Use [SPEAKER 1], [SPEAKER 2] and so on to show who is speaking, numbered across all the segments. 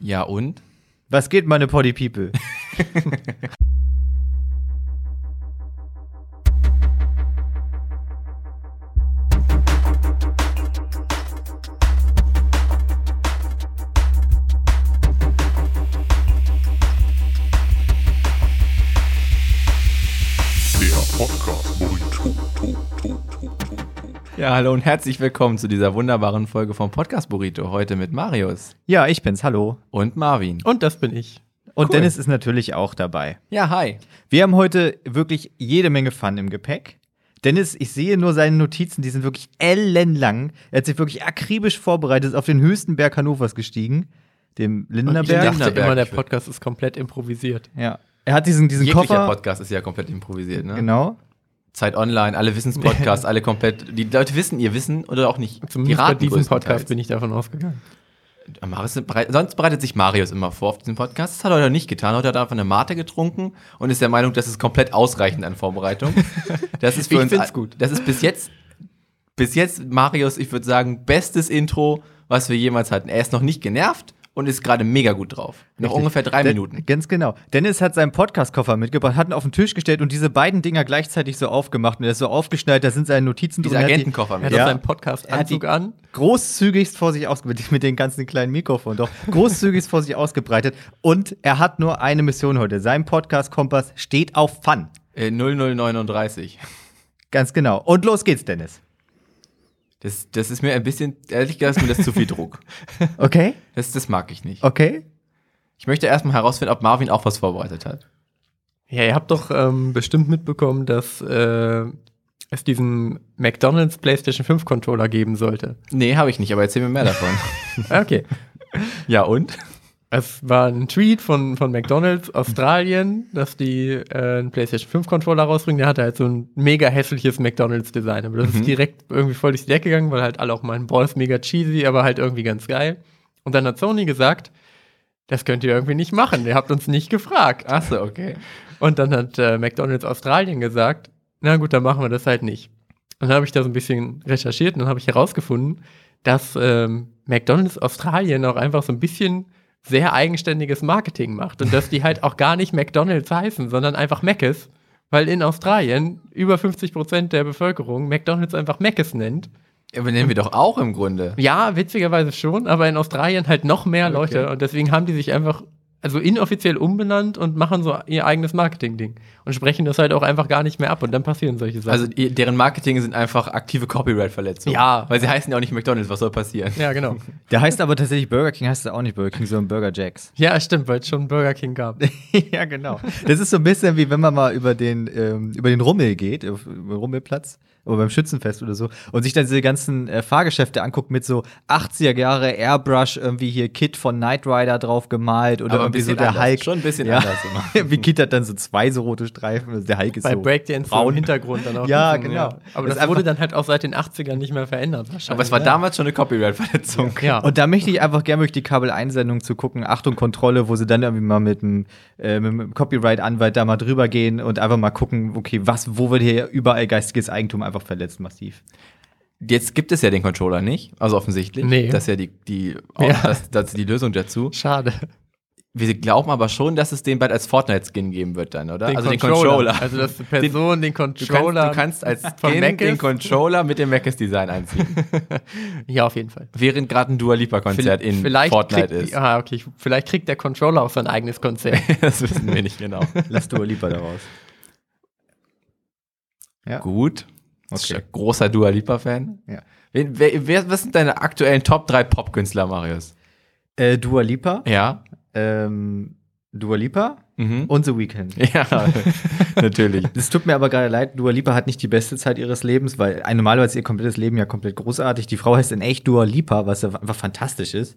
[SPEAKER 1] Ja und?
[SPEAKER 2] Was geht, meine Potty People?
[SPEAKER 1] Ja, hallo und herzlich willkommen zu dieser wunderbaren Folge vom Podcast Burrito. Heute mit Marius
[SPEAKER 2] ja, ich bin's, hallo.
[SPEAKER 1] und Marvin.
[SPEAKER 3] Und das bin ich.
[SPEAKER 2] Und
[SPEAKER 1] Cool.
[SPEAKER 2] Dennis ist natürlich auch dabei.
[SPEAKER 1] Ja, hi.
[SPEAKER 2] Wir haben heute wirklich jede Menge Fun im Gepäck. Dennis, ich sehe nur seine Notizen, die sind wirklich ellenlang. Er hat sich wirklich akribisch vorbereitet, ist auf den höchsten Berg Hannovers gestiegen, dem
[SPEAKER 3] Ich
[SPEAKER 2] Lindenberg.
[SPEAKER 3] dachte
[SPEAKER 1] Linderberg.
[SPEAKER 3] immer, der Podcast ist komplett improvisiert.
[SPEAKER 2] Ja. Er hat diesen, diesen
[SPEAKER 1] Jeglicher
[SPEAKER 2] Koffer.
[SPEAKER 1] Podcast ist ja komplett improvisiert, ne?
[SPEAKER 2] Genau.
[SPEAKER 1] Zeit online, alle Wissenspodcasts, alle komplett. Die Leute wissen ihr Wissen oder auch nicht. die
[SPEAKER 3] Zumindest bei diesem Podcast
[SPEAKER 1] bin
[SPEAKER 3] bin ich davon ausgegangen.
[SPEAKER 1] ich. Marius bereit, sonst bereitet sich Marius immer vor auf diesen Podcast. Das hat er heute nicht getan. Heute hat er einfach eine Mate getrunken und ist der Meinung, das ist komplett ausreichend an Vorbereitung. Das ist für
[SPEAKER 3] Ich
[SPEAKER 1] uns
[SPEAKER 3] find's
[SPEAKER 1] all-
[SPEAKER 3] gut.
[SPEAKER 1] Das ist bis jetzt, bis jetzt Marius, ich würde sagen, bestes Intro, was wir jemals hatten. Er ist noch nicht genervt und ist gerade mega gut drauf. Noch
[SPEAKER 2] Richtig.
[SPEAKER 1] ungefähr drei
[SPEAKER 2] Den-
[SPEAKER 1] Minuten.
[SPEAKER 2] Ganz genau. Dennis hat seinen Podcast-Koffer mitgebracht, hat ihn auf den Tisch gestellt und diese beiden Dinger gleichzeitig so aufgemacht. Und er ist so aufgeschnallt, da sind seine Notizen
[SPEAKER 1] Dieser
[SPEAKER 2] Er hat die
[SPEAKER 1] Agentenkoffer.
[SPEAKER 3] Er hat
[SPEAKER 2] Ja.
[SPEAKER 3] auch seinen Podcast-Anzug
[SPEAKER 2] Er
[SPEAKER 3] an.
[SPEAKER 2] Großzügigst vor sich ausgebreitet, mit den ganzen kleinen Mikrofon doch. Großzügigst vor sich ausgebreitet. Und er hat nur eine Mission heute. Sein Podcast-Kompass steht auf Fun.
[SPEAKER 1] Äh, 0039.
[SPEAKER 2] Ganz genau. Und los geht's, Dennis.
[SPEAKER 1] Das, das ist mir ein bisschen, ehrlich gesagt, ist mir das zu viel Druck.
[SPEAKER 2] Okay?
[SPEAKER 1] Das, das mag ich nicht.
[SPEAKER 2] Okay?
[SPEAKER 1] Ich möchte erstmal herausfinden, ob Marvin auch was vorbereitet hat.
[SPEAKER 3] Ja, ihr habt doch ähm, bestimmt mitbekommen, dass äh, es diesen McDonalds PlayStation 5 Controller geben sollte.
[SPEAKER 1] Nee, habe ich nicht, aber erzähl mir mehr davon.
[SPEAKER 3] Okay.
[SPEAKER 1] ja, und?
[SPEAKER 3] Es war ein Tweet von, von McDonalds Australien, dass die äh, einen PlayStation 5 Controller rausbringen. Der hatte halt so ein mega hässliches McDonalds Design. Aber
[SPEAKER 1] Mhm.
[SPEAKER 3] das ist direkt irgendwie voll durchs Deck gegangen, weil halt alle auch meinen, boah, ist mega cheesy, aber halt irgendwie ganz geil. Und dann hat Sony gesagt, das könnt ihr irgendwie nicht machen. Ihr habt uns nicht gefragt.
[SPEAKER 1] Achso, okay.
[SPEAKER 3] Und dann hat äh, McDonalds Australien gesagt, na gut, dann machen wir das halt nicht. Und dann habe ich da so ein bisschen recherchiert und dann habe ich herausgefunden, dass ähm, McDonalds Australien auch einfach so ein bisschen sehr eigenständiges Marketing macht und dass die halt auch gar nicht McDonalds heißen, sondern einfach Mc's, weil in Australien über 50 Prozent der Bevölkerung McDonalds einfach Mc's nennt.
[SPEAKER 1] Aber nennen wir doch auch im Grunde.
[SPEAKER 3] Ja, witzigerweise schon, aber in Australien halt noch mehr Leute und deswegen haben die sich einfach also inoffiziell umbenannt und machen so ihr eigenes Marketing-Ding und sprechen das halt auch einfach gar nicht mehr ab und dann passieren solche Sachen.
[SPEAKER 1] Also i- deren Marketing sind einfach aktive Copyright-Verletzungen.
[SPEAKER 3] Ja.
[SPEAKER 1] Weil sie heißen ja auch nicht McDonalds, was soll passieren?
[SPEAKER 3] ja, genau.
[SPEAKER 2] Der heißt aber tatsächlich Burger King, heißt er auch nicht Burger King, sondern Burger Jacks.
[SPEAKER 3] Ja, stimmt, weil es schon Burger King gab.
[SPEAKER 2] ja, genau. Das ist so ein bisschen wie wenn man mal über den, ähm, über den Rummel geht, auf- über den Rummelplatz oder beim Schützenfest oder so und sich dann diese ganzen äh, Fahrgeschäfte anguckt mit so 80er Jahre Airbrush, irgendwie hier Kid von Knight Rider drauf gemalt oder
[SPEAKER 1] Aber ein
[SPEAKER 2] irgendwie so
[SPEAKER 1] bisschen
[SPEAKER 2] der
[SPEAKER 1] anders,
[SPEAKER 2] Hulk.
[SPEAKER 1] schon ein bisschen
[SPEAKER 2] ja.
[SPEAKER 1] anders
[SPEAKER 2] wie Kid hat dann so zwei so rote Streifen, also der Hulk ist
[SPEAKER 3] Bei
[SPEAKER 2] so.
[SPEAKER 3] Breakdance so im Hintergrund dann auch.
[SPEAKER 2] Ja,
[SPEAKER 3] diesen,
[SPEAKER 2] genau.
[SPEAKER 3] Aber
[SPEAKER 2] Das
[SPEAKER 3] das,
[SPEAKER 2] ist einfach-
[SPEAKER 3] wurde dann halt auch seit den 80ern nicht mehr verändert wahrscheinlich.
[SPEAKER 1] Aber es war
[SPEAKER 3] ne?
[SPEAKER 1] damals schon eine Copyright-Verletzung.
[SPEAKER 3] Ja.
[SPEAKER 2] Und da möchte ich einfach gerne durch die Kabel-Einsendung zu gucken, Achtung Kontrolle, wo sie dann irgendwie mal mit dem, äh, mit dem Copyright-Anwalt da mal drüber gehen und einfach mal gucken, okay, was, wo wird hier überall geistiges Eigentum einfach verletzt massiv.
[SPEAKER 1] Jetzt gibt es ja den Controller nicht, also offensichtlich.
[SPEAKER 3] Nee.
[SPEAKER 1] Das ist ja die, die,
[SPEAKER 3] Ja.
[SPEAKER 1] Das, das ist die Lösung dazu.
[SPEAKER 3] Schade.
[SPEAKER 1] Wir glauben aber schon, dass es den bald als Fortnite-Skin geben wird dann, oder? also den Controller.
[SPEAKER 3] Also dass die Person den
[SPEAKER 1] Du kannst,
[SPEAKER 3] Controller.
[SPEAKER 1] du kannst als
[SPEAKER 3] von
[SPEAKER 1] Skin
[SPEAKER 3] Mac
[SPEAKER 1] den
[SPEAKER 3] ist.
[SPEAKER 1] Controller mit dem Macis Design anziehen.
[SPEAKER 3] ja, auf jeden Fall.
[SPEAKER 1] Während gerade ein Dua Lipa Konzert halt in
[SPEAKER 3] vielleicht
[SPEAKER 1] Fortnite
[SPEAKER 3] kriegt,
[SPEAKER 1] ist.
[SPEAKER 3] Ah, okay. Vielleicht kriegt der Controller auch sein eigenes Konzert.
[SPEAKER 1] Das wissen wir nicht genau.
[SPEAKER 2] Lass du lieber daraus. Ja.
[SPEAKER 1] Gut.
[SPEAKER 2] Okay.
[SPEAKER 1] Okay. Großer Dua Lipa Fan.
[SPEAKER 2] Ja.
[SPEAKER 1] Wen, wer, wer, was sind deine aktuellen Top 3 Popkünstler, Marius?
[SPEAKER 2] Äh, Dua Lipa,
[SPEAKER 1] Ja.
[SPEAKER 2] ähm, Dua Lipa
[SPEAKER 1] Mhm.
[SPEAKER 2] und The Weeknd.
[SPEAKER 1] Ja, natürlich.
[SPEAKER 2] Es tut mir aber gerade leid, Dua Lipa hat nicht die beste Zeit ihres Lebens, weil äh, normalerweise ist ihr komplettes Leben ja komplett großartig. Die Frau heißt in echt Dua Lipa, was ja einfach fantastisch ist.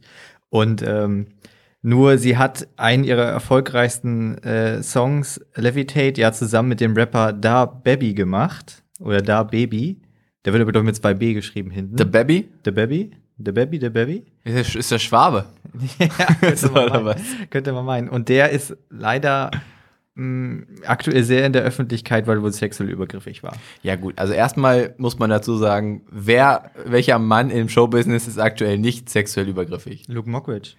[SPEAKER 2] Und ähm, nur sie hat einen ihrer erfolgreichsten äh, Songs, Levitate, ja zusammen mit dem Rapper Da Baby gemacht. Oder Da Baby. Der wird aber doch mit zwei B geschrieben hinten.
[SPEAKER 1] The Baby?
[SPEAKER 2] Da Baby? Da Baby? Da Baby?
[SPEAKER 1] Ist der, Sch- ist der Schwabe?
[SPEAKER 2] Ja, könnte,
[SPEAKER 1] So, oder
[SPEAKER 2] man meinen. könnte man meinen. Und der ist leider mh, aktuell sehr in der Öffentlichkeit, weil er wohl sexuell übergriffig war.
[SPEAKER 1] Ja, gut. Also, erstmal muss man dazu sagen, wer, welcher Mann im Showbusiness ist aktuell nicht sexuell übergriffig?
[SPEAKER 2] Luke Mockridge.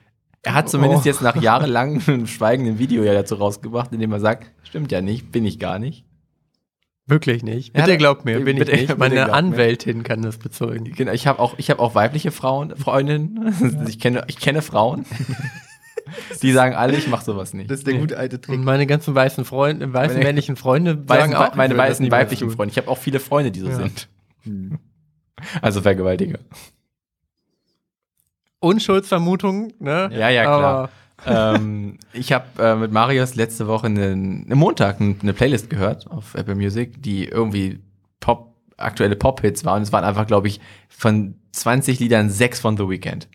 [SPEAKER 1] Er hat zumindest
[SPEAKER 3] Oh.
[SPEAKER 1] jetzt nach jahrelangem schweigenden Video ja dazu rausgebracht, indem er sagt, stimmt ja nicht, bin ich gar nicht.
[SPEAKER 3] Wirklich nicht.
[SPEAKER 1] Ja,
[SPEAKER 3] Bitte glaubt mir,
[SPEAKER 1] bitte-
[SPEAKER 3] bin ich
[SPEAKER 1] bitte-
[SPEAKER 3] nicht.
[SPEAKER 1] bitte
[SPEAKER 3] Meine
[SPEAKER 1] glaubt mir.
[SPEAKER 3] Anwältin kann das bezeugen.
[SPEAKER 1] Genau, ich habe auch, ich hab auch weibliche Frauen, Freundinnen. Ich kenne, ich kenne Frauen. Die sagen alle, ich mache sowas nicht.
[SPEAKER 2] Das ist der gute alte
[SPEAKER 3] Und meine ganzen weißen Freunde, weißen
[SPEAKER 1] Meine-
[SPEAKER 3] männlichen Freunde sagen
[SPEAKER 1] Weißen, meine
[SPEAKER 3] auch, ich würde das
[SPEAKER 1] weißen
[SPEAKER 3] niemals
[SPEAKER 1] weiblichen
[SPEAKER 3] tun.
[SPEAKER 1] Freunde. Ich habe auch viele Freunde, die so
[SPEAKER 3] Ja.
[SPEAKER 1] sind.
[SPEAKER 2] Hm.
[SPEAKER 1] Also Vergewaltiger.
[SPEAKER 3] Unschuldsvermutung, ne?
[SPEAKER 1] Ja, ja,
[SPEAKER 3] Aber
[SPEAKER 1] klar. ähm, ich habe äh, mit Marius letzte Woche einen, am Montag n- eine Playlist gehört auf Apple Music, die irgendwie Pop, aktuelle Pop-Hits waren. Es waren einfach, glaube ich, von 20 Liedern sechs von The Weeknd.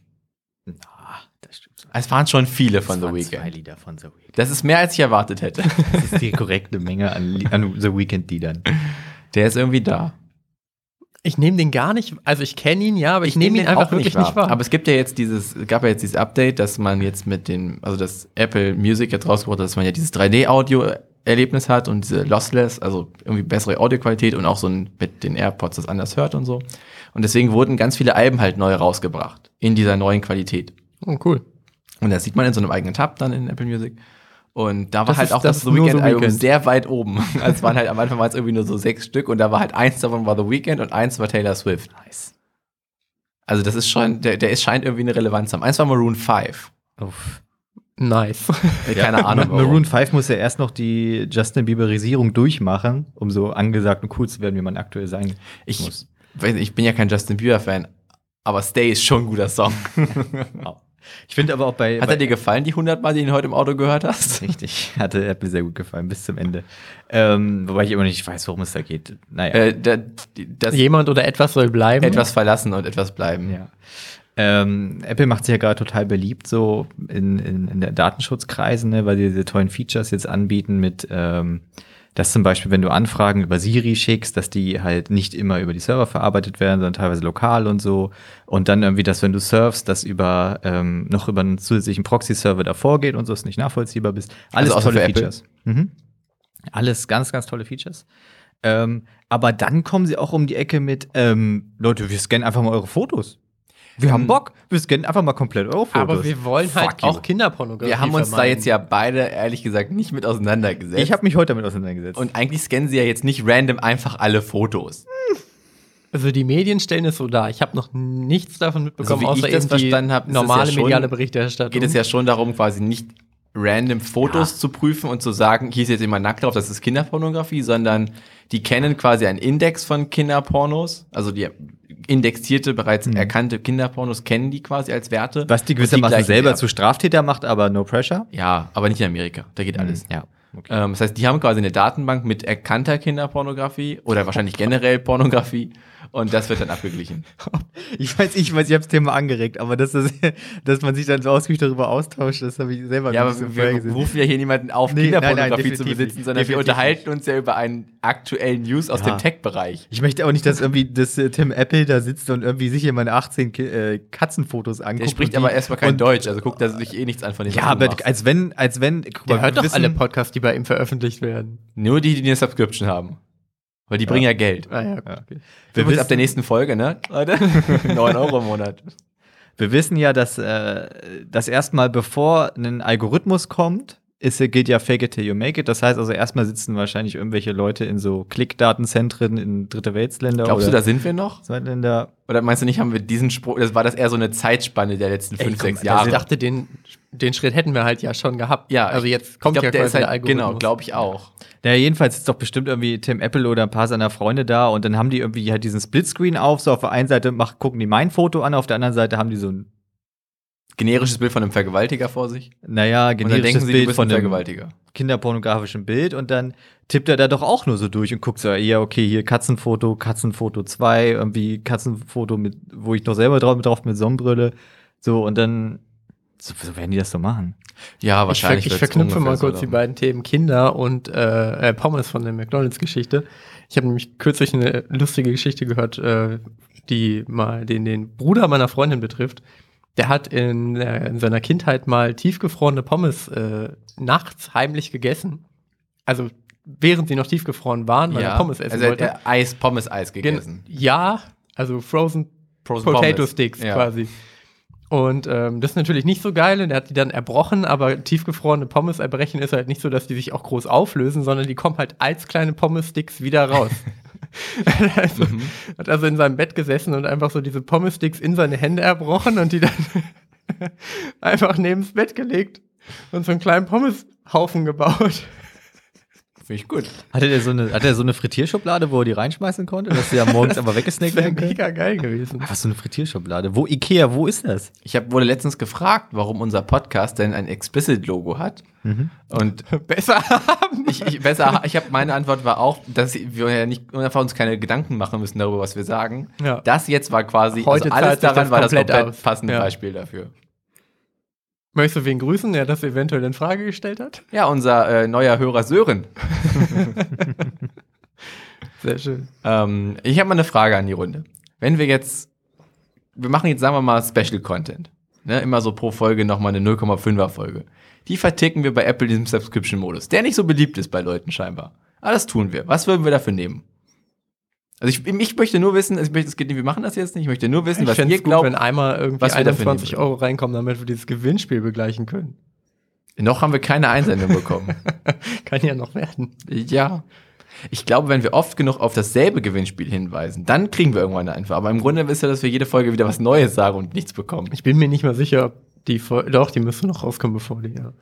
[SPEAKER 2] Ah, das stimmt.
[SPEAKER 1] Es waren schon viele von
[SPEAKER 2] Das
[SPEAKER 1] The
[SPEAKER 2] waren Zwei
[SPEAKER 1] Weeknd.
[SPEAKER 2] Lieder von The Weeknd.
[SPEAKER 1] Das ist mehr, als ich erwartet hätte.
[SPEAKER 2] Das ist die korrekte Menge an, Lie- an The Weeknd-Liedern.
[SPEAKER 1] Der ist irgendwie da.
[SPEAKER 3] Ich nehme den gar nicht, also ich kenne ihn ja, aber ich, nehme ihn einfach wirklich nicht wahr.
[SPEAKER 1] Aber es gibt ja jetzt dieses, gab ja jetzt dieses Update, dass man jetzt mit dem, also das Apple Music jetzt rausgebracht hat, dass man ja dieses 3D-Audio-Erlebnis hat und diese Lossless, also irgendwie bessere Audioqualität und auch so ein, mit den AirPods das anders hört und so. Und deswegen wurden ganz viele Alben halt neu rausgebracht in dieser neuen Qualität.
[SPEAKER 3] oh, cool.
[SPEAKER 1] Und das sieht man in so einem eigenen Tab dann in Apple Music. Und da war
[SPEAKER 3] Das
[SPEAKER 1] halt
[SPEAKER 3] ist-
[SPEAKER 1] auch das,
[SPEAKER 3] das ist
[SPEAKER 1] The
[SPEAKER 3] nur
[SPEAKER 1] Weeknd
[SPEAKER 3] The
[SPEAKER 1] Album
[SPEAKER 3] Weeknd.
[SPEAKER 1] sehr weit oben. Also es waren halt am Anfang waren es irgendwie nur so sechs Stück und da war halt eins davon war The Weeknd und eins war Taylor Swift. Nice. Also das ist schon, der, der ist, scheint irgendwie eine Relevanz zu haben. Eins war Maroon 5.
[SPEAKER 2] Uff.
[SPEAKER 3] Nice.
[SPEAKER 1] Äh, Keine Ahnung. warum.
[SPEAKER 2] Maroon 5 muss ja erst noch die Justin Bieberisierung durchmachen, um so angesagt und cool zu werden, wie man aktuell sein
[SPEAKER 1] ich,
[SPEAKER 2] muss.
[SPEAKER 1] weiß nicht, ich bin ja kein Justin Bieber-Fan, aber Stay ist schon ein guter Song.
[SPEAKER 2] Wow. Ich finde aber auch bei.
[SPEAKER 1] Hat
[SPEAKER 2] bei
[SPEAKER 1] er dir gefallen, die 100 Mal, die du ihn heute im Auto gehört hast?
[SPEAKER 2] Richtig, hatte, hat mir sehr gut gefallen, bis zum Ende. Ähm, wobei ich immer nicht weiß, worum es da geht. Naja.
[SPEAKER 1] Äh, da, die- das
[SPEAKER 3] Jemand oder etwas soll bleiben.
[SPEAKER 1] etwas verlassen und etwas bleiben.
[SPEAKER 2] Ja. Ähm, Apple macht sich ja gerade total beliebt, so in, in, in der Datenschutzkreisen, ne, weil sie diese tollen Features jetzt anbieten mit, ähm, dass zum Beispiel, wenn du Anfragen über Siri schickst, dass die halt nicht immer über die Server verarbeitet werden, sondern teilweise lokal und so. Und dann irgendwie, dass wenn du surfst, das über ähm, noch über einen zusätzlichen Proxy-Server davor geht und so, dass du nicht nachvollziehbar bist. Alles
[SPEAKER 1] Also außer
[SPEAKER 2] tolle
[SPEAKER 1] für Apple?
[SPEAKER 2] Features. Mhm. Alles ganz, ganz tolle Features. Ähm, aber dann kommen sie auch um die Ecke mit, ähm, Leute, wir scannen einfach mal eure Fotos. Wir haben Bock, wir scannen einfach mal komplett eure Fotos.
[SPEAKER 3] aber wir wollen halt
[SPEAKER 2] Fuck you.
[SPEAKER 3] auch Kinderpornografie
[SPEAKER 1] Wir haben uns da
[SPEAKER 3] vermeiden.
[SPEAKER 1] jetzt ja beide, ehrlich gesagt, nicht mit auseinandergesetzt.
[SPEAKER 2] Ich habe mich heute damit auseinandergesetzt.
[SPEAKER 1] Und eigentlich scannen sie ja jetzt nicht random einfach alle Fotos.
[SPEAKER 3] Also die Medien stellen es so dar. Ich habe noch nichts davon mitbekommen,
[SPEAKER 1] Also wie ich
[SPEAKER 3] außer
[SPEAKER 1] das
[SPEAKER 3] eben die
[SPEAKER 1] verstanden habe, ist es
[SPEAKER 3] normale
[SPEAKER 1] ja schon-
[SPEAKER 3] mediale Berichterstattung.
[SPEAKER 1] Geht es ja schon darum, quasi nicht random Fotos zu prüfen und zu sagen, hier ist jetzt immer nackt drauf, das ist Kinderpornografie, sondern die kennen quasi einen Index von Kinderpornos, also die indexierte, bereits erkannte Kinderpornos kennen die quasi als Werte.
[SPEAKER 2] Mhm. was die
[SPEAKER 1] Und
[SPEAKER 2] gewissermaßen
[SPEAKER 1] gleichen
[SPEAKER 2] selber
[SPEAKER 1] sie
[SPEAKER 2] zu
[SPEAKER 1] ab.
[SPEAKER 2] Straftäter macht, aber no pressure.
[SPEAKER 1] Ja, aber nicht in Amerika, da geht alles.
[SPEAKER 2] Mhm. Ja. Okay.
[SPEAKER 1] Ähm, das heißt, die haben quasi eine Datenbank mit erkannter Kinderpornografie oder wahrscheinlich generell Pornografie und das wird dann abgeglichen.
[SPEAKER 2] Ich weiß, ich weiß, ich habe das Thema angeregt, aber dass, das, dass man sich dann so ausgiebig darüber austauscht, das habe ich selber
[SPEAKER 1] Ja,
[SPEAKER 2] ein
[SPEAKER 1] aber
[SPEAKER 2] bisschen
[SPEAKER 1] wir
[SPEAKER 2] vorhergesehen.
[SPEAKER 1] rufen ja hier niemanden auf,
[SPEAKER 2] Nee, nein, nein,
[SPEAKER 1] Kinderpornografie zu
[SPEAKER 2] definitiv
[SPEAKER 1] besitzen,
[SPEAKER 2] nicht.
[SPEAKER 1] sondern wir
[SPEAKER 2] Definitiv
[SPEAKER 1] unterhalten uns ja über einen aktuellen News aus
[SPEAKER 2] Ja.
[SPEAKER 1] dem Tech-Bereich.
[SPEAKER 2] Ich möchte auch nicht, dass irgendwie dass, äh, Tim Apple da sitzt und irgendwie sich hier meine 18 Ki äh, Katzenfotos anguckt.
[SPEAKER 1] Der spricht
[SPEAKER 2] und die-
[SPEAKER 1] aber erstmal kein
[SPEAKER 2] und-
[SPEAKER 1] Deutsch, also guckt er sich eh nichts an von dem,
[SPEAKER 2] Ja,
[SPEAKER 1] was du
[SPEAKER 2] aber
[SPEAKER 1] machst.
[SPEAKER 2] als wenn, als wenn. guck mal,
[SPEAKER 3] Der hört
[SPEAKER 2] wir
[SPEAKER 3] doch alle Podcasts, die bei ihm veröffentlicht werden.
[SPEAKER 1] Nur die, die eine Subscription haben. Weil die bringen ja Geld.
[SPEAKER 3] Ah, ja, gut.
[SPEAKER 2] Ja.
[SPEAKER 1] Wir
[SPEAKER 2] Wir
[SPEAKER 1] Übrigens ab der
[SPEAKER 2] wissen,
[SPEAKER 1] nächsten Folge, ne? Leute? 9 Euro im Monat.
[SPEAKER 2] wir wissen ja, dass äh, das erstmal bevor ein Algorithmus kommt, ist, geht ja Fake it till you make it. Das heißt also, erstmal sitzen wahrscheinlich irgendwelche Leute in so Klickdatenzentren in dritte Weltländer
[SPEAKER 1] Glaubst du,
[SPEAKER 2] oder
[SPEAKER 1] da sind wir noch?
[SPEAKER 2] Zweitländer.
[SPEAKER 1] Oder meinst du nicht, haben wir diesen Spruch, das war das eher so eine Zeitspanne der letzten 5,
[SPEAKER 2] komm, also
[SPEAKER 1] 6
[SPEAKER 2] da
[SPEAKER 1] Jahre?
[SPEAKER 3] Ich dachte, den, den Schritt hätten wir halt ja schon gehabt.
[SPEAKER 1] Ja,
[SPEAKER 3] also
[SPEAKER 1] ich-
[SPEAKER 3] jetzt kommt
[SPEAKER 1] ich glaub,
[SPEAKER 3] ja
[SPEAKER 1] der
[SPEAKER 3] quasi
[SPEAKER 1] ist halt,
[SPEAKER 3] der Algorithmus.
[SPEAKER 1] Genau, glaube ich auch.
[SPEAKER 2] Naja, jedenfalls ist doch bestimmt irgendwie Tim Apple oder ein paar seiner Freunde da und dann haben die irgendwie halt diesen Splitscreen auf. So auf der einen Seite mach, gucken die mein Foto an, auf der anderen Seite haben die so ein,
[SPEAKER 1] Generisches Bild von einem Vergewaltiger vor sich. Und
[SPEAKER 2] naja,
[SPEAKER 1] dann denken
[SPEAKER 2] generisches
[SPEAKER 1] sie, du
[SPEAKER 2] Bild
[SPEAKER 1] bist ein
[SPEAKER 2] von einem
[SPEAKER 1] Vergewaltiger.
[SPEAKER 2] kinderpornografischen Bild und dann tippt er da doch auch nur so durch und guckt so, ja, okay, hier Katzenfoto, Katzenfoto 2, irgendwie Katzenfoto mit, wo ich noch selber drauf, drauf mit Sonnenbrille. So, und dann, so, so werden die das so machen.
[SPEAKER 1] Ja,
[SPEAKER 3] Ich, ver
[SPEAKER 1] wahrscheinlich.
[SPEAKER 3] ich
[SPEAKER 1] wird's
[SPEAKER 3] verknüpfe
[SPEAKER 1] ungefähr
[SPEAKER 3] mal
[SPEAKER 1] so
[SPEAKER 3] kurz die
[SPEAKER 1] laufen.
[SPEAKER 3] beiden Themen Kinder und äh, äh, Pommes von der McDonalds-Geschichte. Ich habe nämlich kürzlich eine lustige Geschichte gehört, äh, die mal den, den Bruder meiner Freundin betrifft. Der hat in, äh, in seiner Kindheit mal tiefgefrorene Pommes äh, nachts heimlich gegessen. Also während sie noch tiefgefroren waren, weil er Pommes essen
[SPEAKER 1] also er hat
[SPEAKER 3] wollte.
[SPEAKER 1] er Eis, Pommes, Eis
[SPEAKER 3] Gen-
[SPEAKER 1] gegessen.
[SPEAKER 3] Ja, also Frozen
[SPEAKER 1] Frozen
[SPEAKER 3] Potato
[SPEAKER 1] Pommes.
[SPEAKER 3] Sticks
[SPEAKER 1] Ja.
[SPEAKER 3] quasi. Und ähm, das ist natürlich nicht so geil. Und er hat die dann erbrochen, aber tiefgefrorene Pommes erbrechen ist halt nicht so, dass die sich auch groß auflösen, sondern die kommen halt als kleine Pommes-Sticks wieder raus. also,
[SPEAKER 1] Mhm.
[SPEAKER 3] Hat also in seinem Bett gesessen und einfach so diese Pommes-Sticks in seine Hände erbrochen und die dann einfach neben's Bett gelegt und so einen kleinen Pommeshaufen gebaut.
[SPEAKER 1] Finde ich gut.
[SPEAKER 2] Hatte der so eine, hatte der so eine Frittierschublade, wo er die reinschmeißen konnte, dass sie ja morgens aber
[SPEAKER 3] Das
[SPEAKER 2] weggesnackt
[SPEAKER 3] wäre
[SPEAKER 2] werden können?
[SPEAKER 3] mega geil gewesen.
[SPEAKER 2] Was so eine Frittierschublade? Wo Ikea? Wo ist das?
[SPEAKER 1] Ich hab, wurde letztens gefragt, warum unser Podcast denn ein Explicit-Logo hat. Und
[SPEAKER 3] Besser haben.
[SPEAKER 1] ich, ich, besser, ich habe meine Antwort war auch, dass wir ja nicht einfach uns keine Gedanken machen müssen darüber, was wir sagen.
[SPEAKER 3] Ja.
[SPEAKER 1] Das jetzt war quasi
[SPEAKER 3] Heute
[SPEAKER 1] also alles
[SPEAKER 3] zahlt sich
[SPEAKER 1] daran
[SPEAKER 3] das
[SPEAKER 1] war das
[SPEAKER 3] komplett
[SPEAKER 1] komplett
[SPEAKER 3] aus.
[SPEAKER 1] passende
[SPEAKER 3] Ja.
[SPEAKER 1] Beispiel dafür.
[SPEAKER 3] Möchtest du wen grüßen, der das eventuell in Frage gestellt hat?
[SPEAKER 1] Ja, unser äh, neuer Hörer Sören.
[SPEAKER 3] Sehr schön.
[SPEAKER 1] Ähm, ich habe mal eine Frage an die Runde. Wenn wir jetzt, wir machen jetzt, sagen wir mal, Special Content. Ne, immer so pro Folge nochmal eine 0,5er Folge. Die verticken wir bei Apple diesem Subscription-Modus, der nicht so beliebt ist bei Leuten scheinbar. Aber das tun wir. Was würden wir dafür nehmen? Also ich, ich möchte nur wissen, also ich möchte, es geht nicht, wir machen das jetzt nicht, ich möchte nur wissen,
[SPEAKER 3] Ich
[SPEAKER 1] was
[SPEAKER 3] fände
[SPEAKER 1] ihr
[SPEAKER 3] es gut, wenn
[SPEAKER 1] glaubt.
[SPEAKER 3] einmal irgendwie
[SPEAKER 1] was wir dafür nehmen
[SPEAKER 3] 21 Euro reinkommen, damit wir dieses Gewinnspiel begleichen können.
[SPEAKER 1] Noch haben wir keine Einsendung bekommen.
[SPEAKER 3] Kann ja noch werden.
[SPEAKER 1] ja. Ich glaube, wenn wir oft genug auf dasselbe Gewinnspiel hinweisen, dann kriegen wir irgendwann eine Antwort. Aber im Grunde ist ja, dass wir jede Folge wieder was Neues sagen und nichts bekommen.
[SPEAKER 3] Ich bin mir nicht mal sicher, ob die Fol- doch, die müsste noch rauskommen, bevor die ja,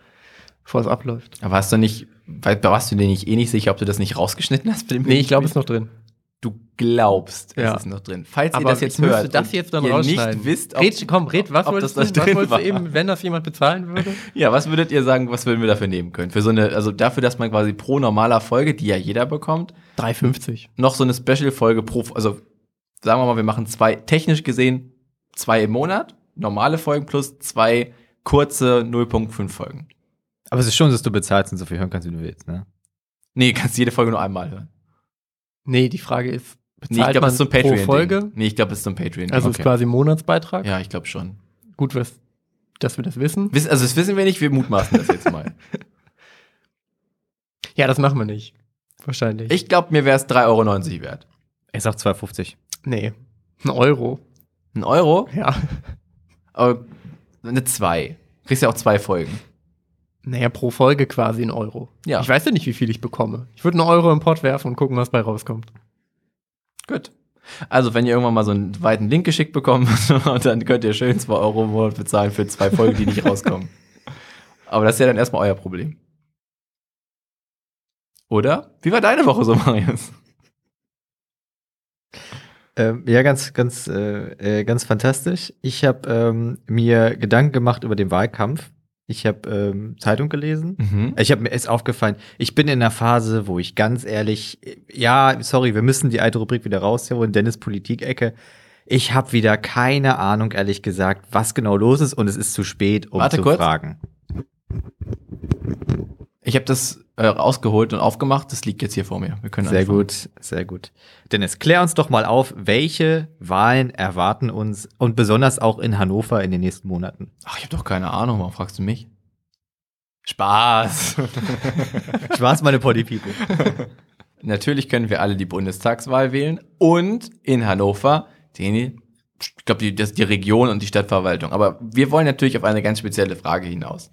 [SPEAKER 3] bevor es abläuft.
[SPEAKER 1] Aber hast du nicht, weil- warst du dir nicht eh nicht sicher, ob du das nicht rausgeschnitten hast? mit dem
[SPEAKER 3] Nee, ich glaube, es ist
[SPEAKER 1] Gewinnspiel?
[SPEAKER 3] noch drin.
[SPEAKER 1] Du glaubst,
[SPEAKER 3] Ja.
[SPEAKER 1] es ist noch drin. Falls
[SPEAKER 3] Aber
[SPEAKER 1] ihr das jetzt
[SPEAKER 3] ich müsste
[SPEAKER 1] hört,
[SPEAKER 3] das
[SPEAKER 1] und
[SPEAKER 3] jetzt dann
[SPEAKER 1] ihr
[SPEAKER 3] rausschneiden.
[SPEAKER 1] nicht wisst, ob,
[SPEAKER 3] red, komm, red, was
[SPEAKER 1] ob
[SPEAKER 3] wolltest,
[SPEAKER 1] das
[SPEAKER 3] du,
[SPEAKER 1] da
[SPEAKER 3] was
[SPEAKER 1] drin
[SPEAKER 3] wolltest
[SPEAKER 1] war.
[SPEAKER 3] du eben, wenn das jemand bezahlen würde?
[SPEAKER 1] ja, was würdet ihr sagen, was würden wir dafür nehmen können? Für so eine, also dafür, dass man quasi pro normaler Folge, die ja jeder bekommt,
[SPEAKER 3] 3,50.
[SPEAKER 1] noch so eine Special-Folge pro, also sagen wir mal, wir machen zwei, technisch gesehen zwei im Monat, normale Folgen plus zwei kurze 0.5 Folgen.
[SPEAKER 2] Aber es ist schon, dass du bezahlst und so viel hören kannst, wie du willst, ne?
[SPEAKER 1] Nee, kannst jede Folge nur einmal hören.
[SPEAKER 3] Nee, die Frage ist,
[SPEAKER 1] Nee, ich
[SPEAKER 3] bezahlt
[SPEAKER 1] glaube,
[SPEAKER 3] man
[SPEAKER 1] es ist so ein
[SPEAKER 3] pro
[SPEAKER 1] Patreon.
[SPEAKER 3] Folge?
[SPEAKER 1] Nee, ich glaube, es ist so ein Patreon.
[SPEAKER 3] Also ist quasi ein Monatsbeitrag.
[SPEAKER 1] ja, ich glaube schon.
[SPEAKER 3] Gut, was, dass wir das wissen.
[SPEAKER 1] Wiss- Also das wissen wir nicht, wir mutmaßen das jetzt mal.
[SPEAKER 3] Ja, das machen wir nicht. Wahrscheinlich.
[SPEAKER 1] Ich glaube, mir wäre es 3,90 Euro wert.
[SPEAKER 2] Ich sag 2,50.
[SPEAKER 3] Nee. Ein Euro.
[SPEAKER 1] Ein Euro,
[SPEAKER 3] Ja.
[SPEAKER 1] aber eine 2. Kriegst ja auch zwei Folgen.
[SPEAKER 3] Naja, pro Folge quasi ein Euro.
[SPEAKER 1] Ja.
[SPEAKER 3] Ich weiß ja nicht, wie viel ich bekomme. Ich würde einen Euro im Pott werfen und gucken, was bei rauskommt.
[SPEAKER 1] Gut. Also, wenn ihr irgendwann mal so einen weiten Link geschickt bekommt, dann könnt ihr schön 2 Euro im Monat bezahlen für zwei Folgen, die nicht rauskommen. Aber das ist ja dann erstmal euer Problem. Oder? Wie war deine Woche so, Marius?
[SPEAKER 2] Ähm, ja, ganz, ganz, äh, äh, ganz fantastisch. Ich habe ähm, mir Gedanken gemacht über den Wahlkampf. Ich habe ähm, Zeitung gelesen.
[SPEAKER 1] Mhm.
[SPEAKER 2] Ich habe mir ist aufgefallen, ich bin in einer Phase, wo ich ganz ehrlich, äh, ja, sorry, wir müssen die alte Rubrik wieder rausholen, Dennis Politik-Ecke. Ich habe wieder keine Ahnung, ehrlich gesagt, was genau los ist und es ist zu spät, um
[SPEAKER 1] Warte
[SPEAKER 2] zu
[SPEAKER 1] kurz.
[SPEAKER 2] fragen.
[SPEAKER 1] Ich habe das äh, rausgeholt und aufgemacht. Das liegt jetzt hier vor mir. Wir können
[SPEAKER 2] Sehr
[SPEAKER 1] anfangen.
[SPEAKER 2] gut, sehr gut. Dennis, klär uns doch mal auf, welche Wahlen erwarten uns und besonders auch in Hannover in den nächsten Monaten.
[SPEAKER 1] Ach, ich habe doch keine Ahnung. Warum fragst du mich? Spaß.
[SPEAKER 2] Spaß, meine Potty People.
[SPEAKER 1] Natürlich können wir alle die Bundestagswahl wählen und in Hannover den, ich glaube, die, das- die Region und die Stadtverwaltung. Aber wir wollen natürlich auf eine ganz spezielle Frage hinaus.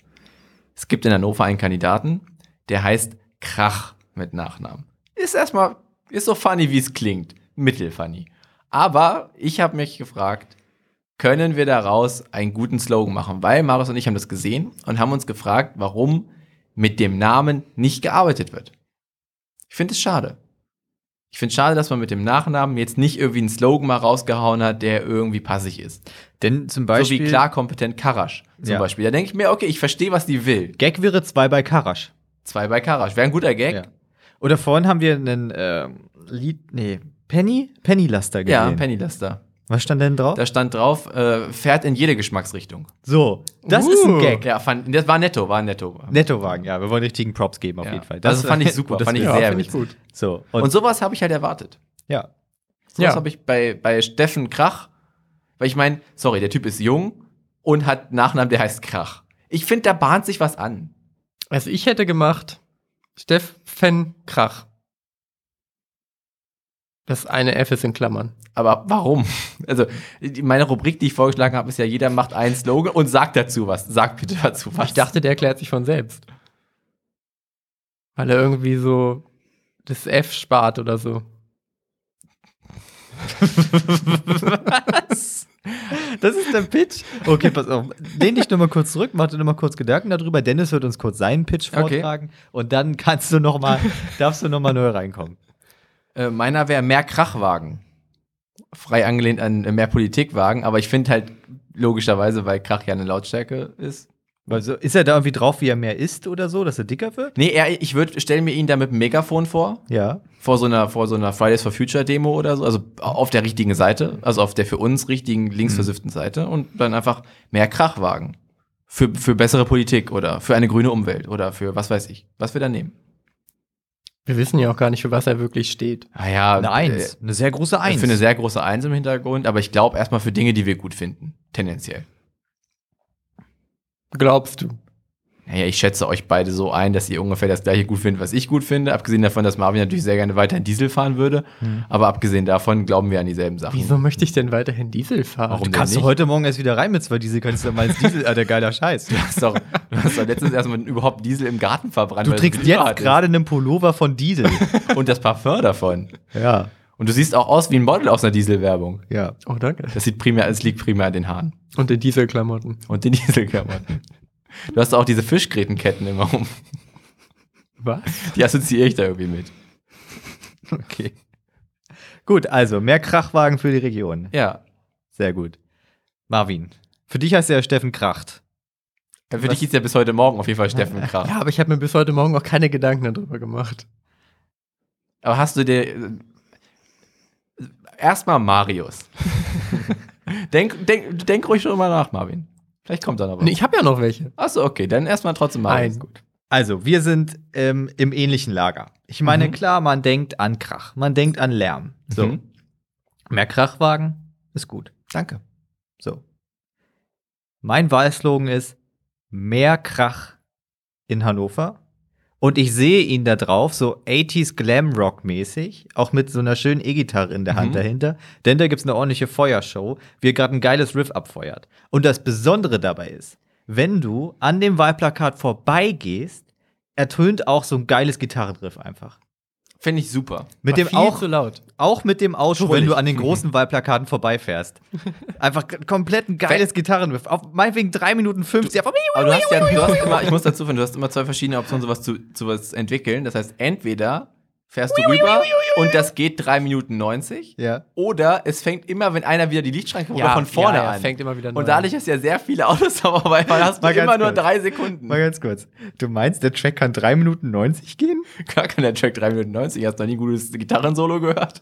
[SPEAKER 1] Es gibt in Hannover einen Kandidaten, der heißt Krach mit Nachnamen. Ist erstmal, ist so funny, wie es klingt. Mittelfunny. Aber ich habe mich gefragt, können wir daraus einen guten Slogan machen? Weil Marius und ich haben das gesehen und haben uns gefragt, warum mit dem Namen nicht gearbeitet wird. Ich finde es schade. Ich finde es schade, dass man mit dem Nachnamen jetzt nicht irgendwie einen Slogan mal rausgehauen hat, der irgendwie passig ist.
[SPEAKER 2] Denn zum Beispiel.
[SPEAKER 1] So wie klar kompetent Karasch zum
[SPEAKER 2] Ja.
[SPEAKER 1] Beispiel. Da denke ich mir, okay, ich verstehe, was die will.
[SPEAKER 2] Gag wäre zwei bei Karasch.
[SPEAKER 1] Zwei bei Karasch. Wäre ein guter Gag.
[SPEAKER 2] Ja. Oder vorhin haben wir einen ähm, Lied, nee, Penny? Penny Laster
[SPEAKER 1] Ja,
[SPEAKER 2] gesehen.
[SPEAKER 1] Penny Laster.
[SPEAKER 2] Was stand denn drauf?
[SPEAKER 1] Da stand drauf, äh, fährt in jede Geschmacksrichtung.
[SPEAKER 2] so, das
[SPEAKER 3] Uh.
[SPEAKER 2] ist ein Gag.
[SPEAKER 1] Ja, fand, das war netto, war netto.
[SPEAKER 2] Nettowagen, ja, wir wollen richtigen Props geben auf
[SPEAKER 1] Ja.
[SPEAKER 2] jeden Fall.
[SPEAKER 1] Also fand ich super,
[SPEAKER 2] das
[SPEAKER 1] fand ich
[SPEAKER 2] wäre-
[SPEAKER 1] sehr
[SPEAKER 3] finde
[SPEAKER 1] witzig.
[SPEAKER 3] gut.
[SPEAKER 2] So, und,
[SPEAKER 1] Und sowas habe ich halt erwartet.
[SPEAKER 2] ja.
[SPEAKER 1] Sowas
[SPEAKER 3] Ja.
[SPEAKER 1] habe ich bei, bei Steffen Krach, weil ich meine, sorry, der Typ ist jung und hat einen Nachnamen, der heißt Krach. Ich finde, da bahnt sich was an.
[SPEAKER 3] Also ich hätte gemacht Steffen Krach. Das eine F ist in Klammern.
[SPEAKER 1] Aber warum? Also, die- meine Rubrik, die ich vorgeschlagen habe, ist ja, jeder macht einen Slogan und sagt dazu was. Sagt bitte dazu was.
[SPEAKER 3] Ich dachte, der erklärt sich von selbst. Weil er irgendwie so das F spart oder so.
[SPEAKER 2] Was? Das ist der Pitch. Okay, pass auf. Lehn dich nur mal kurz zurück, mach dir nur mal kurz Gedanken darüber. Dennis wird uns kurz seinen Pitch
[SPEAKER 1] Okay.
[SPEAKER 2] vortragen und dann kannst du noch mal, darfst du noch mal neu reinkommen.
[SPEAKER 1] Äh, meiner wäre mehr Krachwagen. Frei angelehnt an äh, mehr Politikwagen, aber ich finde halt logischerweise, weil Krach ja eine Lautstärke ist.
[SPEAKER 2] Also, ist er da irgendwie drauf, wie er mehr isst oder so, dass er dicker wird?
[SPEAKER 1] Nee, er, ich würde stelle mir ihn da mit einem Megafon vor,
[SPEAKER 2] Ja.
[SPEAKER 1] vor so einer vor so einer Fridays for Future Demo oder so, also auf der richtigen Seite, also auf der für uns richtigen linksversifften Seite und dann einfach mehr Krachwagen für für bessere Politik oder für eine grüne Umwelt oder für was weiß ich, was wir da nehmen.
[SPEAKER 3] Wir wissen ja auch gar nicht, für was er wirklich steht.
[SPEAKER 1] Naja,
[SPEAKER 2] Eine Eins. Äh, Eine sehr große
[SPEAKER 1] Äh,
[SPEAKER 2] Eins.
[SPEAKER 1] für eine sehr große Eins im Hintergrund, aber ich glaube erstmal für Dinge, die wir gut finden, tendenziell.
[SPEAKER 3] Glaubst du?
[SPEAKER 1] Naja, ich schätze euch beide so ein, dass ihr ungefähr das gleiche gut findet, was ich gut finde. Abgesehen davon, dass Marvin natürlich sehr gerne weiter in Diesel fahren würde. Aber abgesehen davon glauben wir an dieselben Sachen.
[SPEAKER 3] Wieso möchte ich denn weiterhin Diesel fahren?
[SPEAKER 1] Warum?
[SPEAKER 2] Du kannst
[SPEAKER 1] nicht?
[SPEAKER 2] du heute Morgen erst wieder rein mit zwei Diesel, kannst du mal ins Diesel. Ah, der geiler Scheiß.
[SPEAKER 1] Du hast doch, du hast doch letztens erstmal überhaupt Diesel im Garten verbrannt.
[SPEAKER 2] Du
[SPEAKER 1] weil
[SPEAKER 2] trägst
[SPEAKER 1] es Glühwein
[SPEAKER 2] jetzt
[SPEAKER 1] ist.
[SPEAKER 2] gerade einen Pullover von Diesel.
[SPEAKER 1] Und das Parfum davon.
[SPEAKER 2] ja,
[SPEAKER 1] Und du siehst auch aus wie ein Model aus einer Dieselwerbung.
[SPEAKER 2] ja.
[SPEAKER 3] Oh, danke.
[SPEAKER 1] Das sieht primär, es liegt primär an den Haaren
[SPEAKER 3] Und in Dieselklamotten.
[SPEAKER 1] und den Dieselklamotten. Du hast auch diese Fischgrätenketten immer um.
[SPEAKER 3] Was?
[SPEAKER 1] Die assoziiere ich da irgendwie mit.
[SPEAKER 2] Okay. Gut, also mehr Krachwagen für die Region.
[SPEAKER 1] Ja.
[SPEAKER 2] Sehr gut. Marvin, für dich heißt er Steffen Kracht.
[SPEAKER 1] Für dich hieß ja bis heute Morgen auf jeden Fall Steffen Kraft.
[SPEAKER 3] Ja, aber ich habe mir bis heute Morgen auch keine Gedanken darüber gemacht.
[SPEAKER 1] Aber hast du dir. äh, Erstmal Marius. denk, denk, denk ruhig schon mal nach, Marvin. Vielleicht kommt da noch was.
[SPEAKER 3] Nee, ich habe ja noch welche.
[SPEAKER 1] Achso, okay, dann erstmal trotzdem Marius.
[SPEAKER 3] Ein.
[SPEAKER 1] Gut.
[SPEAKER 2] Also, wir sind ähm, im ähnlichen Lager. Ich meine,
[SPEAKER 1] Mhm.
[SPEAKER 2] klar, man denkt an Krach, man denkt an Lärm. So,
[SPEAKER 1] Mhm.
[SPEAKER 2] mehr Krachwagen ist gut.
[SPEAKER 1] Danke.
[SPEAKER 2] So. Mein Wahlslogan ist mehr Krach in Hannover. Und ich sehe ihn da drauf, so 80s Glamrock-mäßig, auch mit so einer schönen E-Gitarre in der Hand
[SPEAKER 1] Mhm.
[SPEAKER 2] dahinter. Denn da gibt's eine ordentliche Feuershow, wie er gerade ein geiles Riff abfeuert. Und das Besondere dabei ist, wenn du an dem Wahlplakat vorbeigehst, ertönt auch so ein geiles Gitarrenriff einfach.
[SPEAKER 1] Finde ich super.
[SPEAKER 2] Mit
[SPEAKER 3] War
[SPEAKER 2] dem
[SPEAKER 3] viel
[SPEAKER 2] auch
[SPEAKER 3] zu laut.
[SPEAKER 2] auch mit dem Auto, wenn
[SPEAKER 1] Schrullig.
[SPEAKER 2] du an den großen Wahlplakaten vorbeifährst. Einfach k- komplett ein geiles Gitarrenriff. Auf meinetwegen 3 Minuten 50. Einfach
[SPEAKER 1] Aber du hast ja, du hast immer, ich muss dazu finden, du hast immer zwei verschiedene Optionen, sowas zu, zu was entwickeln. Das heißt, entweder fährst du rüber und das geht 3 Minuten 90.
[SPEAKER 2] ja.
[SPEAKER 1] Oder es fängt immer, wenn einer wieder die Lichtschranke oder von vorne
[SPEAKER 3] ja, ja,
[SPEAKER 1] an.
[SPEAKER 3] Fängt immer wieder neu
[SPEAKER 1] und dadurch hast du ja sehr viele Autos dabei, weil hast du
[SPEAKER 2] Mal ganz
[SPEAKER 1] immer nur
[SPEAKER 2] kurz.
[SPEAKER 1] drei Sekunden.
[SPEAKER 2] Mal ganz kurz. Du meinst, der Track kann 3 Minuten 90 gehen?
[SPEAKER 1] Klar kann der Track 3 Minuten 90. Hast du noch nie ein gutes Gitarrensolo gehört?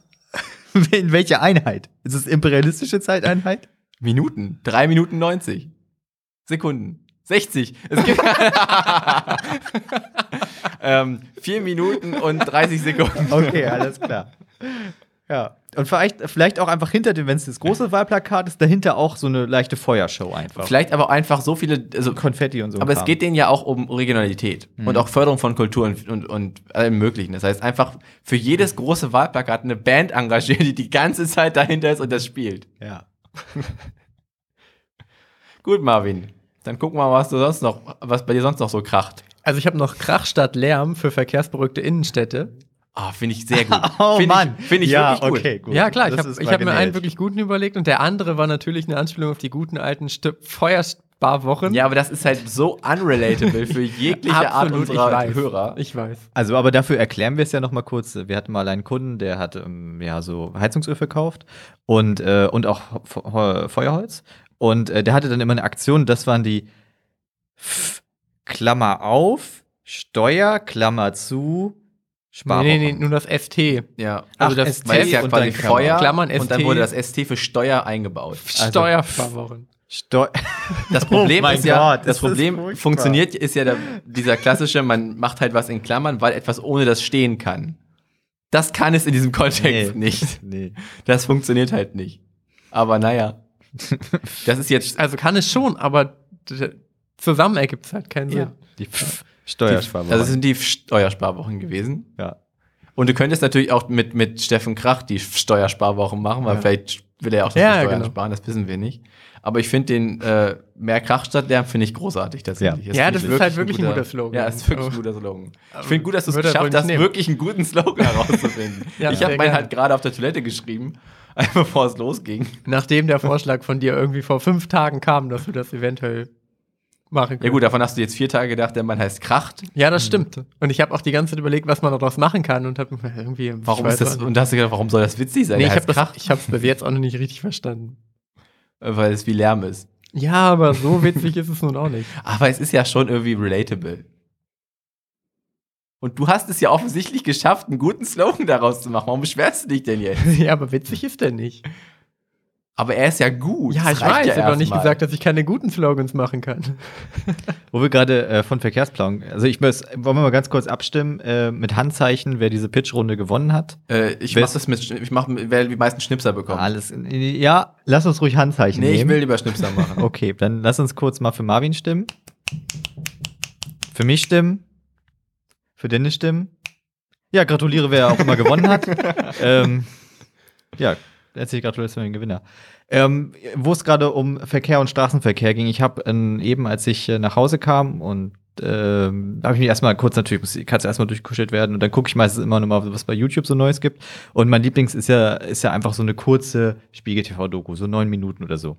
[SPEAKER 2] In welcher Einheit? Ist es imperialistische Zeiteinheit?
[SPEAKER 1] Minuten. 3 Minuten 90. Sekunden. 60. Es gibt. ähm, 4 Minuten und 30 Sekunden.
[SPEAKER 2] Okay, alles klar. Ja. Und vielleicht, vielleicht auch einfach hinter dem, wenn es das große Wahlplakat ist, dahinter auch so eine leichte Feuershow einfach.
[SPEAKER 1] Vielleicht aber auch einfach so viele. Also,
[SPEAKER 2] Konfetti und so. ein
[SPEAKER 1] aber es
[SPEAKER 2] Kram.
[SPEAKER 1] geht denen ja auch um Regionalität
[SPEAKER 2] Mhm.
[SPEAKER 1] und auch Förderung von Kultur und, und, und allem Möglichen. Das heißt, einfach für
[SPEAKER 2] Mhm.
[SPEAKER 1] jedes große Wahlplakat eine Band engagieren, die die ganze Zeit dahinter ist und das spielt.
[SPEAKER 2] Ja.
[SPEAKER 1] Gut, Marvin. Dann gucken wir mal, was du sonst noch, was bei dir sonst noch so kracht.
[SPEAKER 3] Also ich habe noch Krach statt Lärm für verkehrsberuhigte Innenstädte.
[SPEAKER 1] Ah, finde ich sehr gut.
[SPEAKER 2] Oh
[SPEAKER 1] Find ich-
[SPEAKER 2] Mann.
[SPEAKER 1] Find ich
[SPEAKER 2] ja,
[SPEAKER 1] wirklich gut.
[SPEAKER 2] okay, gut.
[SPEAKER 3] Ja, klar, ich
[SPEAKER 2] Das
[SPEAKER 3] habe
[SPEAKER 2] ist
[SPEAKER 3] hab mir
[SPEAKER 2] originell.
[SPEAKER 3] einen wirklich guten überlegt und der andere war natürlich eine Anspielung auf die guten alten Sti- Feuersparwochen.
[SPEAKER 1] Ja, aber das ist halt so unrelatable für jegliche Art
[SPEAKER 3] Absolut,
[SPEAKER 1] unserer
[SPEAKER 3] ich weiß.
[SPEAKER 1] Hörer.
[SPEAKER 3] Ich weiß.
[SPEAKER 2] Also, aber dafür erklären wir es ja noch mal kurz. Wir hatten mal einen Kunden, der hat ähm, ja so Heizungsöl verkauft und, äh, und auch Ho- Ho- Feuerholz. Und äh, der hatte dann immer eine Aktion, das waren die F Klammer auf, Steuer, Klammer zu, Sparwochen.
[SPEAKER 3] Nee, nee, nee, nur das ST.
[SPEAKER 1] Ja.
[SPEAKER 3] Also
[SPEAKER 2] Ach,
[SPEAKER 3] das
[SPEAKER 2] ST
[SPEAKER 1] Weil es ja
[SPEAKER 2] und
[SPEAKER 1] quasi
[SPEAKER 2] dann Klammer.
[SPEAKER 1] Feuer
[SPEAKER 3] Klammern
[SPEAKER 1] und dann
[SPEAKER 3] ST.
[SPEAKER 1] wurde das ST für Steuer eingebaut.
[SPEAKER 2] Also-
[SPEAKER 3] Steuersparwochen.
[SPEAKER 2] Steu
[SPEAKER 1] Das Problem
[SPEAKER 2] Oh mein
[SPEAKER 1] ist ja,
[SPEAKER 2] Gott,
[SPEAKER 1] das
[SPEAKER 2] ist das
[SPEAKER 1] Problem
[SPEAKER 2] furchtbar.
[SPEAKER 1] funktioniert ist ja der, dieser klassische, man macht halt was in Klammern, weil etwas ohne das stehen kann. Das kann es in diesem Kontext
[SPEAKER 2] Nee.
[SPEAKER 1] nicht.
[SPEAKER 2] nee.
[SPEAKER 1] Das funktioniert halt nicht. Aber naja. Das ist jetzt
[SPEAKER 3] Also kann es schon, aber d- zusammen ergibt es halt keinen Sinn.
[SPEAKER 1] Ja.
[SPEAKER 2] Die F
[SPEAKER 1] also es
[SPEAKER 2] Steuersparwochen.
[SPEAKER 1] sind die Steuersparwochen gewesen.
[SPEAKER 2] ja.
[SPEAKER 1] Und du könntest natürlich auch mit, mit Steffen Krach die Steuersparwochen machen, weil
[SPEAKER 2] Ja.
[SPEAKER 1] vielleicht will er auch
[SPEAKER 3] Ja,
[SPEAKER 1] Steuern
[SPEAKER 3] genau.
[SPEAKER 1] sparen, das wissen wir nicht. Aber ich finde den äh, Mehr Krach statt Lärm finde ich großartig tatsächlich.
[SPEAKER 3] Ja,
[SPEAKER 1] finde
[SPEAKER 3] das
[SPEAKER 1] ich
[SPEAKER 3] ist halt wirklich ein guter Slogan. Oh.
[SPEAKER 1] Ja, das ist wirklich ein
[SPEAKER 3] Aber-
[SPEAKER 1] guter Slogan. Ich finde gut, dass du es
[SPEAKER 3] Würde er wohl
[SPEAKER 1] geschafft
[SPEAKER 3] nicht
[SPEAKER 1] hast,
[SPEAKER 3] nehmen.
[SPEAKER 1] wirklich einen guten Slogan herauszufinden.
[SPEAKER 3] Ja,
[SPEAKER 1] ich habe
[SPEAKER 3] sehr
[SPEAKER 1] meinen
[SPEAKER 3] gerne.
[SPEAKER 1] halt gerade auf der Toilette geschrieben, bevor es losging.
[SPEAKER 3] Nachdem der Vorschlag von dir irgendwie vor fünf Tagen kam, dass du das eventuell machen könntest.
[SPEAKER 1] Ja gut, davon hast du jetzt vier Tage gedacht, der Mann heißt Kracht.
[SPEAKER 3] Ja, das stimmt. Und ich habe auch die ganze Zeit überlegt, was man daraus machen kann und habe irgendwie.
[SPEAKER 1] Warum
[SPEAKER 3] ich
[SPEAKER 1] ist das?
[SPEAKER 3] weiß auch
[SPEAKER 1] Und da hast du gedacht, warum soll das witzig sein?
[SPEAKER 3] nicht. Nee,
[SPEAKER 1] Der heißt
[SPEAKER 3] ich
[SPEAKER 1] Krach,
[SPEAKER 3] habe ich hab's bis jetzt auch noch nicht richtig verstanden.
[SPEAKER 1] weil es wie Lärm ist.
[SPEAKER 3] Ja, aber so witzig ist es nun auch nicht.
[SPEAKER 1] Aber es ist ja schon irgendwie relatable. Und du hast es ja offensichtlich geschafft, einen guten Slogan daraus zu machen. Warum beschwerst du dich denn jetzt?
[SPEAKER 3] ja, aber witzig ist der nicht.
[SPEAKER 1] Aber er ist ja gut.
[SPEAKER 3] Ja,
[SPEAKER 1] Das
[SPEAKER 3] ich
[SPEAKER 1] reicht
[SPEAKER 3] weiß, ich habe doch nicht
[SPEAKER 1] erstmal.
[SPEAKER 3] gesagt, dass ich keine guten Slogans machen kann.
[SPEAKER 2] Wo wir gerade äh, von Verkehrsplanung, also ich muss, wollen wir mal ganz kurz abstimmen äh, mit Handzeichen, wer diese Pitch-Runde gewonnen hat.
[SPEAKER 1] Äh, ich
[SPEAKER 2] Wer-
[SPEAKER 1] mach das mit, Schn- ich mach, mit- wer die meisten Schnipser bekommt.
[SPEAKER 2] Alles, in- ja, lass uns ruhig Handzeichen
[SPEAKER 1] nee, ich
[SPEAKER 2] nehmen. Oh,
[SPEAKER 1] will lieber Schnipser machen.
[SPEAKER 2] Okay, dann lass uns kurz mal für Marvin stimmen. Für mich stimmen. Für Dennis stimmen. Ja, gratuliere, wer auch immer gewonnen hat. ähm, ja, herzliche Gratulation an den Gewinner. Ähm, Wo es gerade um Verkehr und Straßenverkehr ging, ich habe ähm, eben, als ich äh, nach Hause kam und ähm, habe ich mich erstmal kurz natürlich, muss die Katze erstmal durchkuschelt werden und dann gucke ich meistens immer noch mal, was bei YouTube so Neues gibt. Und mein Lieblings ist ja, ist ja einfach so eine kurze Spiegel-TV-Doku, so neun Minuten oder so.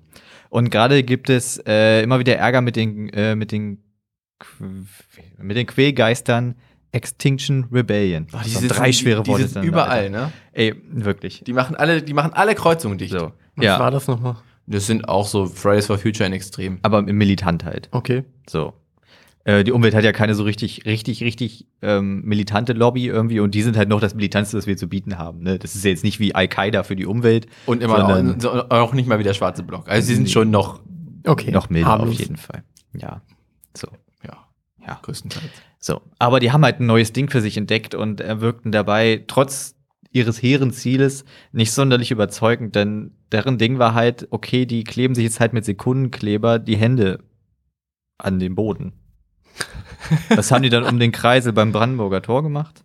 [SPEAKER 2] Und gerade gibt es äh, immer wieder Ärger mit den, äh, mit den, Qu- mit den Quellgeistern Extinction Rebellion.
[SPEAKER 1] Boah,
[SPEAKER 2] Das waren drei schwere Worte.
[SPEAKER 1] Die sind
[SPEAKER 2] hintereinander,
[SPEAKER 1] überall,
[SPEAKER 2] Alter.
[SPEAKER 1] ne?
[SPEAKER 2] Ey, wirklich.
[SPEAKER 1] Die machen alle, die machen alle Kreuzungen dicht.
[SPEAKER 2] So.
[SPEAKER 3] Was
[SPEAKER 2] Ja,
[SPEAKER 3] war das nochmal?
[SPEAKER 1] Das sind auch so Fridays for Future in Extrem.
[SPEAKER 2] aber im Militant halt.
[SPEAKER 3] Okay.
[SPEAKER 2] So. Äh, die Umwelt hat ja keine so richtig, richtig, richtig ähm, militante Lobby irgendwie und die sind halt noch das Militantste, was wir zu bieten haben. Ne? Das ist ja jetzt nicht wie Al-Qaida für die Umwelt.
[SPEAKER 1] Und immer
[SPEAKER 2] Sondern-
[SPEAKER 1] auch, so- auch nicht mal wieder schwarze Block. Also die sind
[SPEAKER 2] Nee.
[SPEAKER 1] schon noch,
[SPEAKER 3] Okay.
[SPEAKER 2] Noch milder auf
[SPEAKER 3] harmlos.
[SPEAKER 2] jeden Fall. Ja. So.
[SPEAKER 1] ja,
[SPEAKER 2] Ja.
[SPEAKER 1] größtenteils.
[SPEAKER 2] So, aber die haben halt ein neues Ding für sich entdeckt und äh, wirkten dabei trotz ihres hehren Zieles nicht sonderlich überzeugend, denn deren Ding war halt, okay, die kleben sich jetzt halt mit Sekundenkleber die Hände an den Boden. Das haben die dann um den Kreisel beim Brandenburger Tor gemacht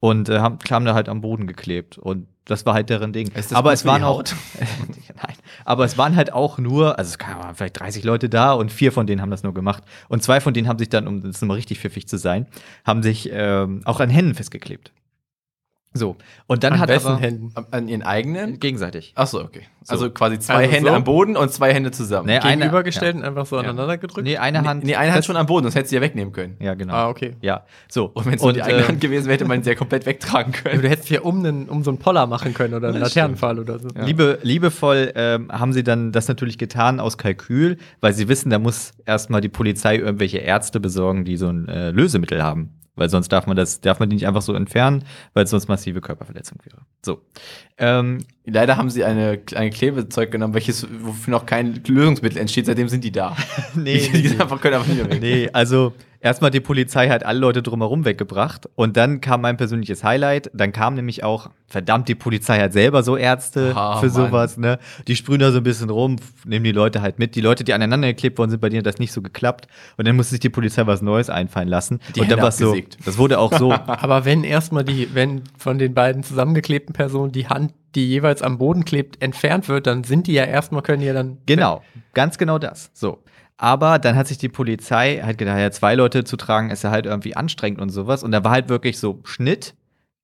[SPEAKER 2] und äh, haben, haben da halt am Boden geklebt und das war halt deren Ding.
[SPEAKER 1] Ist Also, das
[SPEAKER 2] aber
[SPEAKER 1] gut
[SPEAKER 2] es
[SPEAKER 1] für die
[SPEAKER 2] waren auch,
[SPEAKER 1] Haut?
[SPEAKER 2] nein, aber es waren halt auch nur, also es waren vielleicht 30 Leute da und vier von denen haben das nur gemacht und zwei von denen haben sich dann, um das nochmal richtig pfiffig zu sein, haben sich ähm, auch an Händen festgeklebt. So und dann
[SPEAKER 3] An
[SPEAKER 2] hat
[SPEAKER 3] wessen
[SPEAKER 2] aber
[SPEAKER 3] Händen?
[SPEAKER 1] An- An ihren eigenen?
[SPEAKER 2] gegenseitig.
[SPEAKER 1] Achso, okay. Also
[SPEAKER 2] So.
[SPEAKER 1] quasi zwei
[SPEAKER 3] Also
[SPEAKER 1] Hände
[SPEAKER 3] so?
[SPEAKER 1] am Boden und zwei Hände zusammen.
[SPEAKER 2] Nee, eine-
[SPEAKER 3] Gegenübergestellt und einfach so
[SPEAKER 2] Ja.
[SPEAKER 3] aneinander gedrückt?
[SPEAKER 2] Nee, eine Hand.
[SPEAKER 1] Nee, eine Hand
[SPEAKER 2] fest-
[SPEAKER 1] schon am Boden, sonst hättest du ja wegnehmen können.
[SPEAKER 2] Ja, genau.
[SPEAKER 3] Ah, okay.
[SPEAKER 2] Ja, so.
[SPEAKER 1] Und wenn es nur die eigene
[SPEAKER 2] äh,
[SPEAKER 1] Hand gewesen wäre, hätte man sie ja komplett wegtragen
[SPEAKER 3] Ja,
[SPEAKER 1] können.
[SPEAKER 3] Du hättest ja um, einen, um so einen Poller machen können oder einen
[SPEAKER 1] Das
[SPEAKER 3] Laternenpfahl oder so.
[SPEAKER 1] Ja.
[SPEAKER 2] Liebe, liebevoll ähm, haben sie dann das natürlich getan aus Kalkül, weil sie wissen, da muss erstmal die Polizei irgendwelche Ärzte besorgen, die so ein äh, Lösemittel haben. Weil sonst darf man das, darf man die nicht einfach so entfernen, weil es sonst massive Körperverletzung wäre. So. Ähm,
[SPEAKER 1] Leider haben sie eine, ein Klebezeug genommen, welches, wofür noch kein Lösungsmittel entsteht, seitdem sind die da.
[SPEAKER 2] nee,
[SPEAKER 1] die sind einfach, können einfach nicht mehr weg.
[SPEAKER 2] Nee, also erstmal die Polizei hat alle Leute drumherum weggebracht und dann kam mein persönliches Highlight. Dann kam nämlich auch, verdammt, die Polizei hat selber so Ärzte
[SPEAKER 1] Ah,
[SPEAKER 2] für
[SPEAKER 1] Mann.
[SPEAKER 2] sowas, ne? Die sprühen da so ein bisschen rum, f- nehmen die Leute halt mit. Die Leute, die aneinander geklebt worden sind, bei denen hat das nicht so geklappt. Und dann musste sich die Polizei was Neues einfallen lassen.
[SPEAKER 1] Die
[SPEAKER 2] und dann
[SPEAKER 1] Hände
[SPEAKER 2] war's so,
[SPEAKER 1] abgesägt.
[SPEAKER 2] das wurde auch so.
[SPEAKER 3] Aber wenn erstmal die, wenn von den beiden zusammengeklebten Personen die Hand, die jeweils am Boden klebt, entfernt wird, dann sind die ja erstmal, können die ja dann.
[SPEAKER 2] Genau, ganz genau das. So. Aber dann hat sich die Polizei halt gedacht, ja, zwei Leute zu tragen, ist ja halt irgendwie anstrengend und sowas. Und da war halt wirklich so Schnitt.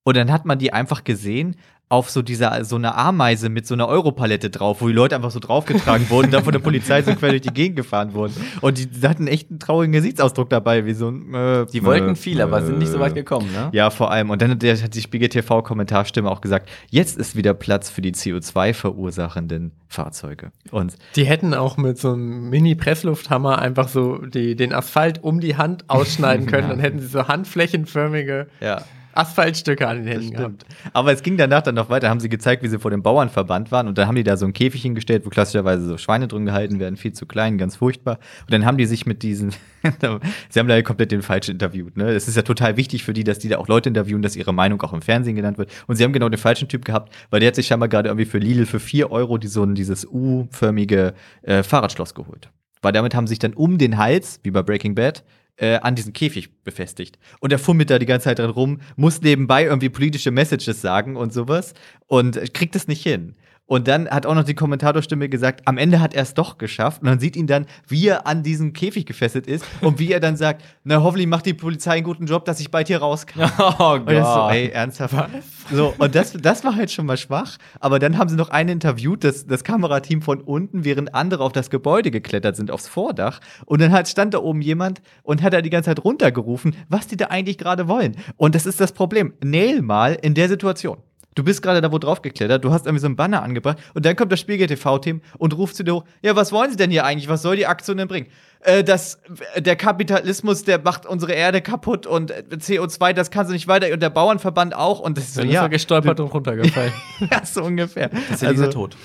[SPEAKER 2] Und dann hat man die einfach gesehen auf so dieser so eine Ameise mit so einer Europalette drauf, wo die Leute einfach so draufgetragen wurden, und dann von der Polizei so quer durch die Gegend gefahren wurden. Und die, die hatten echt einen traurigen Gesichtsausdruck dabei, wie so ein. äh,
[SPEAKER 1] Die wollten
[SPEAKER 2] äh,
[SPEAKER 1] viel, aber sind nicht so weit
[SPEAKER 2] äh.
[SPEAKER 1] gekommen, ne?
[SPEAKER 2] Ja, vor allem. Und dann hat, der, hat die Spiegel TV-Kommentarstimme auch gesagt: Jetzt ist wieder Platz für die CO2-verursachenden Fahrzeuge. Und
[SPEAKER 3] Die hätten auch mit so einem Mini-Presslufthammer einfach so die, den Asphalt um die Hand ausschneiden können, dann hätten sie so handflächenförmige
[SPEAKER 2] ja.
[SPEAKER 3] Asphaltstücke an den Händen
[SPEAKER 2] Stimmt.
[SPEAKER 3] gehabt.
[SPEAKER 2] Aber es ging danach dann noch weiter, haben sie gezeigt, wie sie vor dem Bauernverband waren und dann haben die da so ein Käfig hingestellt, wo klassischerweise so Schweine drin gehalten werden, viel zu klein, ganz furchtbar. Und dann haben die sich mit diesen, sie haben leider komplett den Falschen interviewt, ne? Es ist ja total wichtig für die, dass die da auch Leute interviewen, dass ihre Meinung auch im Fernsehen genannt wird. Und sie haben genau den falschen Typ gehabt, weil der hat sich scheinbar gerade irgendwie für Lidl für 4 Euro die, so ein, dieses U-förmige äh, Fahrradschloss geholt. Weil damit haben sich dann um den Hals, wie bei Breaking Bad, äh, an diesem Käfig befestigt. Und er fummelt da die ganze Zeit drin rum, muss nebenbei irgendwie politische Messages sagen und sowas und äh, kriegt es nicht hin. Und dann hat auch noch die Kommentatorstimme gesagt, am Ende hat er es doch geschafft. Und man sieht ihn dann, wie er an diesem Käfig gefesselt ist und wie er dann sagt, na hoffentlich macht die Polizei einen guten Job, dass ich bald hier raus kann.
[SPEAKER 1] Oh
[SPEAKER 2] Und das ist so, ey, ernsthaft. So, und das, das war halt schon mal schwach. Aber dann haben sie noch einen interviewt, das, das Kamerateam von unten, während andere auf das Gebäude geklettert sind, aufs Vordach. Und dann hat, stand da oben jemand und hat da die ganze Zeit runtergerufen, was die da eigentlich gerade wollen. Und das ist das Problem. Nail mal in der Situation. Du bist gerade da wo drauf geklettert, du hast irgendwie so einen Banner angebracht und dann kommt das Spiegel TV-Team und ruft zu dir hoch, ja, was wollen sie denn hier eigentlich? Was soll die Aktion denn bringen? Äh, das, der Kapitalismus, der macht unsere Erde kaputt und äh, CO2, das kann so nicht weiter und der Bauernverband auch und das ist so,
[SPEAKER 3] Dann ist
[SPEAKER 2] ja,
[SPEAKER 3] er gestolpert und runtergefallen.
[SPEAKER 2] ja, so ungefähr.
[SPEAKER 1] Ist ja
[SPEAKER 2] also,
[SPEAKER 1] dieser tot.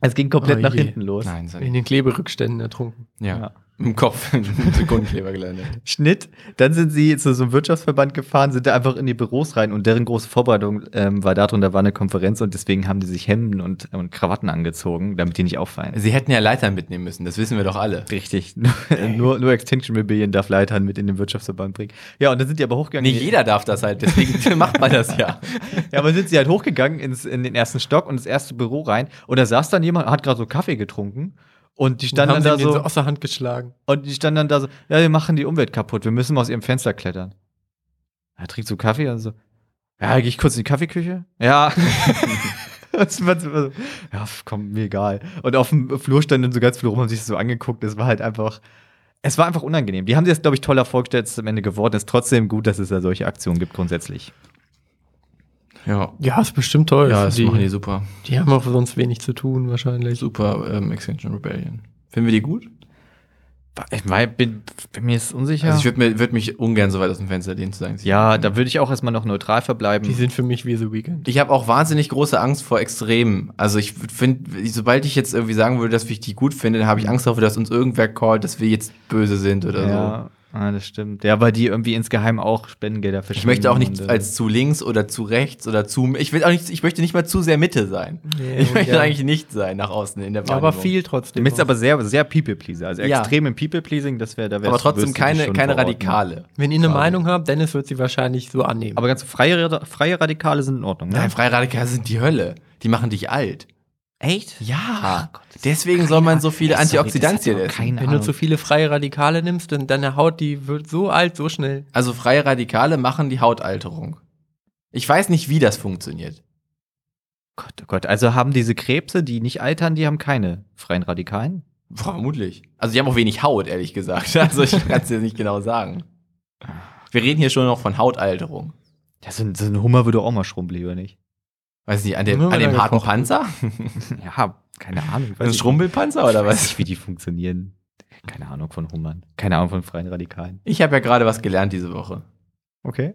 [SPEAKER 2] es ging komplett
[SPEAKER 3] Oh
[SPEAKER 2] nach
[SPEAKER 3] je.
[SPEAKER 2] hinten los.
[SPEAKER 1] Nein, ist er
[SPEAKER 3] In
[SPEAKER 1] nicht.
[SPEAKER 3] den Kleberückständen ertrunken.
[SPEAKER 1] Ja.
[SPEAKER 2] Ja.
[SPEAKER 1] Im Kopf, im Sekundenkleber gelandet.
[SPEAKER 2] Schnitt, dann sind sie zu so einem Wirtschaftsverband gefahren, sind da einfach in die Büros rein und deren große Vorbereitung ähm, war darin, da war eine Konferenz und deswegen haben die sich Hemden und, und Krawatten angezogen, damit die nicht auffallen.
[SPEAKER 1] Sie hätten ja Leitern mitnehmen müssen, das wissen wir doch alle.
[SPEAKER 2] Richtig. Nur, nur, nur Extinction Rebellion darf Leitern mit in den Wirtschaftsverband bringen. Ja, und dann sind die aber hochgegangen.
[SPEAKER 1] Nicht jeder darf das halt, deswegen macht man das ja.
[SPEAKER 2] Ja, aber sind sie halt hochgegangen ins, in den ersten Stock und ins erste Büro rein. Und da saß dann jemand, hat gerade so Kaffee getrunken. Und die standen
[SPEAKER 3] haben
[SPEAKER 2] dann da
[SPEAKER 3] sie ihn
[SPEAKER 2] so,
[SPEAKER 3] so aus der Hand geschlagen.
[SPEAKER 2] und die standen dann da so, ja, wir machen die Umwelt kaputt, wir müssen mal aus ihrem Fenster klettern. Er trinkt so Kaffee und so, ja, gehe ich kurz in die Kaffeeküche? Ja. Und man so, ja, pf, komm, mir egal. Und auf dem Flur standen so ganz viele rum, haben sich das so angeguckt. Es war halt einfach, es war einfach unangenehm. Die haben sich das, glaube ich, toller vorgestellt, es ist am Ende geworden. Ist trotzdem gut, dass es da solche Aktionen gibt, grundsätzlich.
[SPEAKER 1] Ja,
[SPEAKER 3] Ja, ist bestimmt toll.
[SPEAKER 1] ja das
[SPEAKER 3] die,
[SPEAKER 1] machen die super.
[SPEAKER 3] die haben auch sonst wenig zu tun wahrscheinlich.
[SPEAKER 1] Super ähm, Extinction Rebellion. Finden wir die gut?
[SPEAKER 2] Ich mein, bin, bin mir jetzt unsicher.
[SPEAKER 1] Also ich würde mir- würd mich ungern so weit aus dem Fenster lehnen zu sagen. sie-
[SPEAKER 2] ja, da würde ich auch erstmal noch neutral verbleiben.
[SPEAKER 3] Die sind für mich wie The Weeknd.
[SPEAKER 1] Ich habe auch wahnsinnig große Angst vor Extremen. Also ich finde, sobald ich jetzt irgendwie sagen würde, dass ich die gut finde, dann habe ich Angst dafür, dass uns irgendwer callt, dass wir jetzt böse sind oder so.
[SPEAKER 2] ja, ah, das stimmt. Ja, weil die irgendwie insgeheim auch Spendengelder
[SPEAKER 1] Ich
[SPEAKER 2] verschwenden.
[SPEAKER 1] möchte auch nicht
[SPEAKER 2] und, äh,
[SPEAKER 1] als zu links oder zu rechts oder zu. Ich will auch nicht, ich möchte nicht mal zu sehr Mitte sein.
[SPEAKER 3] Nee,
[SPEAKER 1] ich möchte
[SPEAKER 3] ja.
[SPEAKER 1] eigentlich nicht sein nach außen in der Wahrnehmung.
[SPEAKER 3] Aber viel trotzdem.
[SPEAKER 2] Du bist aber sehr, sehr People-Pleaser. Also
[SPEAKER 1] Ja.
[SPEAKER 2] extrem im People-Pleasing, das wäre da wärst
[SPEAKER 1] Aber
[SPEAKER 2] du-
[SPEAKER 1] trotzdem
[SPEAKER 2] würdest du dich
[SPEAKER 1] keine,
[SPEAKER 2] schon ne?
[SPEAKER 1] keine
[SPEAKER 2] verorten.
[SPEAKER 1] Radikale.
[SPEAKER 3] Wenn ihr eine
[SPEAKER 1] Schade.
[SPEAKER 3] Meinung habt, Dennis wird sie wahrscheinlich so annehmen.
[SPEAKER 2] Aber ganz freie, Rad- freie Radikale sind in Ordnung. Ne?
[SPEAKER 1] Nein, Freiradikale sind die Hölle. Die machen dich alt.
[SPEAKER 2] echt?
[SPEAKER 1] Ja.
[SPEAKER 2] Ach Gott, das
[SPEAKER 1] Deswegen soll man so viele
[SPEAKER 2] Sorry, das
[SPEAKER 1] Antioxidantien
[SPEAKER 2] hat doch
[SPEAKER 1] essen.
[SPEAKER 2] Keine
[SPEAKER 3] Wenn
[SPEAKER 2] Ahnung.
[SPEAKER 3] du zu viele freie Radikale nimmst, dann deine Haut, die wird so alt, so schnell.
[SPEAKER 1] Also freie Radikale machen die Hautalterung. Ich weiß nicht, wie das funktioniert.
[SPEAKER 2] Gott, oh Gott, also haben diese Krebse, die nicht altern, die haben keine freien Radikalen?
[SPEAKER 1] Vermutlich. Also die haben auch wenig Haut, ehrlich gesagt. Also ich kann es dir nicht genau sagen. Wir reden hier schon noch von Hautalterung.
[SPEAKER 2] Ja, so, ein- so ein Hummer würde auch mal schrumpeln, oder nicht?
[SPEAKER 1] Weiß nicht, an dem,
[SPEAKER 3] Nur wenn
[SPEAKER 1] an dem
[SPEAKER 3] er
[SPEAKER 1] harten
[SPEAKER 3] gekocht
[SPEAKER 1] Panzer?
[SPEAKER 2] Ja, keine Ahnung.
[SPEAKER 1] Ein Schrumpelpanzer oder
[SPEAKER 2] weiß
[SPEAKER 1] was?
[SPEAKER 2] nicht, wie die funktionieren. Keine Ahnung von Hummern. Keine Ahnung von freien Radikalen.
[SPEAKER 1] Ich habe ja gerade was gelernt diese Woche.
[SPEAKER 2] Okay.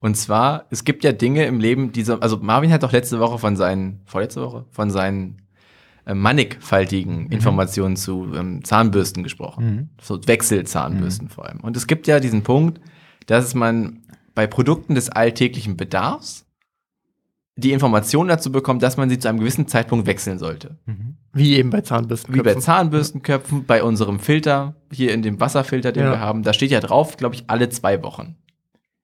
[SPEAKER 1] Und zwar, es gibt ja Dinge im Leben, die so, also Marvin hat doch letzte Woche von seinen, vorletzte Woche, von seinen äh,
[SPEAKER 3] Mhm.
[SPEAKER 1] mannigfaltigen Informationen zu ähm, Zahnbürsten gesprochen.
[SPEAKER 2] Mhm.
[SPEAKER 1] So
[SPEAKER 3] Mhm.
[SPEAKER 1] Wechselzahnbürsten vor allem. Und es gibt ja diesen Punkt, dass man bei Produkten des alltäglichen Bedarfs die Information dazu bekommt, dass man sie zu einem gewissen Zeitpunkt wechseln sollte.
[SPEAKER 2] Mhm.
[SPEAKER 3] Wie eben bei Zahnbürsten.
[SPEAKER 1] Wie bei Zahnbürstenköpfen, bei unserem Filter, hier in dem Wasserfilter, den
[SPEAKER 3] Ja.
[SPEAKER 1] wir haben, da steht ja drauf, glaube ich, alle zwei Wochen.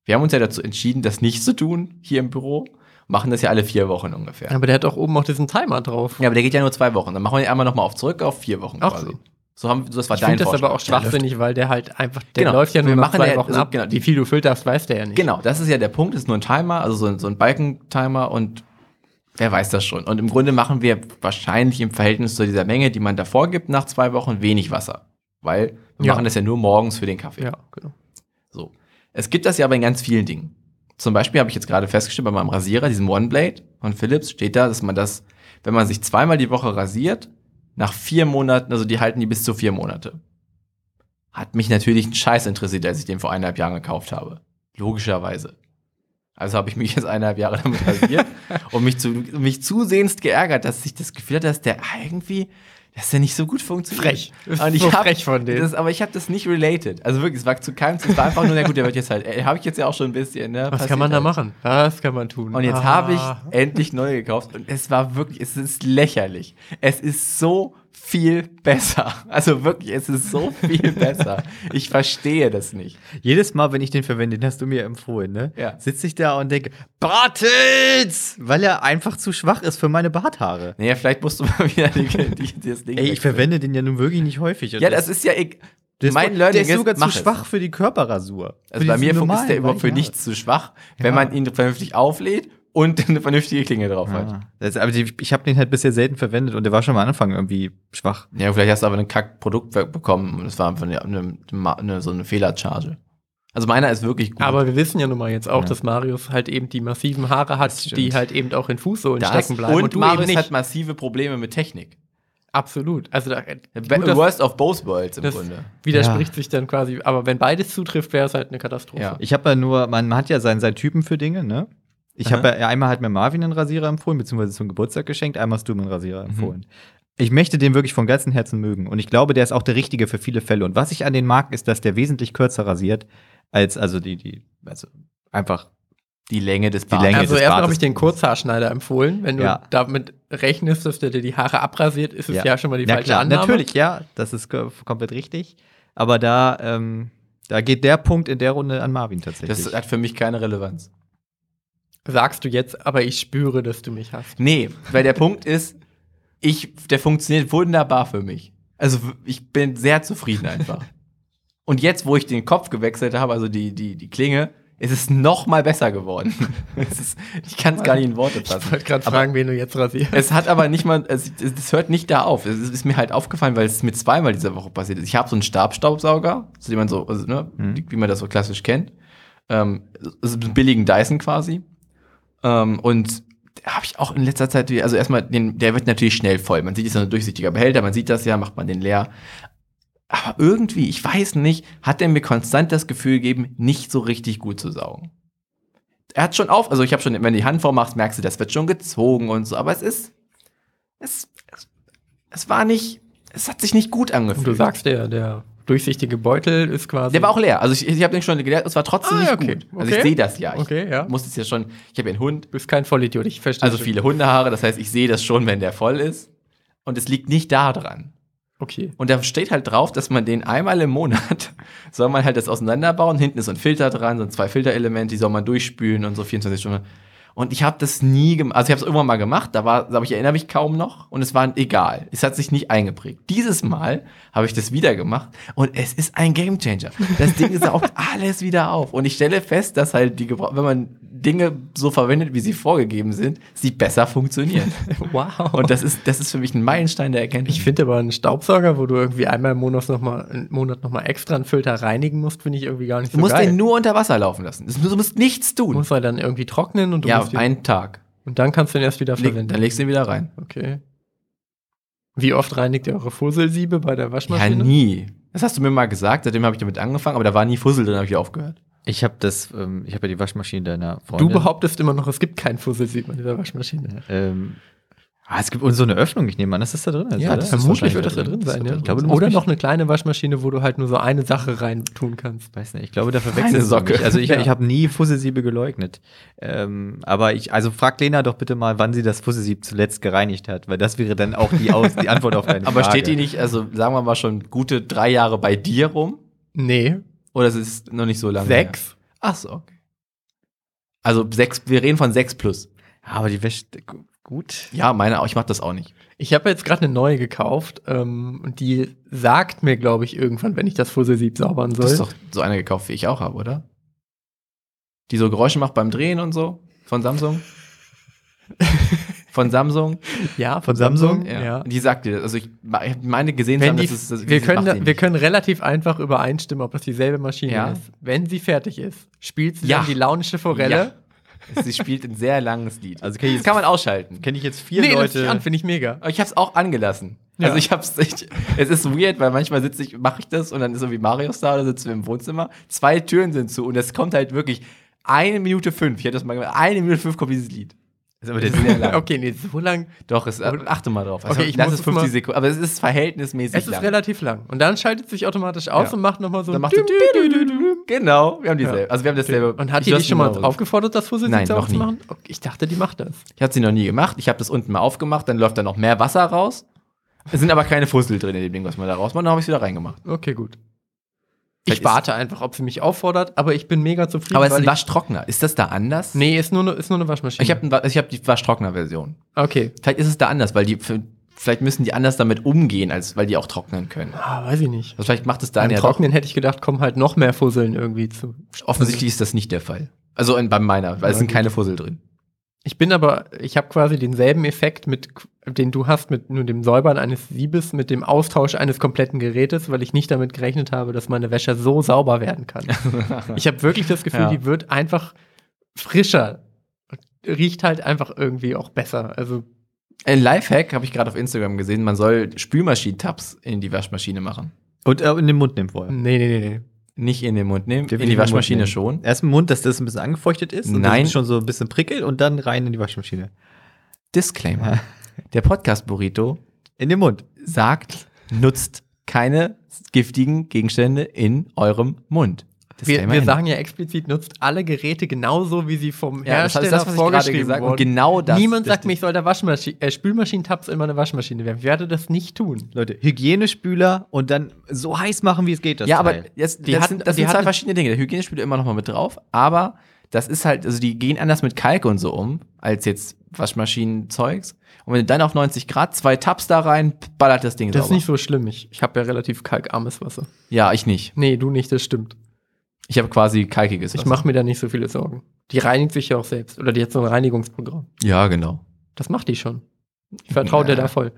[SPEAKER 1] Wir haben uns ja dazu entschieden, das nicht zu tun, hier im Büro, machen das ja alle vier Wochen ungefähr.
[SPEAKER 3] Aber der hat auch oben auch diesen Timer drauf.
[SPEAKER 1] Ja, aber der geht ja nur zwei Wochen. Dann machen wir ihn einmal nochmal auf zurück auf vier Wochen
[SPEAKER 3] Ach
[SPEAKER 1] quasi.
[SPEAKER 3] so.
[SPEAKER 1] So haben, so das war
[SPEAKER 3] ich
[SPEAKER 1] dein
[SPEAKER 3] finde das
[SPEAKER 1] Vorschlag.
[SPEAKER 3] aber auch schwachsinnig, weil der halt einfach, der
[SPEAKER 1] Genau.
[SPEAKER 3] läuft ja nur
[SPEAKER 1] Wir
[SPEAKER 3] nach
[SPEAKER 1] machen
[SPEAKER 3] zwei
[SPEAKER 1] ja-
[SPEAKER 3] Wochen
[SPEAKER 1] so,
[SPEAKER 3] ab.
[SPEAKER 1] genau.
[SPEAKER 3] Wie viel du filterst, weiß der ja nicht.
[SPEAKER 1] Genau, das ist ja der Punkt. Das ist nur ein Timer, also so ein, so ein Balken-Timer und wer weiß das schon. Und im Grunde machen wir wahrscheinlich im Verhältnis zu dieser Menge, die man davor gibt, nach zwei Wochen wenig Wasser. Weil wir
[SPEAKER 3] Ja.
[SPEAKER 1] machen das ja nur morgens für den Kaffee.
[SPEAKER 3] Ja, genau.
[SPEAKER 1] So. Es gibt das ja aber in ganz vielen Dingen. Zum Beispiel habe ich jetzt gerade festgestellt, bei meinem Rasierer, diesem One Blade von Philips, steht da, dass man das, wenn man sich zweimal die Woche rasiert, nach vier Monaten, also die halten die bis zu vier Monate. Hat mich natürlich ein Scheiß interessiert, als ich den vor eineinhalb Jahren gekauft habe. Logischerweise. Also habe ich mich jetzt eineinhalb Jahre damit rasiert und mich, zu, mich zusehendst geärgert, dass ich das Gefühl hatte, dass der irgendwie, dass der nicht so gut funktioniert.
[SPEAKER 3] Frech. Ist
[SPEAKER 1] Und ich
[SPEAKER 3] so
[SPEAKER 1] hab-
[SPEAKER 3] frech von denen.
[SPEAKER 1] Das, aber ich habe das nicht related. Also wirklich, es war zu keinem, es war einfach nur, na gut, der wird jetzt halt, habe ich jetzt ja auch schon ein bisschen, ne?
[SPEAKER 3] Was
[SPEAKER 1] Passiert
[SPEAKER 3] kann man da
[SPEAKER 1] halt.
[SPEAKER 3] machen? Was kann man tun?
[SPEAKER 1] Und jetzt
[SPEAKER 3] Ah.
[SPEAKER 1] habe ich endlich neue gekauft und es war wirklich, es ist lächerlich. Es ist so viel besser. Also wirklich, es ist so viel besser. Ich verstehe das nicht.
[SPEAKER 2] Jedes Mal, wenn ich den verwende, den hast du mir empfohlen, ne?
[SPEAKER 1] Ja.
[SPEAKER 2] Sitze ich da und denke, Bartels! Weil er einfach zu schwach ist für meine Barthaare.
[SPEAKER 1] Naja, vielleicht musst du mal wieder die, die, das Ding.
[SPEAKER 2] Ey, ich
[SPEAKER 1] wechseln.
[SPEAKER 2] verwende den ja nun wirklich nicht häufig. Und
[SPEAKER 1] Ja, das ist ja. Ich,
[SPEAKER 2] das-
[SPEAKER 1] mein Learning
[SPEAKER 2] der ist sogar
[SPEAKER 1] mach
[SPEAKER 2] zu
[SPEAKER 1] es.
[SPEAKER 2] schwach für die Körperrasur.
[SPEAKER 1] Also bei mir ist der überhaupt für
[SPEAKER 2] nichts.
[SPEAKER 1] nichts zu schwach, wenn man ihn vernünftig auflädt und eine vernünftige Klinge drauf hat.
[SPEAKER 2] Ja. Das, aber die, ich habe den halt bisher selten verwendet und der war schon am Anfang irgendwie schwach.
[SPEAKER 1] Ja, vielleicht hast du aber ein Kackprodukt bekommen und es war einfach eine, eine, eine, so eine Fehlercharge. Also meiner ist wirklich gut.
[SPEAKER 3] Aber wir wissen ja nun mal jetzt auch,
[SPEAKER 2] Ja.
[SPEAKER 3] dass Marius halt eben die massiven Haare hat, die
[SPEAKER 2] stimmt.
[SPEAKER 3] halt eben auch in Fußsohlen
[SPEAKER 1] das
[SPEAKER 3] stecken bleiben.
[SPEAKER 1] und,
[SPEAKER 3] du eben
[SPEAKER 1] Marius
[SPEAKER 3] nicht.
[SPEAKER 1] hat massive Probleme mit Technik.
[SPEAKER 3] Absolut. Also da,
[SPEAKER 1] Be-
[SPEAKER 3] gut, das,
[SPEAKER 1] Worst of both worlds im
[SPEAKER 3] das
[SPEAKER 1] Grunde.
[SPEAKER 3] widerspricht
[SPEAKER 2] Ja.
[SPEAKER 3] sich dann quasi. Aber wenn beides zutrifft, wäre es halt eine Katastrophe.
[SPEAKER 1] Ja.
[SPEAKER 2] Ich habe ja nur, man hat ja seinen, seinen Typen für Dinge, ne? Ich habe ja einmal hat mir Marvin einen Rasierer empfohlen, beziehungsweise zum Geburtstag geschenkt, einmal hast du mir einen Rasierer
[SPEAKER 3] Mhm.
[SPEAKER 2] empfohlen. Ich möchte den wirklich von ganzem Herzen mögen und ich glaube, der ist auch der richtige für viele Fälle. Und was ich an den mag, ist, dass der wesentlich kürzer rasiert als, also die, die, also einfach.
[SPEAKER 1] Die Länge des
[SPEAKER 2] Länge
[SPEAKER 1] Bartes.
[SPEAKER 3] Also
[SPEAKER 2] des
[SPEAKER 3] erstmal
[SPEAKER 2] Bartes
[SPEAKER 3] habe ich den Kurzhaarschneider empfohlen. Wenn du
[SPEAKER 2] Ja.
[SPEAKER 3] damit rechnest, dass der dir die Haare abrasiert, ist es ja, schon mal die
[SPEAKER 2] ja,
[SPEAKER 3] falsche
[SPEAKER 2] klar,
[SPEAKER 3] Annahme.
[SPEAKER 2] Natürlich, ja, das ist ko- komplett richtig. Aber da, ähm, da geht der Punkt in der Runde an Marvin tatsächlich.
[SPEAKER 1] Das hat für mich keine Relevanz.
[SPEAKER 3] Sagst du jetzt, aber ich spüre, dass du mich hast.
[SPEAKER 1] Nee, weil der Punkt ist, ich, der funktioniert wunderbar für mich. Also w- ich bin sehr zufrieden einfach. Und jetzt, wo ich den Kopf gewechselt habe, also die, die, die Klinge, ist es noch mal besser geworden. es ist, ich kann es gar nicht in Worte
[SPEAKER 3] Ich
[SPEAKER 1] fassen.
[SPEAKER 3] wollte gerade fragen, wen du jetzt rasierst.
[SPEAKER 1] Es hat aber nicht mal, es, es, es hört nicht da auf. Es ist ist mir halt aufgefallen, weil es mir zweimal diese Woche passiert ist. Ich habe so einen Stabstaubsauger, zu dem man so, also, ne, wie man das so klassisch kennt. Ähm, so einen billigen Dyson quasi. Ähm, und habe ich auch in letzter Zeit, wieder- also erstmal, den, der wird natürlich schnell voll. Man sieht, es ist so ein durchsichtiger Behälter, man sieht das ja, macht man den leer. Aber irgendwie, ich weiß nicht, hat er mir konstant das Gefühl gegeben, nicht so richtig gut zu saugen. Er hat schon auf, also ich habe schon, wenn du die Hand vormachst, merkst du, das wird schon gezogen und so, aber es ist, es, es, es war nicht, es hat sich nicht gut angefühlt.
[SPEAKER 3] Und du sagst, der, der durchsichtige Beutel ist quasi.
[SPEAKER 1] Der war auch leer. Also ich, ich habe den schon gelehrt, es war trotzdem
[SPEAKER 3] Ah,
[SPEAKER 1] nicht
[SPEAKER 3] ja, okay.
[SPEAKER 1] gut. Also ich
[SPEAKER 3] Okay.
[SPEAKER 1] sehe das ja. Ich
[SPEAKER 3] Okay, ja.
[SPEAKER 1] muss es ja schon, ich habe ja einen Hund,
[SPEAKER 3] Du bist kein Vollidiot, ich verstehe.
[SPEAKER 1] also
[SPEAKER 3] schon.
[SPEAKER 1] viele Hundehaare, das heißt, ich sehe das schon, wenn der voll ist. Und es liegt nicht da dran.
[SPEAKER 3] Okay.
[SPEAKER 1] Und da steht halt drauf, dass man den einmal im Monat soll man halt das auseinanderbauen. Hinten ist so ein Filter dran, so zwei Filterelemente, die soll man durchspülen und so 24 Stunden. Und ich habe das nie gemacht. Also ich habe es irgendwann mal gemacht, da war, aber ich erinnere mich kaum noch und es war egal. Es hat sich nicht eingeprägt. Dieses Mal habe ich das wieder gemacht und es ist ein Gamechanger. Das Ding saugt alles wieder auf und ich stelle fest, dass halt die Gebra wenn man Dinge so verwendet, wie sie vorgegeben sind, sie besser funktionieren.
[SPEAKER 3] Wow.
[SPEAKER 1] Und das ist das ist für mich ein Meilenstein der Erkenntnis.
[SPEAKER 3] Ich finde aber einen Staubsauger, wo du irgendwie einmal im Monat nochmal Monat noch mal extra einen Filter reinigen musst, finde ich irgendwie gar nicht so
[SPEAKER 1] Du musst
[SPEAKER 3] geil.
[SPEAKER 1] den nur unter Wasser laufen lassen. Das- Du musst nichts
[SPEAKER 3] du
[SPEAKER 1] tun.
[SPEAKER 3] musst halt dann irgendwie trocknen und, du
[SPEAKER 1] Ja,
[SPEAKER 3] musst
[SPEAKER 1] auf
[SPEAKER 3] ihn-
[SPEAKER 1] einen Tag.
[SPEAKER 3] und dann kannst du den erst wieder
[SPEAKER 1] Leg,
[SPEAKER 3] verwenden.
[SPEAKER 1] dann legst du ihn wieder rein.
[SPEAKER 3] Okay. Wie oft reinigt ihr eure Fusselsiebe bei der
[SPEAKER 1] Ja,
[SPEAKER 3] Waschmaschine?
[SPEAKER 1] nie. Das hast du mir mal gesagt, seitdem habe ich damit angefangen, aber da war nie Fussel, dann habe ich aufgehört.
[SPEAKER 2] ich habe das, ähm, ich habe ja die Waschmaschine deiner
[SPEAKER 3] Du
[SPEAKER 2] Freundin.
[SPEAKER 3] behauptest immer noch, es gibt kein Fusselsieb in dieser Waschmaschine.
[SPEAKER 2] Ähm, ah, es gibt so eine Öffnung, ich nehme an, dass das da drin ist.
[SPEAKER 1] Ja,
[SPEAKER 2] oder?
[SPEAKER 1] das ist wahrscheinlich
[SPEAKER 3] Vermutlich wird das da
[SPEAKER 1] drin.
[SPEAKER 3] drin sein, ja.
[SPEAKER 2] Ich glaube, du musst
[SPEAKER 3] Oder
[SPEAKER 2] mich-
[SPEAKER 3] noch eine kleine Waschmaschine, wo du halt nur so eine Sache rein tun kannst.
[SPEAKER 2] Ich weiß nicht, ich glaube, da verwechselst du
[SPEAKER 1] Socke.
[SPEAKER 2] mich. Also ich,
[SPEAKER 1] Ja.
[SPEAKER 2] ich habe nie Fussesiebe geleugnet. Ähm, aber ich, also frag Lena doch bitte mal, wann sie das Fussesieb zuletzt gereinigt hat, weil das wäre dann auch die, Aus die Antwort auf deine
[SPEAKER 1] Aber
[SPEAKER 2] Frage.
[SPEAKER 1] steht die nicht, also sagen wir mal schon gute drei Jahre bei dir rum?
[SPEAKER 3] Nee,
[SPEAKER 1] Oder es ist noch nicht so lange? Her?
[SPEAKER 3] sechs.
[SPEAKER 1] Ach so, okay. Also sechs, wir reden von sechs plus.
[SPEAKER 2] Ah, Aber die wäscht gu- gut.
[SPEAKER 1] Ja, meine auch, ich mache das auch nicht.
[SPEAKER 3] Ich habe jetzt gerade eine neue gekauft ähm, und die sagt mir, glaube ich, irgendwann, wenn ich das Fusselsieb saubern
[SPEAKER 1] Du hast
[SPEAKER 3] soll.
[SPEAKER 1] doch so eine gekauft, wie ich auch habe, oder? Die so Geräusche macht beim Drehen und so. Von Samsung. von Samsung.
[SPEAKER 3] Ja,
[SPEAKER 2] Von Samsung?
[SPEAKER 3] Ja.
[SPEAKER 1] Ja. Die sagt dir das. Also ich ich meine gesehen zu
[SPEAKER 3] Wenn
[SPEAKER 1] haben,
[SPEAKER 3] die,
[SPEAKER 1] dass es dass-
[SPEAKER 3] wir,
[SPEAKER 1] das macht die
[SPEAKER 3] können, wir
[SPEAKER 1] nicht.
[SPEAKER 3] können relativ einfach übereinstimmen, ob das dieselbe Maschine
[SPEAKER 1] Ja.
[SPEAKER 3] ist. Wenn sie fertig ist, spielt sie
[SPEAKER 1] Ja.
[SPEAKER 3] dann die launische Forelle.
[SPEAKER 1] Ja. Sie spielt ein sehr langes Lied.
[SPEAKER 2] Also kann ich
[SPEAKER 1] das
[SPEAKER 2] jetzt-
[SPEAKER 1] kann man ausschalten.
[SPEAKER 2] Kenne ich jetzt vier
[SPEAKER 3] nee, das
[SPEAKER 2] Leute.
[SPEAKER 3] ich an, finde ich mega.
[SPEAKER 1] Aber ich hab's auch angelassen.
[SPEAKER 3] Ja.
[SPEAKER 1] Also ich hab's ich, es ist weird, weil manchmal sitze ich, mache ich das und dann ist irgendwie Marius da oder sitzen wir im Wohnzimmer. Zwei Türen sind zu und es kommt halt wirklich eine Minute fünf. Ich hätte das mal gemacht. Eine Minute fünf kommt dieses Lied.
[SPEAKER 2] Das ist aber
[SPEAKER 1] Das ist sehr lang.
[SPEAKER 3] Okay, nee, so lang.
[SPEAKER 1] Doch, es, äh, achte mal drauf. Also,
[SPEAKER 3] Okay, ich
[SPEAKER 1] das
[SPEAKER 3] muss
[SPEAKER 1] ist
[SPEAKER 3] es mal-
[SPEAKER 1] 50 Sekunden, aber es ist verhältnismäßig
[SPEAKER 3] Es ist
[SPEAKER 1] lang.
[SPEAKER 3] relativ lang. Und dann schaltet sich automatisch aus
[SPEAKER 1] Ja.
[SPEAKER 3] und macht nochmal so
[SPEAKER 1] Dann
[SPEAKER 3] ein
[SPEAKER 1] macht sie-
[SPEAKER 3] Düm, düm, düm, düm, düm.
[SPEAKER 1] Genau, wir haben dieselbe. Also wir haben dasselbe.
[SPEAKER 3] Und hat
[SPEAKER 1] Ich
[SPEAKER 3] die
[SPEAKER 1] lass
[SPEAKER 3] dich schon
[SPEAKER 1] die
[SPEAKER 3] mal
[SPEAKER 1] Maus.
[SPEAKER 3] aufgefordert, das Fusselsieb
[SPEAKER 1] Nein,
[SPEAKER 3] sauber
[SPEAKER 1] noch
[SPEAKER 3] zu
[SPEAKER 1] nie.
[SPEAKER 3] machen? Okay, Ich dachte, die macht das.
[SPEAKER 1] Ich habe sie noch nie gemacht. Ich habe das unten mal aufgemacht, dann läuft da noch mehr Wasser raus. Es sind aber keine Fussel drin in dem Ding, was man da rausmacht. Dann habe ich es wieder reingemacht.
[SPEAKER 3] Okay, gut.
[SPEAKER 1] Vielleicht
[SPEAKER 3] Ich
[SPEAKER 1] ist-
[SPEAKER 3] warte einfach, ob sie mich auffordert, aber ich bin mega zufrieden.
[SPEAKER 1] Aber es ist ein
[SPEAKER 3] weil
[SPEAKER 1] Waschtrockner. Ist das da anders?
[SPEAKER 3] ich, Nee, ist nur, ne- ist nur eine Waschmaschine.
[SPEAKER 1] Ich habe hab die Waschtrockner-Version.
[SPEAKER 3] Okay.
[SPEAKER 1] Vielleicht ist es da anders, weil die vielleicht müssen die anders damit umgehen, als weil die auch trocknen können.
[SPEAKER 3] Ah, weiß ich nicht.
[SPEAKER 1] Also vielleicht macht es da
[SPEAKER 3] Beim
[SPEAKER 1] ja doch.
[SPEAKER 3] Trocknen hätte ich gedacht, kommen halt noch mehr Fusseln irgendwie zu.
[SPEAKER 1] Offensichtlich ist das nicht der Fall. Also in, bei meiner, weil es
[SPEAKER 3] Ja,
[SPEAKER 1] sind
[SPEAKER 3] gut.
[SPEAKER 1] keine Fussel drin.
[SPEAKER 3] Ich bin aber, ich habe quasi denselben Effekt, mit, den du hast, mit nur dem Säubern eines Siebes, mit dem Austausch eines kompletten Gerätes, weil ich nicht damit gerechnet habe, dass meine Wäsche so sauber werden kann. ich habe wirklich das Gefühl,
[SPEAKER 1] Ja.
[SPEAKER 3] die wird einfach frischer. Riecht halt einfach irgendwie auch besser. Also,
[SPEAKER 1] Ein Lifehack habe ich gerade auf Instagram gesehen, man soll Spülmaschinen-Tabs in die Waschmaschine machen.
[SPEAKER 2] Und äh, in den Mund nehmen vorher.
[SPEAKER 3] nee, nee, nee, nee.
[SPEAKER 1] Nicht in den Mund nehmen,
[SPEAKER 2] Den
[SPEAKER 1] in die
[SPEAKER 2] Mund
[SPEAKER 1] Waschmaschine
[SPEAKER 2] nehmen.
[SPEAKER 1] schon.
[SPEAKER 2] Erst im Mund, dass das ein bisschen angefeuchtet ist und
[SPEAKER 1] Nein.
[SPEAKER 2] das schon so ein bisschen prickelt und dann rein in die Waschmaschine.
[SPEAKER 1] Disclaimer. Der Podcast Burrito
[SPEAKER 2] In den Mund.
[SPEAKER 1] sagt, nutzt keine giftigen Gegenstände in eurem Mund.
[SPEAKER 3] Wir,
[SPEAKER 1] Disclaimer
[SPEAKER 3] wir
[SPEAKER 1] Ende.
[SPEAKER 3] sagen ja explizit, nutzt alle Geräte genauso, wie sie vom
[SPEAKER 1] Ja, das
[SPEAKER 3] Hersteller
[SPEAKER 1] ist das, was ich gerade
[SPEAKER 3] vorgeschrieben
[SPEAKER 1] gesagt habe. Und
[SPEAKER 3] wurden.
[SPEAKER 1] genau das.
[SPEAKER 3] Niemand
[SPEAKER 1] das
[SPEAKER 3] sagt mir, ich soll da Waschmaschi- äh, Spülmaschinentabs in meine Waschmaschine werfen. Ich werde das nicht tun.
[SPEAKER 2] Leute, Hygienespüler und dann so heiß machen, wie es geht. Das
[SPEAKER 1] ja,
[SPEAKER 2] Teil.
[SPEAKER 1] aber jetzt,
[SPEAKER 3] halt. Die
[SPEAKER 1] das
[SPEAKER 3] hatten-
[SPEAKER 1] sind, das
[SPEAKER 3] die
[SPEAKER 1] sind zwei
[SPEAKER 3] hatten-
[SPEAKER 1] verschiedene Dinge. Der Hygiene spielt immer noch mal mit drauf, aber das ist halt, also die gehen anders mit Kalk und so um, als jetzt Waschmaschinenzeugs. Und wenn du dann auf 90 Grad zwei Tabs da rein, ballert das Ding
[SPEAKER 3] Das ist
[SPEAKER 1] sauber.
[SPEAKER 3] nicht so schlimm. Ich, ich habe ja relativ kalkarmes Wasser.
[SPEAKER 1] ja, ich nicht.
[SPEAKER 3] Nee, du nicht, das stimmt.
[SPEAKER 1] Ich habe quasi kalkiges
[SPEAKER 3] Ich
[SPEAKER 1] Wasser.
[SPEAKER 3] mache mir da nicht so viele Sorgen. Die reinigt sich ja auch selbst. Oder die hat so ein Reinigungsprogramm.
[SPEAKER 1] Ja, genau.
[SPEAKER 3] Das macht die schon. Ich vertraue der
[SPEAKER 1] Ja.
[SPEAKER 3] da voll.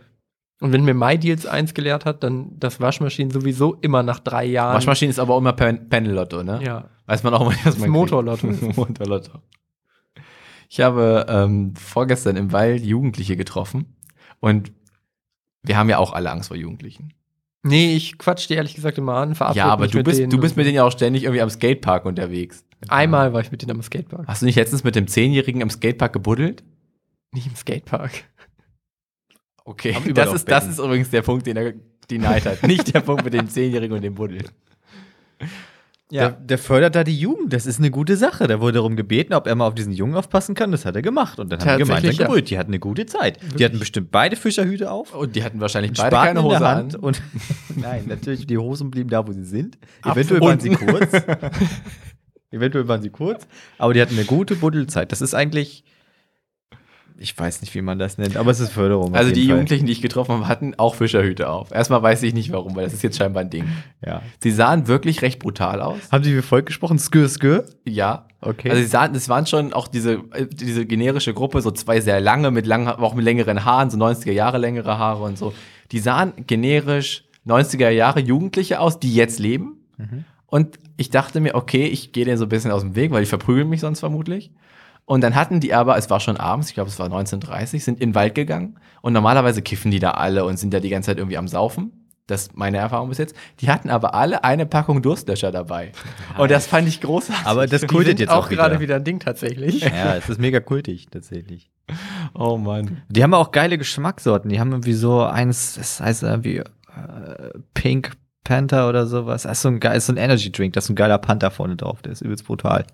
[SPEAKER 3] Und wenn mir MyDeals eins gelehrt hat, dann, dass Waschmaschinen sowieso immer nach drei Jahren.
[SPEAKER 1] Waschmaschine ne? ist aber auch immer Pen Panel-Lotto, ne?
[SPEAKER 3] ja.
[SPEAKER 1] Weiß man auch mal, was man kriegt.
[SPEAKER 3] Motorlotto.
[SPEAKER 1] Motorlotto. Ich habe ähm, vorgestern im Wald Jugendliche getroffen und wir haben ja auch alle Angst vor Jugendlichen.
[SPEAKER 3] Nee, ich quatsch die ehrlich gesagt immer an, verabrede
[SPEAKER 1] Ja, aber
[SPEAKER 3] mich
[SPEAKER 1] du
[SPEAKER 3] mit
[SPEAKER 1] bist,
[SPEAKER 3] denen
[SPEAKER 1] du bist
[SPEAKER 3] und-
[SPEAKER 1] mit denen ja auch ständig irgendwie am Skatepark unterwegs.
[SPEAKER 3] Einmal war ich mit denen am Skatepark.
[SPEAKER 1] Hast du nicht letztens mit dem Zehnjährigen am Skatepark gebuddelt?
[SPEAKER 3] Nicht im Skatepark.
[SPEAKER 1] Okay,
[SPEAKER 2] Am
[SPEAKER 1] das ist, das
[SPEAKER 2] Überlaufbecken.
[SPEAKER 1] ist übrigens der Punkt, den er denied hat. Nicht der Punkt mit dem Zehnjährigen und dem Buddeln.
[SPEAKER 2] Ja. Der, der fördert da die Jugend. Das ist eine gute Sache. Da wurde darum gebeten, ob er mal auf diesen Jungen aufpassen kann. Das hat er gemacht. Und dann haben die
[SPEAKER 3] Tatsächlich,
[SPEAKER 2] gemeinsam
[SPEAKER 3] ja.
[SPEAKER 2] gebrüllt. Die hatten eine gute Zeit. Die hatten bestimmt beide Fischerhüte auf.
[SPEAKER 1] Und die hatten wahrscheinlich
[SPEAKER 2] Spaten
[SPEAKER 1] beide keine
[SPEAKER 2] in der
[SPEAKER 1] Hose
[SPEAKER 2] Hand
[SPEAKER 1] an.
[SPEAKER 2] Und Nein, natürlich, die Hosen blieben da, wo sie sind.
[SPEAKER 1] Ab
[SPEAKER 2] Eventuell waren sie
[SPEAKER 1] unten.
[SPEAKER 2] kurz. Eventuell waren sie kurz. Aber die hatten eine gute Buddelzeit. Das ist eigentlich. Ich weiß nicht, wie man das nennt, aber es ist Förderung. auf
[SPEAKER 1] Also
[SPEAKER 2] jeden
[SPEAKER 1] die
[SPEAKER 2] Fall.
[SPEAKER 1] Jugendlichen, die ich getroffen habe, hatten auch Fischerhüte auf. Erstmal weiß ich nicht warum, weil das ist jetzt scheinbar ein Ding.
[SPEAKER 2] Ja.
[SPEAKER 1] Sie sahen wirklich recht brutal aus.
[SPEAKER 2] Haben sie wie folgt gesprochen? Skö, skö.
[SPEAKER 1] Ja.
[SPEAKER 2] Okay.
[SPEAKER 1] Also sie sahen, es waren schon auch diese, äh, diese generische Gruppe, so zwei sehr lange, mit langen, aber auch mit längeren Haaren, so 90er Jahre längere Haare und so. Die sahen generisch 90er Jahre Jugendliche aus, die jetzt leben. Und ich dachte mir, okay, ich gehe denen so ein bisschen aus dem Weg, weil die verprügeln mich sonst vermutlich. Und dann hatten die aber, es war schon abends, ich glaube, es war 19.30 sind in den Wald gegangen. Und normalerweise kiffen die da alle und sind da die ganze Zeit irgendwie am Saufen. Das ist meine Erfahrung bis jetzt. Die hatten aber alle eine Packung Durstlöscher dabei. Und das fand ich großartig.
[SPEAKER 2] aber das
[SPEAKER 3] Die
[SPEAKER 2] kultet
[SPEAKER 3] sind
[SPEAKER 2] jetzt
[SPEAKER 3] auch
[SPEAKER 2] auch,
[SPEAKER 3] gerade wieder ein Ding tatsächlich.
[SPEAKER 2] Ja, es ist mega kultig, tatsächlich.
[SPEAKER 1] oh Mann.
[SPEAKER 2] Die haben auch geile Geschmackssorten. Die haben irgendwie so eins, das heißt irgendwie äh, Pink Panther oder sowas. Das ist so ein, geil- ist so ein Energy Drink, da ist so ein geiler Panther vorne drauf. Der ist übelst brutal.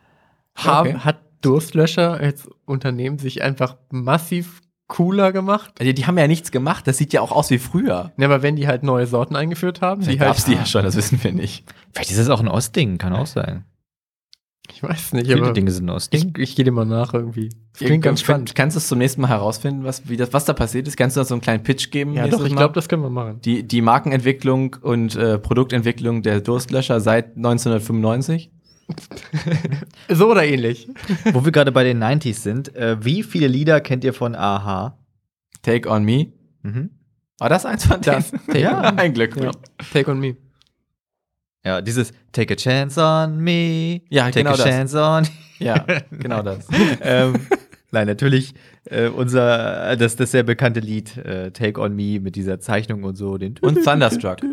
[SPEAKER 3] Haben,
[SPEAKER 1] Okay.
[SPEAKER 3] Hat Durstlöscher als Unternehmen sich einfach massiv cooler gemacht?
[SPEAKER 1] Also die haben ja nichts gemacht, das sieht ja auch aus wie früher.
[SPEAKER 3] Ne, aber wenn die halt neue Sorten eingeführt haben, die halt.
[SPEAKER 1] schon, das wissen wir nicht.
[SPEAKER 2] Vielleicht ist das auch ein Ostding, kann auch sein.
[SPEAKER 3] Ich weiß nicht,
[SPEAKER 2] Viele
[SPEAKER 3] aber
[SPEAKER 2] Dinge sind ein
[SPEAKER 3] ich,
[SPEAKER 2] Ostding.
[SPEAKER 3] ich gehe dem mal nach irgendwie. Das klingt ganz spannend.
[SPEAKER 1] Kannst du es zum nächsten Mal herausfinden, was, wie das, was da passiert ist? Kannst du uns so einen kleinen Pitch geben?
[SPEAKER 3] Ja,
[SPEAKER 1] nächstes
[SPEAKER 3] doch, ich
[SPEAKER 1] Mal?
[SPEAKER 3] glaube, das können wir machen.
[SPEAKER 1] Die, die Markenentwicklung und äh, Produktentwicklung der Durstlöscher seit 1995?
[SPEAKER 3] So oder ähnlich.
[SPEAKER 2] Wo wir gerade bei den 90s sind, äh, wie viele Lieder kennt ihr von Aha?
[SPEAKER 1] Take on me.
[SPEAKER 2] Mhm.
[SPEAKER 1] War das eins von denen?
[SPEAKER 3] Das. Take
[SPEAKER 1] ja,
[SPEAKER 3] on me.
[SPEAKER 1] ein Glückwunsch.
[SPEAKER 3] Take on me.
[SPEAKER 2] Ja, dieses Take a chance on me.
[SPEAKER 1] Ja,
[SPEAKER 2] take
[SPEAKER 1] genau
[SPEAKER 2] a
[SPEAKER 1] das.
[SPEAKER 2] chance on.
[SPEAKER 1] Ja, genau das.
[SPEAKER 2] ähm, nein, natürlich äh, unser, das, das sehr bekannte Lied äh, Take on Me mit dieser Zeichnung und so. Den
[SPEAKER 1] Und Thunderstruck.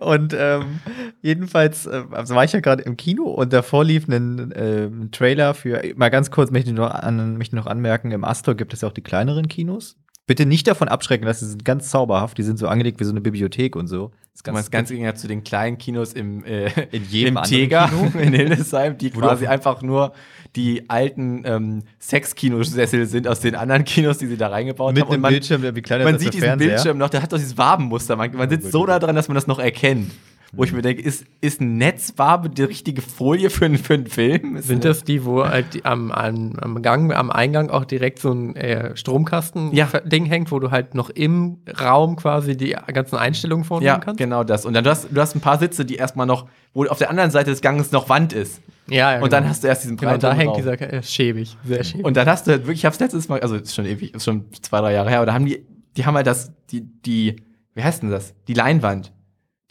[SPEAKER 2] Und ähm, jedenfalls äh, also war ich ja gerade im Kino und davor lief ein ähm, Trailer für, mal ganz kurz möchte ich noch, an, möchte noch anmerken, im Astor gibt es ja auch die kleineren Kinos. Bitte nicht davon abschrecken lassen, die sind ganz zauberhaft, die sind so angelegt wie so eine Bibliothek und so. Das ist
[SPEAKER 1] Ganz das ganze Gegenteil zu den kleinen Kinos im, äh,
[SPEAKER 2] In jedem
[SPEAKER 1] im
[SPEAKER 2] anderen
[SPEAKER 1] Tega,
[SPEAKER 2] Kino.
[SPEAKER 1] in Hildesheim, die
[SPEAKER 2] Wo du-
[SPEAKER 1] quasi einfach nur die alten ähm, Sexkinosessel sind aus den anderen Kinos, die sie da reingebaut
[SPEAKER 2] mit
[SPEAKER 1] haben. Und
[SPEAKER 2] einem
[SPEAKER 1] man,
[SPEAKER 2] Bildschirm, der wie kleiner
[SPEAKER 1] man
[SPEAKER 2] ist
[SPEAKER 1] sieht
[SPEAKER 2] als der
[SPEAKER 1] diesen
[SPEAKER 2] Fernseher.
[SPEAKER 1] Bildschirm noch, der hat doch dieses Wabenmuster. Man, man sitzt so da dran, dass man das noch erkennt. Wo ich mir denke, ist, ist ein Netzwabe die richtige Folie für, einen- für einen Film? Ist
[SPEAKER 3] Sind
[SPEAKER 1] eine-
[SPEAKER 3] das die, wo halt die am, am, am Gang, am Eingang auch direkt so ein äh,
[SPEAKER 1] Ja.
[SPEAKER 3] Stromkasten-Ding hängt, wo du halt noch im Raum quasi die ganzen Einstellungen vornehmen
[SPEAKER 1] Ja,
[SPEAKER 3] kannst?
[SPEAKER 1] genau das. Und dann du hast du hast ein paar Sitze, die erstmal noch, wo auf der anderen Seite des Ganges noch Wand ist.
[SPEAKER 3] Ja, ja,
[SPEAKER 1] Und dann hast du erst diesen
[SPEAKER 3] Genau, da
[SPEAKER 1] breiten
[SPEAKER 3] hängt
[SPEAKER 1] Raum.
[SPEAKER 3] dieser äh, schäbig, sehr schäbig.
[SPEAKER 1] Und dann hast du halt wirklich, ich hab's letztes Mal, also ist schon ewig, ist schon zwei, drei Jahre her, aber da haben die, die haben halt das, die, die, wie heißt denn das? Die Leinwand.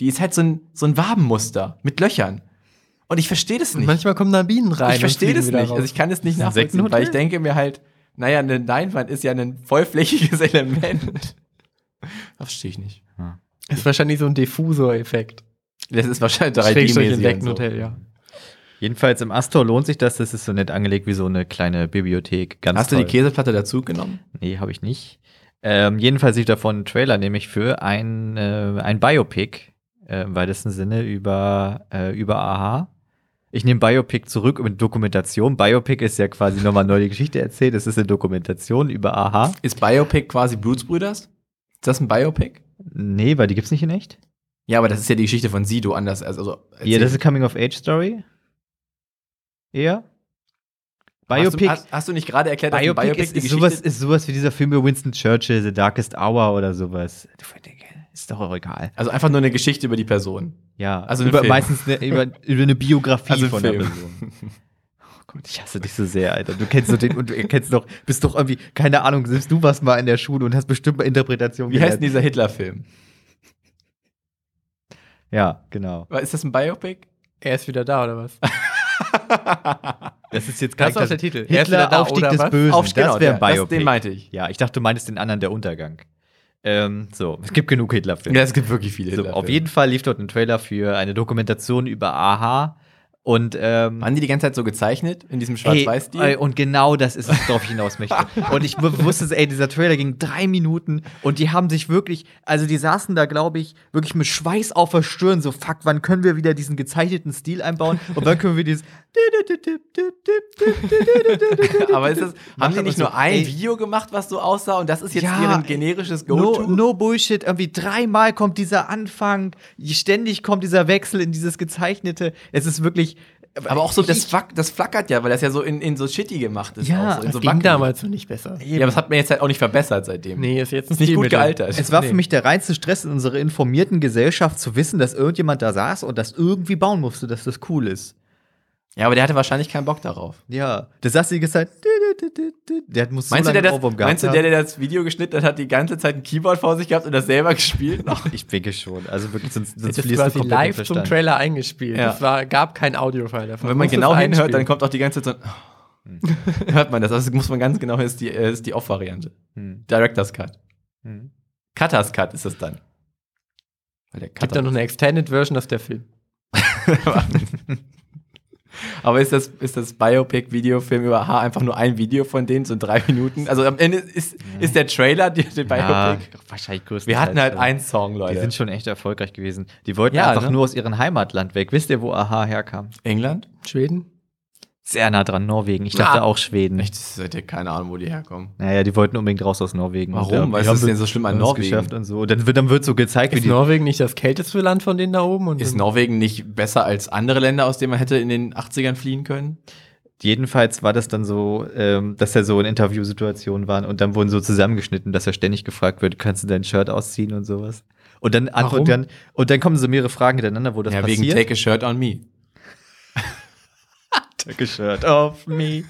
[SPEAKER 1] Die ist halt so ein, so ein Wabenmuster mit Löchern. Und ich verstehe das
[SPEAKER 3] Und
[SPEAKER 1] nicht.
[SPEAKER 3] manchmal kommen da Bienen rein.
[SPEAKER 1] ich verstehe
[SPEAKER 3] und fliegen
[SPEAKER 1] das
[SPEAKER 3] wieder
[SPEAKER 1] nicht.
[SPEAKER 3] raus.
[SPEAKER 1] Also ich kann es nicht
[SPEAKER 2] ein
[SPEAKER 1] nachvollziehen,
[SPEAKER 2] Sektenhotel?
[SPEAKER 1] weil ich denke mir halt, naja, eine Leinwand ist ja ein vollflächiges Element. Das verstehe ich nicht.
[SPEAKER 3] Das ist wahrscheinlich so ein Diffusor-Effekt.
[SPEAKER 1] Das ist wahrscheinlich
[SPEAKER 3] Schrägstrich
[SPEAKER 1] 3D-mäßig. und So.
[SPEAKER 3] Insektenhotel, ja.
[SPEAKER 2] Jedenfalls im Astor lohnt sich das, das ist so nett angelegt wie so eine kleine Bibliothek. Ganz
[SPEAKER 1] Hast du
[SPEAKER 2] toll.
[SPEAKER 1] die Käseplatte dazu genommen?
[SPEAKER 2] Nee, habe ich nicht. Ähm, jedenfalls lief davon ein Trailer, nämlich für ein, äh, ein Biopic, äh, im weitesten Sinne über, äh, über Aha. Ich nehme Biopic zurück mit Dokumentation. Biopic ist ja quasi nochmal neu die Geschichte erzählt. Es ist eine Dokumentation über Aha.
[SPEAKER 1] Ist Biopic quasi Blutsbrüders? Ist das ein Biopic?
[SPEAKER 2] Nee, weil die gibt's nicht in echt.
[SPEAKER 1] Ja, aber das ist ja die Geschichte von Sido anders. als- Also,
[SPEAKER 2] Ja, das ist Coming-of-Age-Story. Eher. Biopic.
[SPEAKER 1] Hast du, hast, hast du nicht gerade erklärt, dass ein
[SPEAKER 2] Biopic,
[SPEAKER 1] Biopic
[SPEAKER 2] ist,
[SPEAKER 1] die
[SPEAKER 2] ist,
[SPEAKER 1] Geschichte-
[SPEAKER 2] sowas, ist sowas wie dieser Film über Winston Churchill, The Darkest Hour oder sowas. Du denke, Ist doch auch egal.
[SPEAKER 1] Also einfach nur eine Geschichte über die Person.
[SPEAKER 2] Ja,
[SPEAKER 1] Also
[SPEAKER 2] also
[SPEAKER 1] ein
[SPEAKER 2] über,
[SPEAKER 1] Film.
[SPEAKER 2] meistens eine, über, über eine Biografie
[SPEAKER 1] Also ein
[SPEAKER 2] von
[SPEAKER 1] Film.
[SPEAKER 2] einer Person. Oh Gott, ich hasse dich so sehr, Alter. Du kennst doch den und du kennst doch, bist doch irgendwie, keine Ahnung, selbst du warst mal in der Schule und hast bestimmt mal Interpretation
[SPEAKER 1] Wie heißt denn dieser Hitler-Film?
[SPEAKER 2] Ja, genau.
[SPEAKER 1] Ist das ein Biopic?
[SPEAKER 3] Er ist wieder da, oder was?
[SPEAKER 2] Das ist jetzt
[SPEAKER 3] Das ist auch der Titel. Er ist wieder
[SPEAKER 2] Hitler,
[SPEAKER 3] da,
[SPEAKER 2] Aufstieg
[SPEAKER 3] oder
[SPEAKER 2] des
[SPEAKER 3] was?
[SPEAKER 2] Bösen.
[SPEAKER 1] Auf- genau,
[SPEAKER 2] das wäre ein
[SPEAKER 1] der- das-
[SPEAKER 2] Biopic.
[SPEAKER 1] den meinte ich.
[SPEAKER 2] Ja, ich dachte, du meintest den anderen, der Untergang. Ähm, so, es gibt genug Hitler-Filme.
[SPEAKER 1] Ja, es gibt wirklich viele
[SPEAKER 2] so,
[SPEAKER 1] Hitler-Filme.
[SPEAKER 2] auf jeden Fall lief dort ein Trailer für eine Dokumentation über Aha. Und ähm,
[SPEAKER 1] Waren die die ganze Zeit so gezeichnet? In diesem
[SPEAKER 2] Ey, ey,
[SPEAKER 1] Schwarz-Weiß-Stil?
[SPEAKER 2] und genau das ist es, worauf ich hinaus möchte. Und ich w- wusste, ey, dieser Trailer ging drei Minuten und die haben sich wirklich, also die saßen da, glaube ich, wirklich mit Schweiß auf der Stirn, so fuck, wann können wir wieder diesen gezeichneten Stil einbauen und wann können wir dieses
[SPEAKER 1] Aber ist das, haben die
[SPEAKER 2] aber
[SPEAKER 1] nicht
[SPEAKER 2] so,
[SPEAKER 1] nur ein
[SPEAKER 2] ey.
[SPEAKER 1] Video gemacht, was so aussah und das ist jetzt
[SPEAKER 2] Ja,
[SPEAKER 1] deren
[SPEAKER 2] ey,
[SPEAKER 1] generisches
[SPEAKER 2] No,
[SPEAKER 1] Go-To?
[SPEAKER 2] no Bullshit, irgendwie dreimal kommt dieser Anfang, ständig kommt dieser Wechsel in dieses gezeichnete. Es ist wirklich
[SPEAKER 1] Aber auch so, das,
[SPEAKER 2] Ich-
[SPEAKER 1] flack- das flackert ja, weil das ja so in, in so shitty gemacht ist.
[SPEAKER 2] Ja,
[SPEAKER 1] auch so, in
[SPEAKER 3] Das
[SPEAKER 1] so
[SPEAKER 3] ging
[SPEAKER 1] wackelig.
[SPEAKER 3] damals noch nicht besser.
[SPEAKER 1] Ja, aber das hat mir jetzt halt auch nicht verbessert seitdem.
[SPEAKER 3] Nee, ist jetzt
[SPEAKER 1] Ist nicht gut
[SPEAKER 3] Stilmittel.
[SPEAKER 1] gealtert.
[SPEAKER 2] Es war
[SPEAKER 3] Nee.
[SPEAKER 2] für mich der reinste Stress in unserer informierten Gesellschaft zu wissen, dass irgendjemand da saß und das irgendwie bauen musste, dass das cool ist.
[SPEAKER 1] Ja, aber der hatte wahrscheinlich keinen Bock darauf.
[SPEAKER 2] Ja, das saß die ganze Zeit. Der muss
[SPEAKER 1] Meinst,
[SPEAKER 2] so
[SPEAKER 1] du, der
[SPEAKER 2] lange
[SPEAKER 1] das,
[SPEAKER 2] Ohrwurm gehabt
[SPEAKER 1] meinst du, der, der das Video geschnitten hat, hat die ganze Zeit ein Keyboard vor sich gehabt und das selber gespielt noch?
[SPEAKER 2] haben. Ich denke schon. Also wirklich, sonst, sonst
[SPEAKER 3] Das ist
[SPEAKER 2] verlierst du
[SPEAKER 3] quasi
[SPEAKER 2] komplett den
[SPEAKER 3] live zum
[SPEAKER 2] Verstand.
[SPEAKER 3] Trailer eingespielt.
[SPEAKER 1] Ja.
[SPEAKER 3] Es war, gab kein Audiofile davon.
[SPEAKER 1] Und wenn man
[SPEAKER 3] Muss es
[SPEAKER 1] genau hinhört, dann
[SPEAKER 3] einspielen.
[SPEAKER 1] kommt auch die ganze Zeit so ein hört man das. Also muss man ganz genau, ist die, äh, ist die Off-Variante.
[SPEAKER 2] Hm.
[SPEAKER 1] Director's Cut.
[SPEAKER 2] Hm.
[SPEAKER 1] Cutter's Cut ist das dann. Weil der
[SPEAKER 3] Gibt dann noch eine Extended Version aus der Film.
[SPEAKER 1] Aber ist das, ist das Biopic-Videofilm über H einfach nur ein Video von denen, so drei Minuten? Also am Ende ist, ist der Trailer die, die Biopic.
[SPEAKER 2] Ja, wahrscheinlich größtenteils.
[SPEAKER 1] Wir hatten halt
[SPEAKER 2] schon.
[SPEAKER 1] einen Song,
[SPEAKER 2] Die
[SPEAKER 1] Leute.
[SPEAKER 2] sind schon echt erfolgreich gewesen. Die wollten
[SPEAKER 1] Ja,
[SPEAKER 2] einfach
[SPEAKER 1] ne?
[SPEAKER 2] nur aus ihrem Heimatland weg. Wisst ihr, wo Aha herkam?
[SPEAKER 1] England?
[SPEAKER 3] Schweden?
[SPEAKER 2] Sehr nah dran, Norwegen. Ich dachte
[SPEAKER 3] Ah.
[SPEAKER 2] auch Schweden.
[SPEAKER 1] Echt, das hätte keine Ahnung, wo die herkommen.
[SPEAKER 2] Naja, die wollten unbedingt raus aus Norwegen.
[SPEAKER 1] Warum?
[SPEAKER 2] Und, ähm,
[SPEAKER 1] Was
[SPEAKER 2] die haben
[SPEAKER 1] ist denn so schlimm an
[SPEAKER 2] haben es
[SPEAKER 1] Norwegen?
[SPEAKER 2] Geschafft und so. Und dann wird, dann wird so gezeigt, wie
[SPEAKER 3] Ist
[SPEAKER 2] die
[SPEAKER 3] Norwegen nicht das kälteste Land von denen da oben? Und
[SPEAKER 1] Ist
[SPEAKER 3] dann-
[SPEAKER 1] Norwegen nicht besser als andere Länder, aus denen man hätte in den 80ern fliehen können?
[SPEAKER 2] Jedenfalls war das dann so, ähm, dass er so in Interviewsituationen waren und dann wurden so zusammengeschnitten, dass er ständig gefragt wird, kannst du dein Shirt ausziehen und sowas. Und dann antwortet
[SPEAKER 3] Warum?
[SPEAKER 2] dann, und dann kommen so mehrere Fragen hintereinander, wo das
[SPEAKER 1] ja, wegen
[SPEAKER 2] passiert.
[SPEAKER 1] Take a Shirt on Me.
[SPEAKER 2] Take a shirt off me.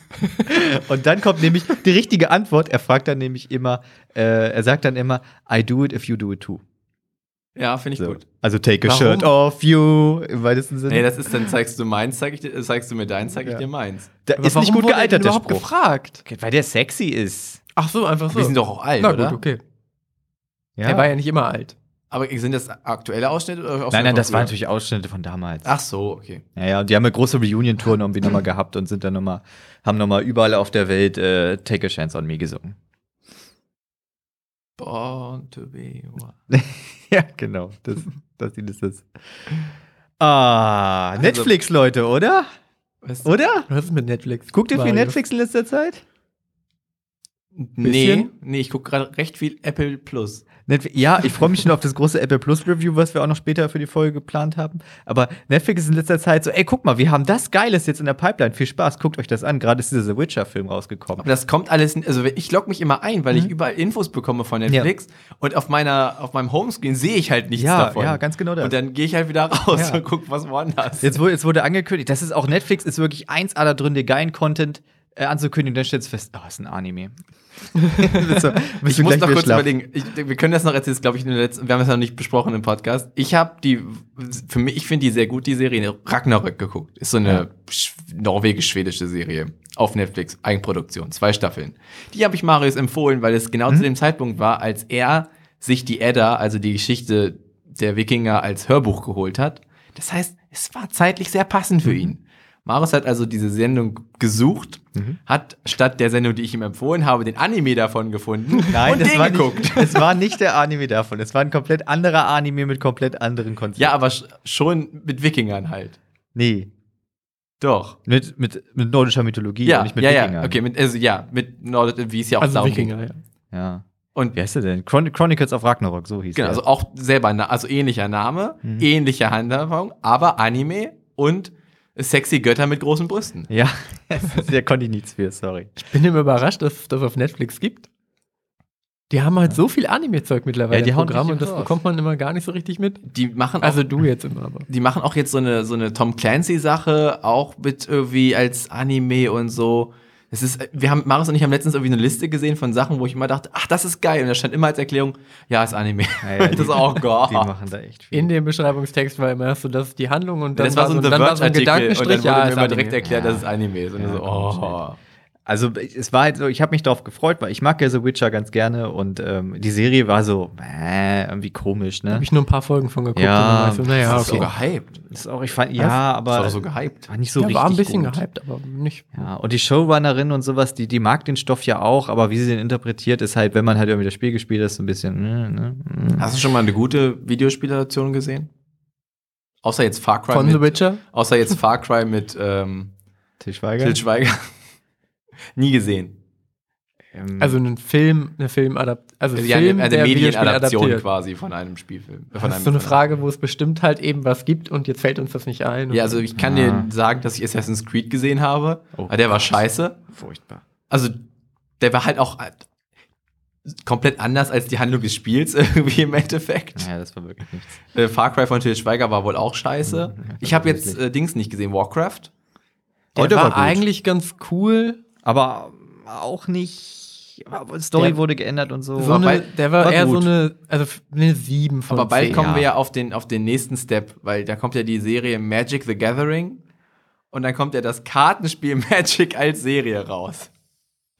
[SPEAKER 2] und dann kommt nämlich die richtige Antwort. Er fragt dann nämlich immer, äh, er sagt dann immer, I do it if you do it too.
[SPEAKER 1] Ja, finde ich
[SPEAKER 2] So.
[SPEAKER 1] gut.
[SPEAKER 2] Also take a
[SPEAKER 3] Warum?
[SPEAKER 2] shirt off you im weitesten Sinne.
[SPEAKER 1] Nee, das ist dann zeigst du meins, zeig ich dir, äh, zeigst du mir deins, zeig ich
[SPEAKER 2] Ja.
[SPEAKER 1] dir meins.
[SPEAKER 2] da
[SPEAKER 3] Aber
[SPEAKER 2] ist nicht
[SPEAKER 3] warum
[SPEAKER 2] gut
[SPEAKER 3] wurde er
[SPEAKER 2] gealtert, der
[SPEAKER 3] überhaupt
[SPEAKER 2] Spruch.
[SPEAKER 3] gefragt.
[SPEAKER 2] Weil der sexy ist.
[SPEAKER 3] Ach so, einfach so.
[SPEAKER 1] Wir sind doch auch alt,
[SPEAKER 3] Na gut,
[SPEAKER 1] oder?
[SPEAKER 3] okay.
[SPEAKER 2] Ja.
[SPEAKER 3] Er war ja nicht immer alt.
[SPEAKER 1] Aber sind das aktuelle Ausschnitte oder Ausschnitte
[SPEAKER 2] nein, nein,
[SPEAKER 1] von
[SPEAKER 2] das waren
[SPEAKER 1] früher?
[SPEAKER 2] natürlich Ausschnitte von damals.
[SPEAKER 1] Ach so, okay.
[SPEAKER 2] Ja, ja, und die haben eine große Reunion-Tour irgendwie nochmal gehabt und sind dann nochmal, haben nochmal überall auf der Welt äh, Take a Chance on Me gesungen.
[SPEAKER 1] Born to be one.
[SPEAKER 2] ja, genau. Das, das Lied ist das. Ah, Netflix, Leute, oder?
[SPEAKER 1] Was?
[SPEAKER 2] Oder?
[SPEAKER 3] Was ist mit Netflix?
[SPEAKER 2] Guckt ihr viel
[SPEAKER 3] Mario?
[SPEAKER 2] Netflix in letzter Zeit?
[SPEAKER 1] Nee, nee, ich gucke gerade recht viel Apple Plus.
[SPEAKER 2] Netflix, ja, ich freue mich schon auf das große Apple Plus Review, was wir auch noch später für die Folge geplant haben. Aber Netflix ist in letzter Zeit so, ey, guck mal, wir haben das Geiles jetzt in der Pipeline. Viel Spaß, guckt euch das an. Gerade ist dieser The Witcher-Film rausgekommen.
[SPEAKER 1] Aber das kommt alles, also ich logge mich immer ein, weil
[SPEAKER 2] Mhm.
[SPEAKER 1] ich überall Infos bekomme von Netflix und auf meiner, auf meinem Homescreen sehe ich halt nichts
[SPEAKER 2] Ja,
[SPEAKER 1] davon.
[SPEAKER 2] ja, ganz genau das.
[SPEAKER 1] Und dann gehe ich halt wieder raus
[SPEAKER 2] Ja.
[SPEAKER 1] und gucke, was woanders.
[SPEAKER 2] Jetzt wurde, jetzt wurde angekündigt, das ist auch Netflix, ist wirklich 1A da drin, dir geilen Content äh, anzukündigen. Und dann stellst du fest, oh, ist ein Anime. Bist du- bist
[SPEAKER 1] Ich
[SPEAKER 2] du
[SPEAKER 1] muss
[SPEAKER 2] gleich
[SPEAKER 1] noch
[SPEAKER 2] wieder
[SPEAKER 1] kurz
[SPEAKER 2] schlapp.
[SPEAKER 1] überlegen. Ich, wir können das noch erzählen, glaube ich, in der letzten, wir haben es noch nicht besprochen im Podcast. Ich habe die, für mich, ich finde die sehr gut, die Serie Ragnarök geguckt. Ist so eine sch- norwegisch-schwedische Serie auf Netflix, Eigenproduktion, zwei Staffeln. Die habe ich Marius empfohlen, weil es
[SPEAKER 2] Mhm.
[SPEAKER 1] genau zu dem Zeitpunkt war, als er sich die Edda, also die Geschichte der Wikinger, als Hörbuch geholt hat. Das heißt, es war zeitlich sehr passend
[SPEAKER 2] Mhm.
[SPEAKER 1] für ihn. Marius hat also diese Sendung gesucht,
[SPEAKER 2] Mhm.
[SPEAKER 1] hat statt der Sendung, die ich ihm empfohlen habe, den Anime davon gefunden
[SPEAKER 2] Nein,
[SPEAKER 1] und
[SPEAKER 2] das
[SPEAKER 1] den
[SPEAKER 2] war,
[SPEAKER 1] geguckt.
[SPEAKER 2] nicht, das war nicht der Anime davon. Es war ein komplett anderer Anime mit komplett anderen Konzepten.
[SPEAKER 1] Ja, aber sch- schon mit Wikingern halt.
[SPEAKER 2] Nee.
[SPEAKER 1] Doch.
[SPEAKER 2] Mit, mit, mit nordischer Mythologie
[SPEAKER 1] Ja,
[SPEAKER 2] und nicht mit
[SPEAKER 1] ja,
[SPEAKER 2] Wikingern.
[SPEAKER 1] ja, okay, mit, also ja, mit Nord, wie es ja auch
[SPEAKER 3] Also
[SPEAKER 1] darum
[SPEAKER 3] Wikinger, ja.
[SPEAKER 2] Ja.
[SPEAKER 1] Und
[SPEAKER 2] Wie heißt der denn? Chron Chronicles of Ragnarok, so hieß
[SPEAKER 1] genau,
[SPEAKER 2] der.
[SPEAKER 1] also auch selber, na- also ähnlicher Name,
[SPEAKER 2] Mhm.
[SPEAKER 1] ähnliche Handhabung, aber Anime und sexy Götter mit großen Brüsten.
[SPEAKER 2] ja, der konnte ich nichts für, sorry.
[SPEAKER 3] Ich bin immer überrascht, dass es das auf Netflix gibt. Die haben halt so viel Anime-Zeug mittlerweile
[SPEAKER 2] Ja, die
[SPEAKER 3] im
[SPEAKER 2] hauen
[SPEAKER 3] Programm
[SPEAKER 2] richtig
[SPEAKER 3] und das
[SPEAKER 2] raus.
[SPEAKER 3] bekommt man immer gar nicht so richtig mit.
[SPEAKER 1] Die machen auch,
[SPEAKER 3] Also du jetzt immer, aber.
[SPEAKER 1] die machen auch jetzt so eine, so eine Tom Clancy-Sache, auch mit irgendwie als Anime und so. Es ist, wir haben, Marius und ich haben letztens irgendwie eine Liste gesehen von Sachen, wo ich immer dachte, ach, das ist geil. Und da stand immer als Erklärung, ja, ist Anime.
[SPEAKER 2] Ja, ja, die-
[SPEAKER 1] das ist auch oh.
[SPEAKER 2] Die
[SPEAKER 1] geil.
[SPEAKER 2] machen da echt viel.
[SPEAKER 3] In dem Beschreibungstext war immer so, dass die Handlung und dann
[SPEAKER 1] das war so ein The
[SPEAKER 3] dann war so ein
[SPEAKER 1] Verge-Artikel
[SPEAKER 3] Gedankenstrich.
[SPEAKER 1] und dann wurde mir
[SPEAKER 3] ist
[SPEAKER 1] immer
[SPEAKER 3] Anime.
[SPEAKER 1] direkt erklärt,
[SPEAKER 2] Ja.
[SPEAKER 1] dass es Anime ist. Und
[SPEAKER 2] Ja,
[SPEAKER 1] so, oh.
[SPEAKER 2] Also es war halt so, ich habe mich darauf gefreut, weil ich mag ja The Witcher ganz gerne und ähm, die Serie war so, äh, irgendwie komisch,
[SPEAKER 3] Da
[SPEAKER 2] ne?
[SPEAKER 3] habe ich nur ein paar Folgen von geguckt.
[SPEAKER 2] Ja,
[SPEAKER 3] und dann war ich so, naja,
[SPEAKER 1] Das
[SPEAKER 3] okay.
[SPEAKER 1] ist so gehypt.
[SPEAKER 2] Ist auch, ich fand,
[SPEAKER 3] Was?
[SPEAKER 2] ja, aber
[SPEAKER 1] Das war doch so gehypt.
[SPEAKER 2] war nicht so
[SPEAKER 3] ja,
[SPEAKER 2] richtig
[SPEAKER 3] war ein bisschen
[SPEAKER 2] gut.
[SPEAKER 3] gehypt, aber nicht.
[SPEAKER 2] Ja, und die Showrunnerin und sowas, die, die mag den Stoff ja auch, aber wie sie den interpretiert, ist halt, wenn man halt irgendwie das Spiel gespielt hat, so ein bisschen. Ne, ne, mm.
[SPEAKER 1] Hast du schon mal eine gute Videospieladaption gesehen? Außer jetzt Far Cry
[SPEAKER 3] Von The
[SPEAKER 1] mit,
[SPEAKER 3] Witcher?
[SPEAKER 1] außer jetzt Far Cry mit ähm,
[SPEAKER 2] Til Schweiger.
[SPEAKER 1] Til Schweiger. Nie gesehen.
[SPEAKER 2] Ähm,
[SPEAKER 3] Also einen Film, eine Filmadapt also
[SPEAKER 1] Also
[SPEAKER 3] Film,
[SPEAKER 1] eine, eine
[SPEAKER 3] der
[SPEAKER 1] Medienadaption
[SPEAKER 3] Videospiel
[SPEAKER 1] quasi von einem Spielfilm. äh, Von
[SPEAKER 3] Das
[SPEAKER 1] einem-
[SPEAKER 3] ist so eine
[SPEAKER 1] von einem-
[SPEAKER 3] Frage, wo es bestimmt halt eben was gibt und jetzt fällt uns das nicht ein.
[SPEAKER 1] Ja, also ich kann
[SPEAKER 2] Ah.
[SPEAKER 1] dir sagen, dass ich Assassin's Creed gesehen habe.
[SPEAKER 2] Oh.
[SPEAKER 1] Aber der war scheiße.
[SPEAKER 2] furchtbar.
[SPEAKER 1] also der war halt auch äh, komplett anders als die Handlung des Spiels irgendwie im Endeffekt.
[SPEAKER 2] Naja, das war wirklich nichts.
[SPEAKER 1] Äh, Far Cry von Till Schweiger war wohl auch scheiße.
[SPEAKER 2] Mhm, ja,
[SPEAKER 1] ich habe
[SPEAKER 2] tatsächlich.
[SPEAKER 1] jetzt äh, Dings nicht gesehen, Warcraft.
[SPEAKER 3] der
[SPEAKER 2] Oh, der
[SPEAKER 3] war,
[SPEAKER 2] war gut.
[SPEAKER 3] eigentlich ganz cool.
[SPEAKER 2] Aber auch nicht. aber Story
[SPEAKER 3] Der-
[SPEAKER 2] wurde geändert und so.
[SPEAKER 3] So
[SPEAKER 2] Aber
[SPEAKER 3] eine, der war,
[SPEAKER 2] war
[SPEAKER 3] eher
[SPEAKER 2] gut.
[SPEAKER 3] so eine, also f- eine 7 von
[SPEAKER 1] Aber bald
[SPEAKER 3] 10.
[SPEAKER 1] kommen wir
[SPEAKER 2] ja.
[SPEAKER 1] ja auf den, auf den nächsten Step, weil da kommt ja die Serie Magic the Gathering und dann kommt ja das Kartenspiel Magic als Serie raus.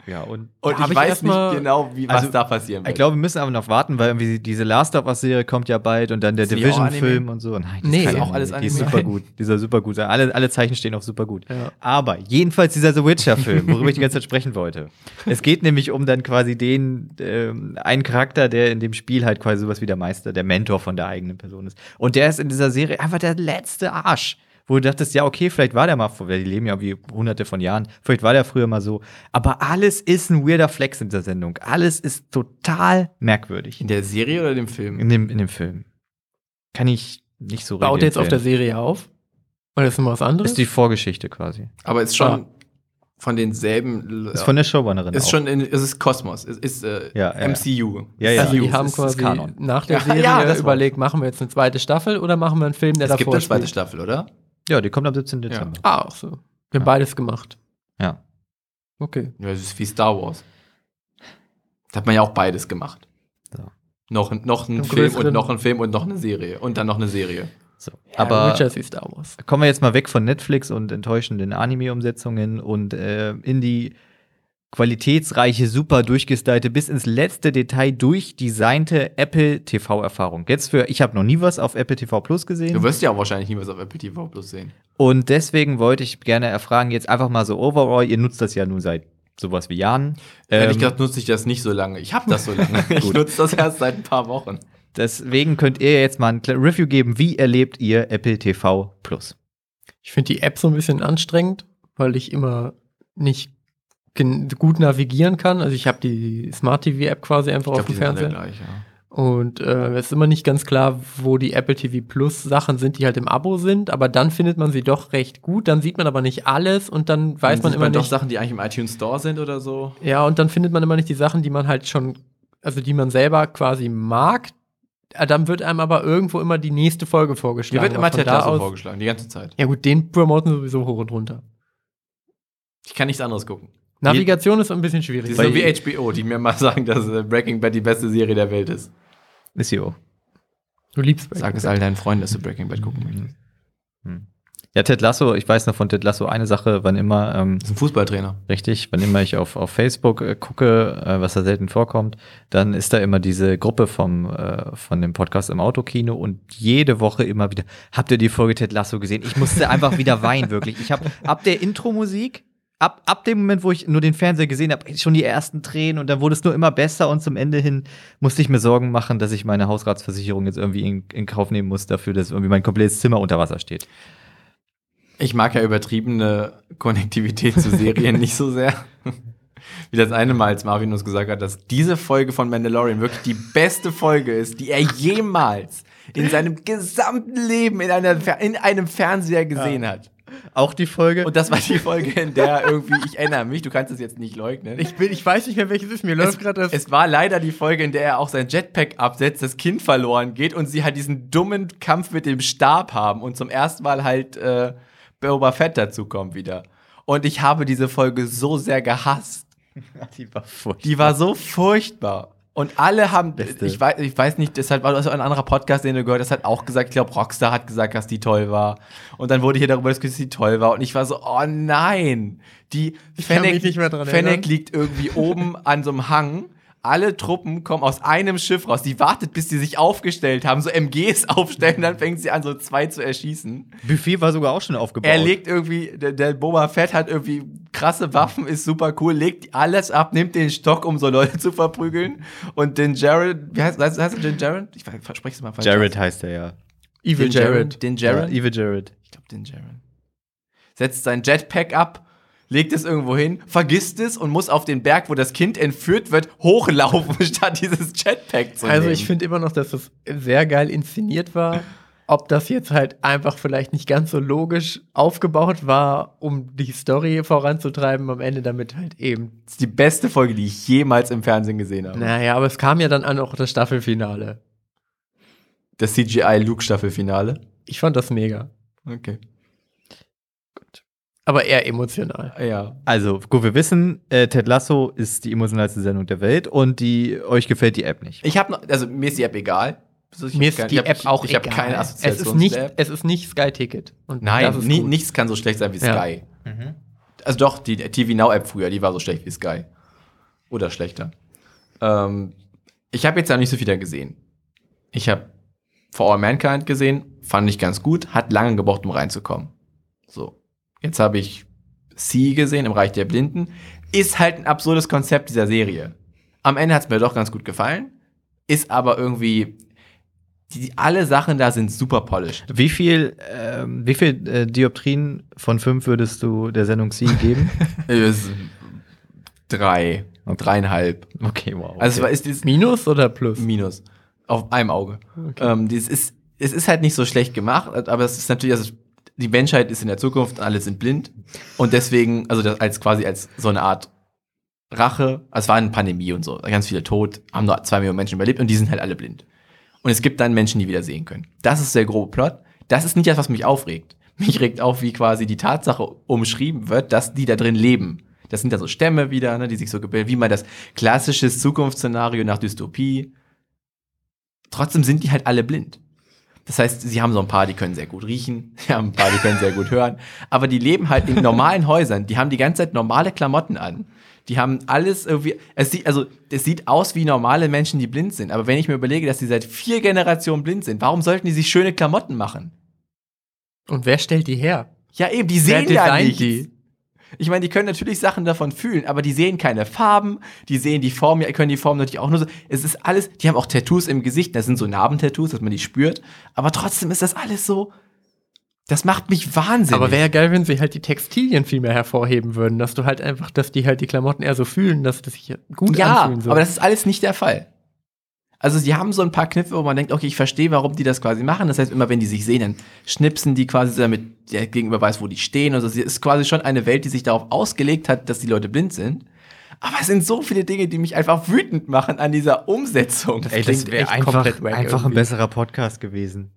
[SPEAKER 2] ja, und
[SPEAKER 1] Und
[SPEAKER 3] Da hab
[SPEAKER 1] ich
[SPEAKER 3] ich
[SPEAKER 1] weiß
[SPEAKER 3] erst
[SPEAKER 1] nicht
[SPEAKER 3] mal-
[SPEAKER 1] genau, wie, was
[SPEAKER 2] Also,
[SPEAKER 1] da passieren wird.
[SPEAKER 2] ich glaube, wir müssen aber noch warten, weil irgendwie diese Last of Us-Serie kommt ja bald und dann der
[SPEAKER 1] Ist die auch
[SPEAKER 2] Division-Film
[SPEAKER 1] Anime?
[SPEAKER 2] und so. Nein,
[SPEAKER 3] Nee,
[SPEAKER 2] kein
[SPEAKER 3] ist auch
[SPEAKER 1] alles
[SPEAKER 2] Die ist
[SPEAKER 1] Anime.
[SPEAKER 2] super gut. Dieser super gut. Alle, alle Zeichen stehen auf super gut.
[SPEAKER 3] Ja.
[SPEAKER 2] Aber jedenfalls dieser The Witcher-Film, worüber ich die ganze Zeit sprechen wollte. Es geht nämlich um dann quasi den ähm, einen Charakter, der in dem Spiel halt quasi sowas wie der Meister, der Mentor von der eigenen Person ist. Und der ist in dieser Serie einfach der letzte Arsch. Wo du dachtest, ja, okay, vielleicht war der mal, vor- weil die leben ja wie hunderte von Jahren, vielleicht war der früher mal so. Aber alles ist ein weirder Flex in dieser Sendung. Alles ist total merkwürdig.
[SPEAKER 1] in der Serie oder dem Film?
[SPEAKER 2] In dem, in dem Film. Kann ich nicht so
[SPEAKER 3] Baut
[SPEAKER 2] richtig
[SPEAKER 3] jetzt auf der
[SPEAKER 2] empfehlen.
[SPEAKER 3] Serie auf. Oder ist noch was anderes?
[SPEAKER 2] Ist die Vorgeschichte quasi.
[SPEAKER 1] Aber ist schon von denselben.
[SPEAKER 2] Ist von der Showrunnerin.
[SPEAKER 1] ist
[SPEAKER 2] auch.
[SPEAKER 1] schon in, es ist Kosmos, es ist äh,
[SPEAKER 2] Genau. Ja, ja, ja.
[SPEAKER 1] MCU.
[SPEAKER 2] Ja, ja.
[SPEAKER 3] also die
[SPEAKER 1] Es
[SPEAKER 3] haben
[SPEAKER 1] ist-
[SPEAKER 3] quasi
[SPEAKER 2] Kanon.
[SPEAKER 3] nach der
[SPEAKER 1] Ja,
[SPEAKER 3] Serie
[SPEAKER 1] ja, das war's.
[SPEAKER 3] überlegt, machen wir jetzt eine zweite Staffel oder machen wir einen Film,
[SPEAKER 1] Es
[SPEAKER 3] der
[SPEAKER 1] gibt
[SPEAKER 3] davor
[SPEAKER 1] eine zweite
[SPEAKER 3] spielt?
[SPEAKER 1] Staffel, oder?
[SPEAKER 2] Ja, die kommt am 17. Dezember.
[SPEAKER 3] Ah, auch so. Wir haben beides gemacht.
[SPEAKER 2] Ja.
[SPEAKER 3] Okay.
[SPEAKER 1] Ja, es ist wie Star Wars. Da hat man ja auch beides gemacht.
[SPEAKER 2] So.
[SPEAKER 1] Noch, noch ein
[SPEAKER 3] Einen
[SPEAKER 1] Film und
[SPEAKER 3] größeren-
[SPEAKER 1] noch ein Film und noch eine Serie. Und dann noch eine Serie.
[SPEAKER 2] So.
[SPEAKER 3] Ja,
[SPEAKER 2] Aber
[SPEAKER 3] Witcher ist wie Star Wars.
[SPEAKER 2] kommen wir jetzt mal weg von Netflix und enttäuschenden Anime-Umsetzungen und äh, in die qualitätsreiche, super durchgestylte, bis ins letzte Detail durchdesignte Apple TV-Erfahrung. Jetzt für, ich habe noch nie was auf Apple TV Plus
[SPEAKER 1] Du
[SPEAKER 2] gesehen
[SPEAKER 1] wirst ja auch wahrscheinlich niemals auf Apple TV Plus sehen.
[SPEAKER 2] und deswegen wollte ich gerne erfragen, jetzt einfach mal so overall, ihr nutzt das ja nun seit sowas wie Jan.
[SPEAKER 1] Ehrlich
[SPEAKER 2] Ähm,
[SPEAKER 1] gesagt nutze ich das nicht so lange. Ich habe das so lange. ich
[SPEAKER 2] Gut.
[SPEAKER 1] nutze das erst seit ein paar Wochen.
[SPEAKER 2] deswegen könnt ihr jetzt mal ein kleines Review geben, wie erlebt ihr Apple TV Plus?
[SPEAKER 3] Ich finde die App so ein bisschen anstrengend, weil ich immer nicht gen- gut navigieren kann. Also ich habe die Smart TV App quasi einfach auf dem Fernseher.
[SPEAKER 1] gleich, ja.
[SPEAKER 3] Und äh, es ist immer nicht ganz klar, wo die Apple TV Plus Sachen sind, die halt im Abo sind, aber dann findet man sie doch recht gut, dann sieht man aber nicht alles und dann weiß
[SPEAKER 1] Dann
[SPEAKER 3] man
[SPEAKER 1] sieht
[SPEAKER 3] immer
[SPEAKER 1] doch
[SPEAKER 3] nicht.
[SPEAKER 1] Sachen, die eigentlich im iTunes Store sind oder so.
[SPEAKER 3] Ja, und dann findet man immer nicht die Sachen, die man halt schon, also die man selber quasi mag. Äh, Dann wird einem aber irgendwo immer die nächste Folge
[SPEAKER 1] Mir
[SPEAKER 3] vorgeschlagen.
[SPEAKER 1] wird immer
[SPEAKER 3] aber von
[SPEAKER 1] Ted
[SPEAKER 3] da
[SPEAKER 1] Lasso
[SPEAKER 3] aus-
[SPEAKER 1] vorgeschlagen, die ganze Zeit.
[SPEAKER 3] Ja gut, den promoten sie sowieso hoch und runter.
[SPEAKER 1] Ich kann nichts anderes gucken.
[SPEAKER 3] Navigation ist ein bisschen schwierig.
[SPEAKER 1] Die sind
[SPEAKER 2] Weil-
[SPEAKER 1] so wie HBO, die mir mal sagen, dass äh, Breaking Bad die beste Serie der Welt ist.
[SPEAKER 2] Ist hier auch.
[SPEAKER 3] du liebst
[SPEAKER 1] Sag es all deinen Freunden, dass du Breaking Bad gucken möchtest.
[SPEAKER 2] Ja, Ted Lasso, ich weiß noch von Ted Lasso eine Sache, wann immer ähm,
[SPEAKER 1] Das ist ein Fußballtrainer.
[SPEAKER 2] Richtig, wann immer ich auf, auf Facebook äh, gucke, äh, was da selten vorkommt, dann ist da immer diese Gruppe vom, äh, von dem Podcast im Autokino und jede Woche immer wieder, habt ihr die Folge Ted Lasso gesehen? Ich musste einfach wieder weinen, wirklich. Ich habe ab der Intro-Musik, ab, ab dem Moment, wo ich nur den Fernseher gesehen habe, schon die ersten Tränen und dann wurde es nur immer besser und zum Ende hin musste ich mir Sorgen machen, dass ich meine Hausratsversicherung jetzt irgendwie in, in Kauf nehmen muss dafür, dass irgendwie mein komplettes Zimmer unter Wasser steht.
[SPEAKER 1] Ich mag ja übertriebene Konnektivität zu Serien nicht so sehr. Wie das eine Mal, als Marvin uns gesagt hat, dass diese Folge von Mandalorian wirklich die beste Folge ist, die er jemals in seinem gesamten Leben in, einer Fer in einem Fernseher gesehen hat.
[SPEAKER 2] Auch die Folge.
[SPEAKER 1] Und das war die Folge, in der irgendwie, ich erinnere mich, du kannst es jetzt nicht leugnen.
[SPEAKER 3] Ich, bin, ich weiß nicht mehr, welches ist. Mir
[SPEAKER 1] es,
[SPEAKER 3] läuft gerade das.
[SPEAKER 1] es war leider die Folge, in der er auch sein Jetpack absetzt, das Kind verloren geht und sie halt diesen dummen Kampf mit dem Stab haben und zum ersten Mal halt äh, Boba Fett dazukommt wieder. Und ich habe diese Folge so sehr gehasst.
[SPEAKER 2] die war furchtbar.
[SPEAKER 1] Die war so furchtbar. Und alle haben,
[SPEAKER 2] Beste.
[SPEAKER 1] ich weiß, ich weiß nicht, deshalb war das ein anderer Podcast, den du gehört hast, hat auch gesagt, ich glaube, Rockstar hat gesagt, dass die toll war. Und dann wurde hier darüber diskutiert, dass die toll war. Und ich war so, oh nein. Die
[SPEAKER 3] Ich kann mich nicht mehr dran erinnern.
[SPEAKER 1] Fennec liegt irgendwie oben an so einem Hang. Alle Truppen kommen aus einem Schiff raus. Die wartet, bis die sich aufgestellt haben, so MGs aufstellen, dann fängt sie an, so zwei zu erschießen.
[SPEAKER 2] Buffet war sogar auch schon aufgebaut.
[SPEAKER 1] Er legt irgendwie, der, der Boba Fett hat irgendwie krasse Waffen, ist super cool, legt alles ab, nimmt den Stock, um so Leute zu verprügeln. Und den Jared, wie heißt, heißt, heißt er den Jared? Ich verspreche es mal falsch.
[SPEAKER 2] Jared heißt er ja.
[SPEAKER 1] Den Jared. Den Jared?
[SPEAKER 2] Ja, Evil Jared.
[SPEAKER 1] Ich glaube, den Jared. Setzt sein Jetpack ab, legt es irgendwo hin, vergisst es und muss auf den Berg, wo das Kind entführt wird, hochlaufen, statt dieses Jetpack zu
[SPEAKER 3] Also
[SPEAKER 1] nehmen.
[SPEAKER 3] ich finde immer noch, dass das sehr geil inszeniert war. Ob das jetzt halt einfach vielleicht nicht ganz so logisch aufgebaut war, um die Story voranzutreiben, am Ende damit halt eben.
[SPEAKER 1] das ist die beste Folge, die ich jemals im Fernsehen gesehen habe.
[SPEAKER 3] Naja, aber es kam ja dann an auch das Staffelfinale.
[SPEAKER 1] Das CGI-Luke-Staffelfinale.
[SPEAKER 3] Ich fand das mega.
[SPEAKER 1] Okay.
[SPEAKER 3] Aber eher emotional.
[SPEAKER 1] Ja.
[SPEAKER 2] Also, gut, wir wissen, äh, Ted Lasso ist die emotionalste Sendung der Welt und die euch gefällt die App nicht.
[SPEAKER 1] Ich habe noch, also mir ist die App egal. Also ich hab
[SPEAKER 3] Mir ist
[SPEAKER 1] kein-
[SPEAKER 3] die
[SPEAKER 1] ich hab-
[SPEAKER 3] App auch
[SPEAKER 1] Ich habe
[SPEAKER 3] egal.
[SPEAKER 1] keine Assoziation
[SPEAKER 3] es ist
[SPEAKER 1] zu
[SPEAKER 3] nicht,
[SPEAKER 1] der App.
[SPEAKER 3] Es ist nicht Sky Ticket. Und
[SPEAKER 1] Nein,
[SPEAKER 3] ist
[SPEAKER 1] nie,
[SPEAKER 3] gut.
[SPEAKER 1] nichts kann so schlecht sein wie
[SPEAKER 3] Ja.
[SPEAKER 1] Sky.
[SPEAKER 2] Mhm.
[SPEAKER 1] Also doch, die TV Now App früher, die war so schlecht wie Sky. Oder schlechter. Ähm, ich habe jetzt ja nicht so viel da gesehen. Ich habe For All Mankind gesehen, fand ich ganz gut, hat lange gebraucht, um reinzukommen. So. Jetzt habe ich Sie gesehen im Reich der Blinden. Ist halt ein absurdes Konzept dieser Serie. Am Ende hat es mir doch ganz gut gefallen, ist aber irgendwie. Die, alle Sachen da sind super polished.
[SPEAKER 2] Wie viel, ähm, wie viel äh, Dioptrien von fünf würdest du der Sendung Sie geben?
[SPEAKER 1] Äh, Es- Drei,
[SPEAKER 2] Okay.
[SPEAKER 1] dreieinhalb.
[SPEAKER 2] Okay, wow. Okay.
[SPEAKER 1] Also es war- ist, ist
[SPEAKER 3] Minus oder Plus?
[SPEAKER 1] Minus. Auf einem Auge. Ähm, dies ist, es ist halt nicht so schlecht gemacht, aber es ist natürlich, also die Menschheit ist in der Zukunft, alle sind blind. Und deswegen, also das als quasi als so eine Art Rache, also es war eine Pandemie und so, ganz viele tot, haben nur zwei Millionen Menschen überlebt und die sind halt alle blind. Und es gibt dann Menschen, die wieder sehen können. Das ist der grobe Plot. Das ist nicht das, was mich aufregt. Mich regt auf, wie quasi die Tatsache umschrieben wird, dass die da drin leben. Das sind da so Stämme wieder, ne, die sich so gebildet, wie man das klassische Zukunftsszenario nach Dystopie. Trotzdem sind die halt alle blind. Das heißt, sie haben so ein paar, die können sehr gut riechen, sie haben ein paar, die können sehr gut hören, aber die leben halt in normalen Häusern, die haben die ganze Zeit normale Klamotten an. Die haben alles irgendwie, es sieht, also, es sieht aus wie normale Menschen, die blind sind. Aber wenn ich mir überlege, dass die seit vier Generationen blind sind, warum sollten die sich schöne Klamotten machen?
[SPEAKER 3] Und wer stellt die her?
[SPEAKER 1] Ja, eben, die
[SPEAKER 3] Wer
[SPEAKER 1] sehen ja
[SPEAKER 3] designt
[SPEAKER 1] nichts.
[SPEAKER 3] die?
[SPEAKER 1] Ich meine, die können natürlich Sachen davon fühlen, aber die sehen keine Farben, die sehen die Form, ja, können die Form natürlich auch nur so. Es ist alles, die haben auch Tattoos im Gesicht, das sind so Narbentattoos, dass man die spürt, aber trotzdem ist das alles so. Das macht mich wahnsinnig.
[SPEAKER 3] Aber wäre ja geil, wenn sie halt die Textilien viel mehr hervorheben würden, dass du halt einfach, dass die halt die Klamotten eher so fühlen, dass das sich gut
[SPEAKER 1] ja,
[SPEAKER 3] anfühlen soll.
[SPEAKER 1] aber das ist alles nicht der Fall. Also sie haben so ein paar Kniffe, wo man denkt, okay, ich verstehe, warum die das quasi machen. Das heißt, immer wenn die sich sehen, dann schnipsen die quasi, so, damit der Gegenüber weiß, wo die stehen. Also es ist quasi schon eine Welt, die sich darauf ausgelegt hat, dass die Leute blind sind. Aber es sind so viele Dinge, die mich einfach wütend machen an dieser Umsetzung.
[SPEAKER 2] Ey, das
[SPEAKER 3] klingt
[SPEAKER 2] wäre
[SPEAKER 3] echt
[SPEAKER 2] einfach,
[SPEAKER 3] komplett wack
[SPEAKER 2] einfach ein
[SPEAKER 3] irgendwie.
[SPEAKER 2] besserer Podcast gewesen.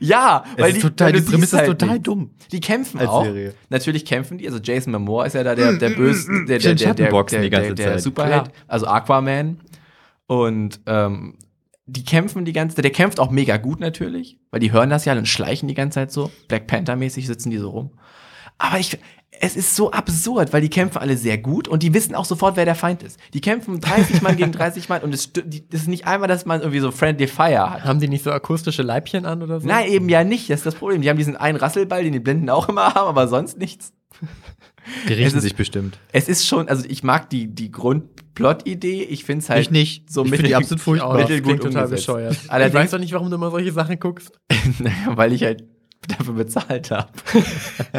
[SPEAKER 1] ja, weil
[SPEAKER 2] ist
[SPEAKER 1] die,
[SPEAKER 2] total-
[SPEAKER 1] weil du
[SPEAKER 2] die Prämisse
[SPEAKER 1] siehst halt
[SPEAKER 2] ist total
[SPEAKER 1] nichts.
[SPEAKER 2] dumm.
[SPEAKER 1] Die kämpfen
[SPEAKER 2] Als
[SPEAKER 1] auch.
[SPEAKER 2] Serie.
[SPEAKER 1] Natürlich kämpfen die. Also Jason Momoa ist ja da der der böse, der der der
[SPEAKER 2] Schön
[SPEAKER 1] der,
[SPEAKER 2] Schattenboxen
[SPEAKER 1] der,
[SPEAKER 2] die ganze
[SPEAKER 1] der, der
[SPEAKER 2] Zeit.
[SPEAKER 1] Superheld,
[SPEAKER 3] Klar.
[SPEAKER 1] also Aquaman. Und ähm, die kämpfen die ganze, der kämpft auch mega gut natürlich, weil die hören das ja und schleichen die ganze Zeit so. Black Panther mäßig sitzen die so rum. Aber ich, es ist so absurd, weil die kämpfen alle sehr gut und die wissen auch sofort, wer der Feind ist. Die kämpfen 30 Mann gegen 30 Mann und es stö- die- das ist nicht einmal, dass man irgendwie so Friendly Fire hat.
[SPEAKER 3] Haben die nicht so akustische Leibchen an oder so?
[SPEAKER 1] Nein, eben ja nicht. Das ist das Problem. Die haben diesen einen Rasselball, den die Blinden auch immer haben, aber sonst nichts.
[SPEAKER 2] Die
[SPEAKER 1] Es
[SPEAKER 2] riechen
[SPEAKER 1] ist-
[SPEAKER 2] sich bestimmt.
[SPEAKER 1] Es ist schon, also ich mag die, die Grundplot-Idee. Ich finde es halt.
[SPEAKER 2] ich nicht.
[SPEAKER 1] so
[SPEAKER 2] ich finde
[SPEAKER 1] mittel-
[SPEAKER 2] die absolut
[SPEAKER 3] Oh,
[SPEAKER 2] furchtbar.
[SPEAKER 3] das
[SPEAKER 1] Mittelgut
[SPEAKER 3] klingt total
[SPEAKER 1] umgesetzt.
[SPEAKER 3] bescheuert.
[SPEAKER 1] Allerdings-
[SPEAKER 3] ich weiß doch nicht, warum du immer solche Sachen guckst.
[SPEAKER 1] Naja, weil ich halt dafür bezahlt habe.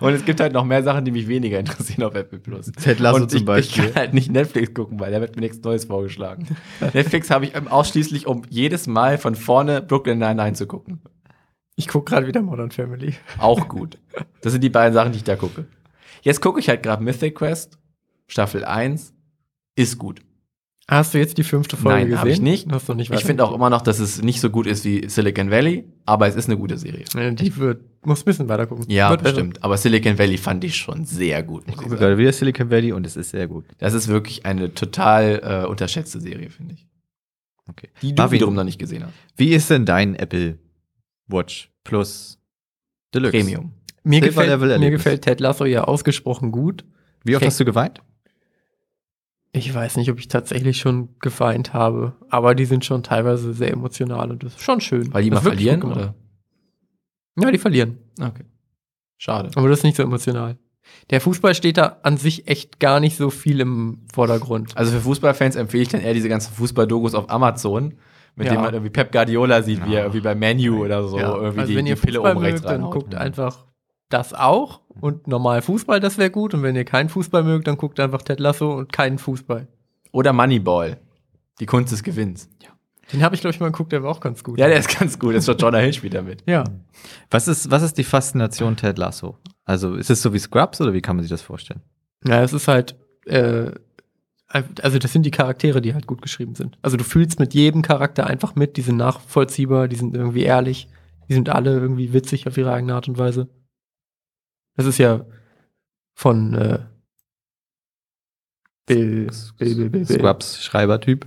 [SPEAKER 1] Und es gibt halt noch mehr Sachen, die mich weniger interessieren auf Apple Plus.
[SPEAKER 2] Ted Lasso
[SPEAKER 1] Und ich,
[SPEAKER 2] zum Beispiel.
[SPEAKER 1] Ich kann halt nicht Netflix gucken, weil da wird mir nichts Neues vorgeschlagen. Netflix habe ich ähm, ausschließlich, um jedes Mal von vorne Brooklyn Nine-Nine zu gucken.
[SPEAKER 3] Ich gucke gerade wieder Modern Family.
[SPEAKER 1] Auch gut. Das sind die beiden Sachen, die ich da gucke. Jetzt gucke ich halt gerade Mythic Quest, Staffel 1. Ist gut.
[SPEAKER 3] Hast du jetzt die fünfte Folge
[SPEAKER 1] Nein,
[SPEAKER 3] gesehen?
[SPEAKER 1] hab ich nicht.
[SPEAKER 3] Hast du nicht
[SPEAKER 1] Ich finde auch immer noch, dass es nicht so gut ist wie Silicon Valley, aber es ist eine gute Serie.
[SPEAKER 3] auch. Äh, Die wird, muss ein bisschen weiter gucken.
[SPEAKER 1] Ja,
[SPEAKER 3] wird besser.
[SPEAKER 1] bestimmt. Aber Silicon Valley fand ich schon sehr gut. Muss ich
[SPEAKER 2] gucke
[SPEAKER 1] sagen.
[SPEAKER 2] gerade wieder Silicon Valley und es ist sehr gut.
[SPEAKER 1] Das ist wirklich eine total äh, unterschätzte Serie, finde ich.
[SPEAKER 2] Okay.
[SPEAKER 1] Die du
[SPEAKER 2] Marvin.
[SPEAKER 1] wiederum noch nicht gesehen hast.
[SPEAKER 2] Wie ist denn dein Apple Watch Plus Deluxe?
[SPEAKER 1] Premium.
[SPEAKER 3] Mir
[SPEAKER 2] Silver Level
[SPEAKER 3] gefällt, mir
[SPEAKER 2] Erlebnis.
[SPEAKER 3] gefällt Ted Lasso ja ausgesprochen gut.
[SPEAKER 2] Wie oft hast du geweint?
[SPEAKER 3] Ich weiß nicht, ob ich tatsächlich schon geweint habe, aber die sind schon teilweise sehr emotional und das ist schon schön.
[SPEAKER 1] Weil die
[SPEAKER 3] Das
[SPEAKER 1] mal
[SPEAKER 3] ist wirklich
[SPEAKER 1] verlieren,
[SPEAKER 3] gut gemacht.
[SPEAKER 1] oder?
[SPEAKER 3] Ja, die verlieren.
[SPEAKER 1] Okay. Schade.
[SPEAKER 3] Aber das ist nicht so emotional. Der Fußball steht da an sich echt gar nicht so viel im Vordergrund.
[SPEAKER 1] Also für Fußballfans empfehle ich dann eher diese ganzen Fußball-Dokus auf Amazon, mit
[SPEAKER 3] Ja.
[SPEAKER 1] denen man irgendwie Pep Guardiola sieht, wie er
[SPEAKER 2] Ja.
[SPEAKER 1] irgendwie bei Manu oder so
[SPEAKER 3] Ja,
[SPEAKER 1] irgendwie
[SPEAKER 3] also
[SPEAKER 1] die,
[SPEAKER 3] wenn
[SPEAKER 1] die
[SPEAKER 3] ihr
[SPEAKER 1] Pille
[SPEAKER 3] Fußball
[SPEAKER 1] oben rechts
[SPEAKER 3] mögt, dann
[SPEAKER 1] reinhaut.
[SPEAKER 3] guckt einfach das auch und normal Fußball, das wäre gut. Und wenn ihr keinen Fußball mögt, dann guckt einfach Ted Lasso und keinen Fußball.
[SPEAKER 1] Oder Moneyball. Die Kunst des Gewinns.
[SPEAKER 3] Den habe ich, glaube ich, mal geguckt, der war auch ganz gut.
[SPEAKER 1] Ja, der ist ganz gut. Das ist doch Jonah Hill spielt damit.
[SPEAKER 3] ja.
[SPEAKER 2] Was ist, was ist die Faszination Ted Lasso? Also ist es so wie Scrubs oder wie kann man sich das vorstellen?
[SPEAKER 3] Ja, es ist halt, äh, also das sind die Charaktere, die halt gut geschrieben sind. Also du fühlst mit jedem Charakter einfach mit, die sind nachvollziehbar, die sind irgendwie ehrlich, die sind alle irgendwie witzig auf ihre eigene Art und Weise. Das ist ja von äh, Bill, Bill, Bill, Bill, Bill.
[SPEAKER 2] Scrubs Schreibertyp.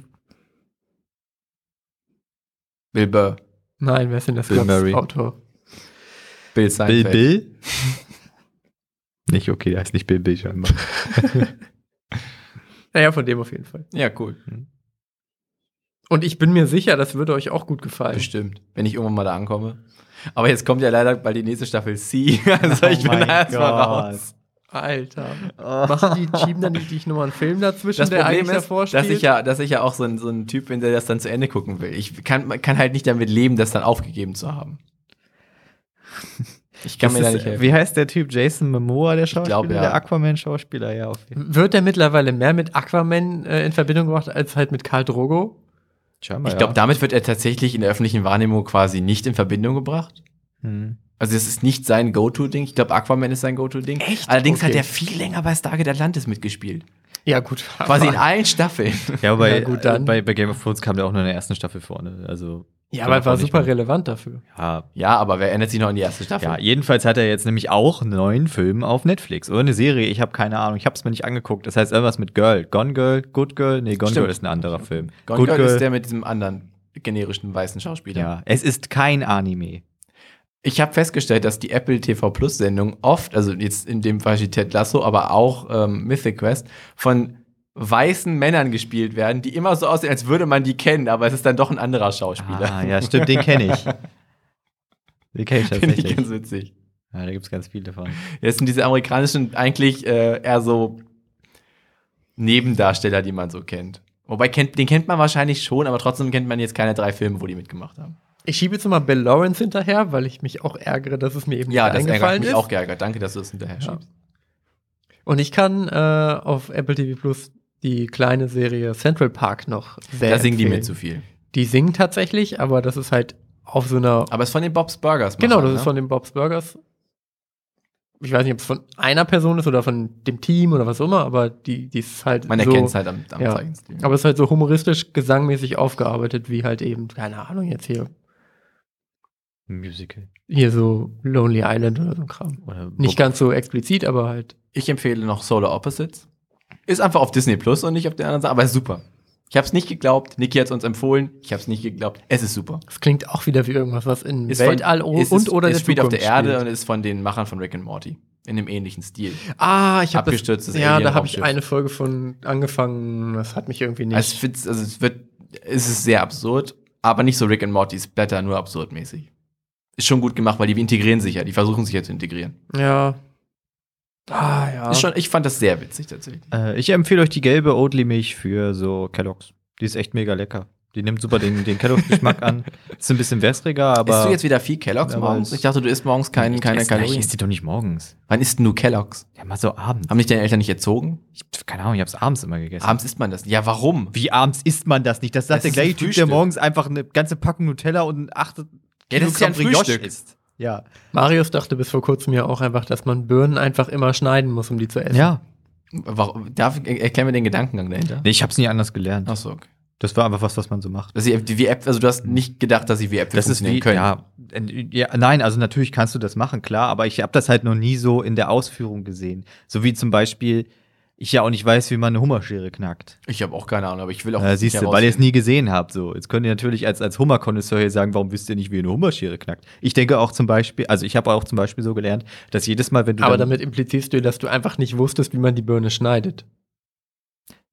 [SPEAKER 1] Bill Burr,
[SPEAKER 3] Nein, wer ist denn das
[SPEAKER 2] Bill Murray.
[SPEAKER 3] Autor?
[SPEAKER 1] Bill
[SPEAKER 2] Bill
[SPEAKER 1] Seinfeld.
[SPEAKER 2] Bill? nicht okay, der heißt nicht Bill Bill scheinbar.
[SPEAKER 3] Naja, von dem auf jeden Fall.
[SPEAKER 1] Ja, cool.
[SPEAKER 3] Und ich bin mir sicher, das würde euch auch gut gefallen.
[SPEAKER 1] Bestimmt. Wenn ich irgendwann mal da ankomme. Aber jetzt kommt ja leider bald die nächste Staffel C.
[SPEAKER 3] Oh
[SPEAKER 1] Also ich bin
[SPEAKER 2] mein
[SPEAKER 1] da erstmal
[SPEAKER 2] Gott.
[SPEAKER 1] raus.
[SPEAKER 3] Alter. Machen die, schieben dann nicht nicht nochmal einen Film dazwischen,
[SPEAKER 1] Oh. Das
[SPEAKER 3] der
[SPEAKER 1] Problem
[SPEAKER 3] eigentlich
[SPEAKER 1] ist,
[SPEAKER 3] davor steht?
[SPEAKER 1] dass ich, ja, dass ich ja auch so ein, so ein Typ bin, der das dann zu Ende gucken will. Ich kann, man kann halt nicht damit leben, das dann aufgegeben zu haben. Ich kann
[SPEAKER 2] Das
[SPEAKER 1] mir da
[SPEAKER 2] ist-
[SPEAKER 3] äh,
[SPEAKER 1] nicht helfen.
[SPEAKER 2] Wie heißt der Typ? Jason Momoa, der Schauspieler?
[SPEAKER 1] glaub, ja.
[SPEAKER 2] Der Aquaman-Schauspieler, ja, auf jeden Fall.
[SPEAKER 3] Wird er mittlerweile mehr mit Aquaman äh, in Verbindung gebracht als halt mit Karl Drogo?
[SPEAKER 2] Scheinbar,
[SPEAKER 1] Ich glaube, damit wird er tatsächlich in der öffentlichen Wahrnehmung quasi nicht in Verbindung gebracht.
[SPEAKER 2] Hm.
[SPEAKER 1] Also es ist nicht sein Go-To-Ding. Ich glaube, Aquaman ist sein Go-To-Ding.
[SPEAKER 3] Echt?
[SPEAKER 1] Allerdings
[SPEAKER 3] Okay.
[SPEAKER 1] hat er viel länger bei Stargate Atlantis mitgespielt.
[SPEAKER 3] Ja, gut.
[SPEAKER 1] Quasi in allen Staffeln.
[SPEAKER 2] Ja, aber bei,
[SPEAKER 3] Na gut, dann.
[SPEAKER 2] Bei, bei Game of Thrones kam der auch nur in der ersten Staffel vorne. Also,
[SPEAKER 3] ja, aber er war
[SPEAKER 2] nicht
[SPEAKER 3] super
[SPEAKER 2] mehr.
[SPEAKER 3] relevant dafür.
[SPEAKER 2] ja,
[SPEAKER 1] ja, aber wer ändert sich noch in die erste Staffel?
[SPEAKER 2] ja, jedenfalls hat er jetzt nämlich auch einen neuen Film auf Netflix oder eine Serie. Ich habe keine Ahnung, ich habe es mir nicht angeguckt. Das heißt irgendwas mit Girl. Gone Girl, Good Girl. Nee, Gone
[SPEAKER 1] Stimmt.
[SPEAKER 2] Girl ist ein anderer Film.
[SPEAKER 1] Gone Girl ist der mit diesem anderen generischen weißen Schauspieler.
[SPEAKER 2] ja, es ist kein Anime.
[SPEAKER 1] Ich habe festgestellt, dass die Apple TV Plus Sendung oft, also jetzt in dem Fall die Ted Lasso, aber auch ähm, Mythic Quest, von weißen Männern gespielt werden, die immer so aussehen, als würde man die kennen, aber es ist dann doch ein
[SPEAKER 3] Ah,
[SPEAKER 1] anderer Schauspieler.
[SPEAKER 2] Ah, ja, stimmt, den kenne ich. Den kenne ich
[SPEAKER 1] Finde ich
[SPEAKER 2] tatsächlich.
[SPEAKER 1] ganz witzig.
[SPEAKER 2] Ja, da gibt es ganz viele davon.
[SPEAKER 1] Das sind diese amerikanischen eigentlich äh, eher so Nebendarsteller, die man so kennt. Wobei kennt, den kennt man wahrscheinlich schon, aber trotzdem kennt man jetzt keine drei Filme, wo die mitgemacht haben.
[SPEAKER 3] Ich schiebe jetzt mal Bill Lawrence hinterher, weil ich mich auch ärgere, dass es mir eben
[SPEAKER 1] Ja,
[SPEAKER 3] nicht
[SPEAKER 1] das ärgert
[SPEAKER 3] eingefallen
[SPEAKER 1] mich
[SPEAKER 3] ist.
[SPEAKER 1] auch geärgert. Danke, dass du es hinterher schiebst.
[SPEAKER 3] Und ich kann äh, auf Apple TV Plus die kleine Serie Central Park noch sehr
[SPEAKER 1] Da singen die
[SPEAKER 3] empfehlen.
[SPEAKER 1] mir zu viel.
[SPEAKER 3] Die singen tatsächlich, aber das ist halt auf so einer
[SPEAKER 1] Aber es ist von den Bob's Burgers.
[SPEAKER 3] Genau,
[SPEAKER 1] Machern,
[SPEAKER 3] das
[SPEAKER 1] ne?
[SPEAKER 3] ist von den Bob's Burgers. Ich weiß nicht, ob es von einer Person ist oder von dem Team oder was auch immer, aber die, die ist halt
[SPEAKER 1] Man
[SPEAKER 3] so.
[SPEAKER 1] erkennt es halt am, am
[SPEAKER 3] ja.
[SPEAKER 1] Zeichenstil.
[SPEAKER 3] Aber es ist halt so humoristisch, gesangmäßig aufgearbeitet, wie halt eben, keine Ahnung, jetzt hier,
[SPEAKER 2] Musical.
[SPEAKER 3] hier so Lonely Island oder so ein Kram.
[SPEAKER 2] Oder
[SPEAKER 3] Nicht ganz so explizit, aber halt.
[SPEAKER 1] Ich empfehle noch Solar Opposites. Ist einfach auf Disney Plus und nicht auf den anderen Seiten, aber ist super. Ich hab's nicht geglaubt. Niki hat's uns empfohlen. Ich hab's nicht geglaubt. Es ist super.
[SPEAKER 3] Das klingt auch wieder wie irgendwas, was in
[SPEAKER 1] Ist
[SPEAKER 3] Weltall o-
[SPEAKER 1] ist,
[SPEAKER 3] und oder
[SPEAKER 1] es
[SPEAKER 3] der
[SPEAKER 1] spielt auf der
[SPEAKER 3] Zukunft
[SPEAKER 1] Erde
[SPEAKER 3] spielt.
[SPEAKER 1] und ist von den Machern von Rick and Morty. In einem ähnlichen Stil.
[SPEAKER 3] Ah, ich habe
[SPEAKER 1] Abgestürztes
[SPEAKER 3] Ja, da habe ich
[SPEAKER 1] Alien-Raumschiff.
[SPEAKER 3] eine Folge von angefangen. Das hat mich irgendwie nicht.
[SPEAKER 1] Also, ich find's, also es wird, es ist sehr absurd, aber nicht so Rick and Morty Splatter, nur absurdmäßig. Ist schon gut gemacht, weil die integrieren sich ja, die versuchen sich ja zu integrieren.
[SPEAKER 3] ja. Ah, ja.
[SPEAKER 1] Ist schon, ich fand das sehr witzig tatsächlich.
[SPEAKER 2] Äh, ich empfehle euch die gelbe Oatly-Milch für so Kelloggs. Die ist echt mega lecker. Die nimmt super den, den Kelloggs-Geschmack an. Ist ein bisschen wässriger, aber.
[SPEAKER 1] isst du jetzt wieder viel Kelloggs
[SPEAKER 2] aber
[SPEAKER 1] morgens?
[SPEAKER 2] es-
[SPEAKER 1] Ich dachte, du isst morgens kein, keine
[SPEAKER 2] Ich esse- Ich
[SPEAKER 1] Kalorien.
[SPEAKER 2] esse die doch nicht morgens.
[SPEAKER 1] Wann isst denn du Kelloggs?
[SPEAKER 2] Ja, mal so abends.
[SPEAKER 1] Haben dich deine Eltern nicht erzogen?
[SPEAKER 2] Ich, keine Ahnung, ich hab's abends immer gegessen.
[SPEAKER 1] Abends isst man das. Ja, warum?
[SPEAKER 2] Wie abends isst man das nicht? Das sagt
[SPEAKER 1] Das
[SPEAKER 2] der
[SPEAKER 1] ist ein
[SPEAKER 2] gleiche Typ, der
[SPEAKER 1] Frühstück.
[SPEAKER 2] morgens einfach eine ganze Packung Nutella und acht
[SPEAKER 1] Ja, das ist ja ein
[SPEAKER 2] Kilogramm Brioche
[SPEAKER 1] Frühstück.
[SPEAKER 2] isst. Ja.
[SPEAKER 3] Marius dachte bis vor kurzem ja auch einfach, dass man Birnen einfach immer schneiden muss, um die zu essen.
[SPEAKER 2] Ja.
[SPEAKER 1] warum darf, er- erklär mir den Gedankengang dahinter.
[SPEAKER 2] Nee, ich hab's nie anders gelernt.
[SPEAKER 1] Achso, okay.
[SPEAKER 2] Das war einfach was, was man so macht.
[SPEAKER 1] Dass sie, wie Äpfel, also du hast nicht gedacht, dass sie wie Äpfel
[SPEAKER 2] Das ist
[SPEAKER 1] funktionieren
[SPEAKER 2] wie,
[SPEAKER 1] können.
[SPEAKER 2] ja, äh, ja, nein, also natürlich kannst du das machen, klar, aber ich habe das halt noch nie so in der Ausführung gesehen. So wie zum Beispiel, ich ja auch nicht weiß, wie man eine Hummerschere knackt.
[SPEAKER 1] Ich habe auch keine Ahnung, aber ich will auch
[SPEAKER 2] Äh,
[SPEAKER 1] nicht
[SPEAKER 2] siehst du, weil ihr es
[SPEAKER 1] herausfinden.
[SPEAKER 2] nie gesehen habt. So, jetzt könnt ihr natürlich als, als Hummerkonnoisseur hier sagen, warum wisst ihr nicht, wie eine Hummerschere knackt? Ich denke auch zum Beispiel, also ich habe auch zum Beispiel so gelernt, dass jedes Mal, wenn du
[SPEAKER 3] Aber
[SPEAKER 2] dann-
[SPEAKER 3] damit implizierst du, dass du einfach nicht wusstest, wie man die Birne schneidet.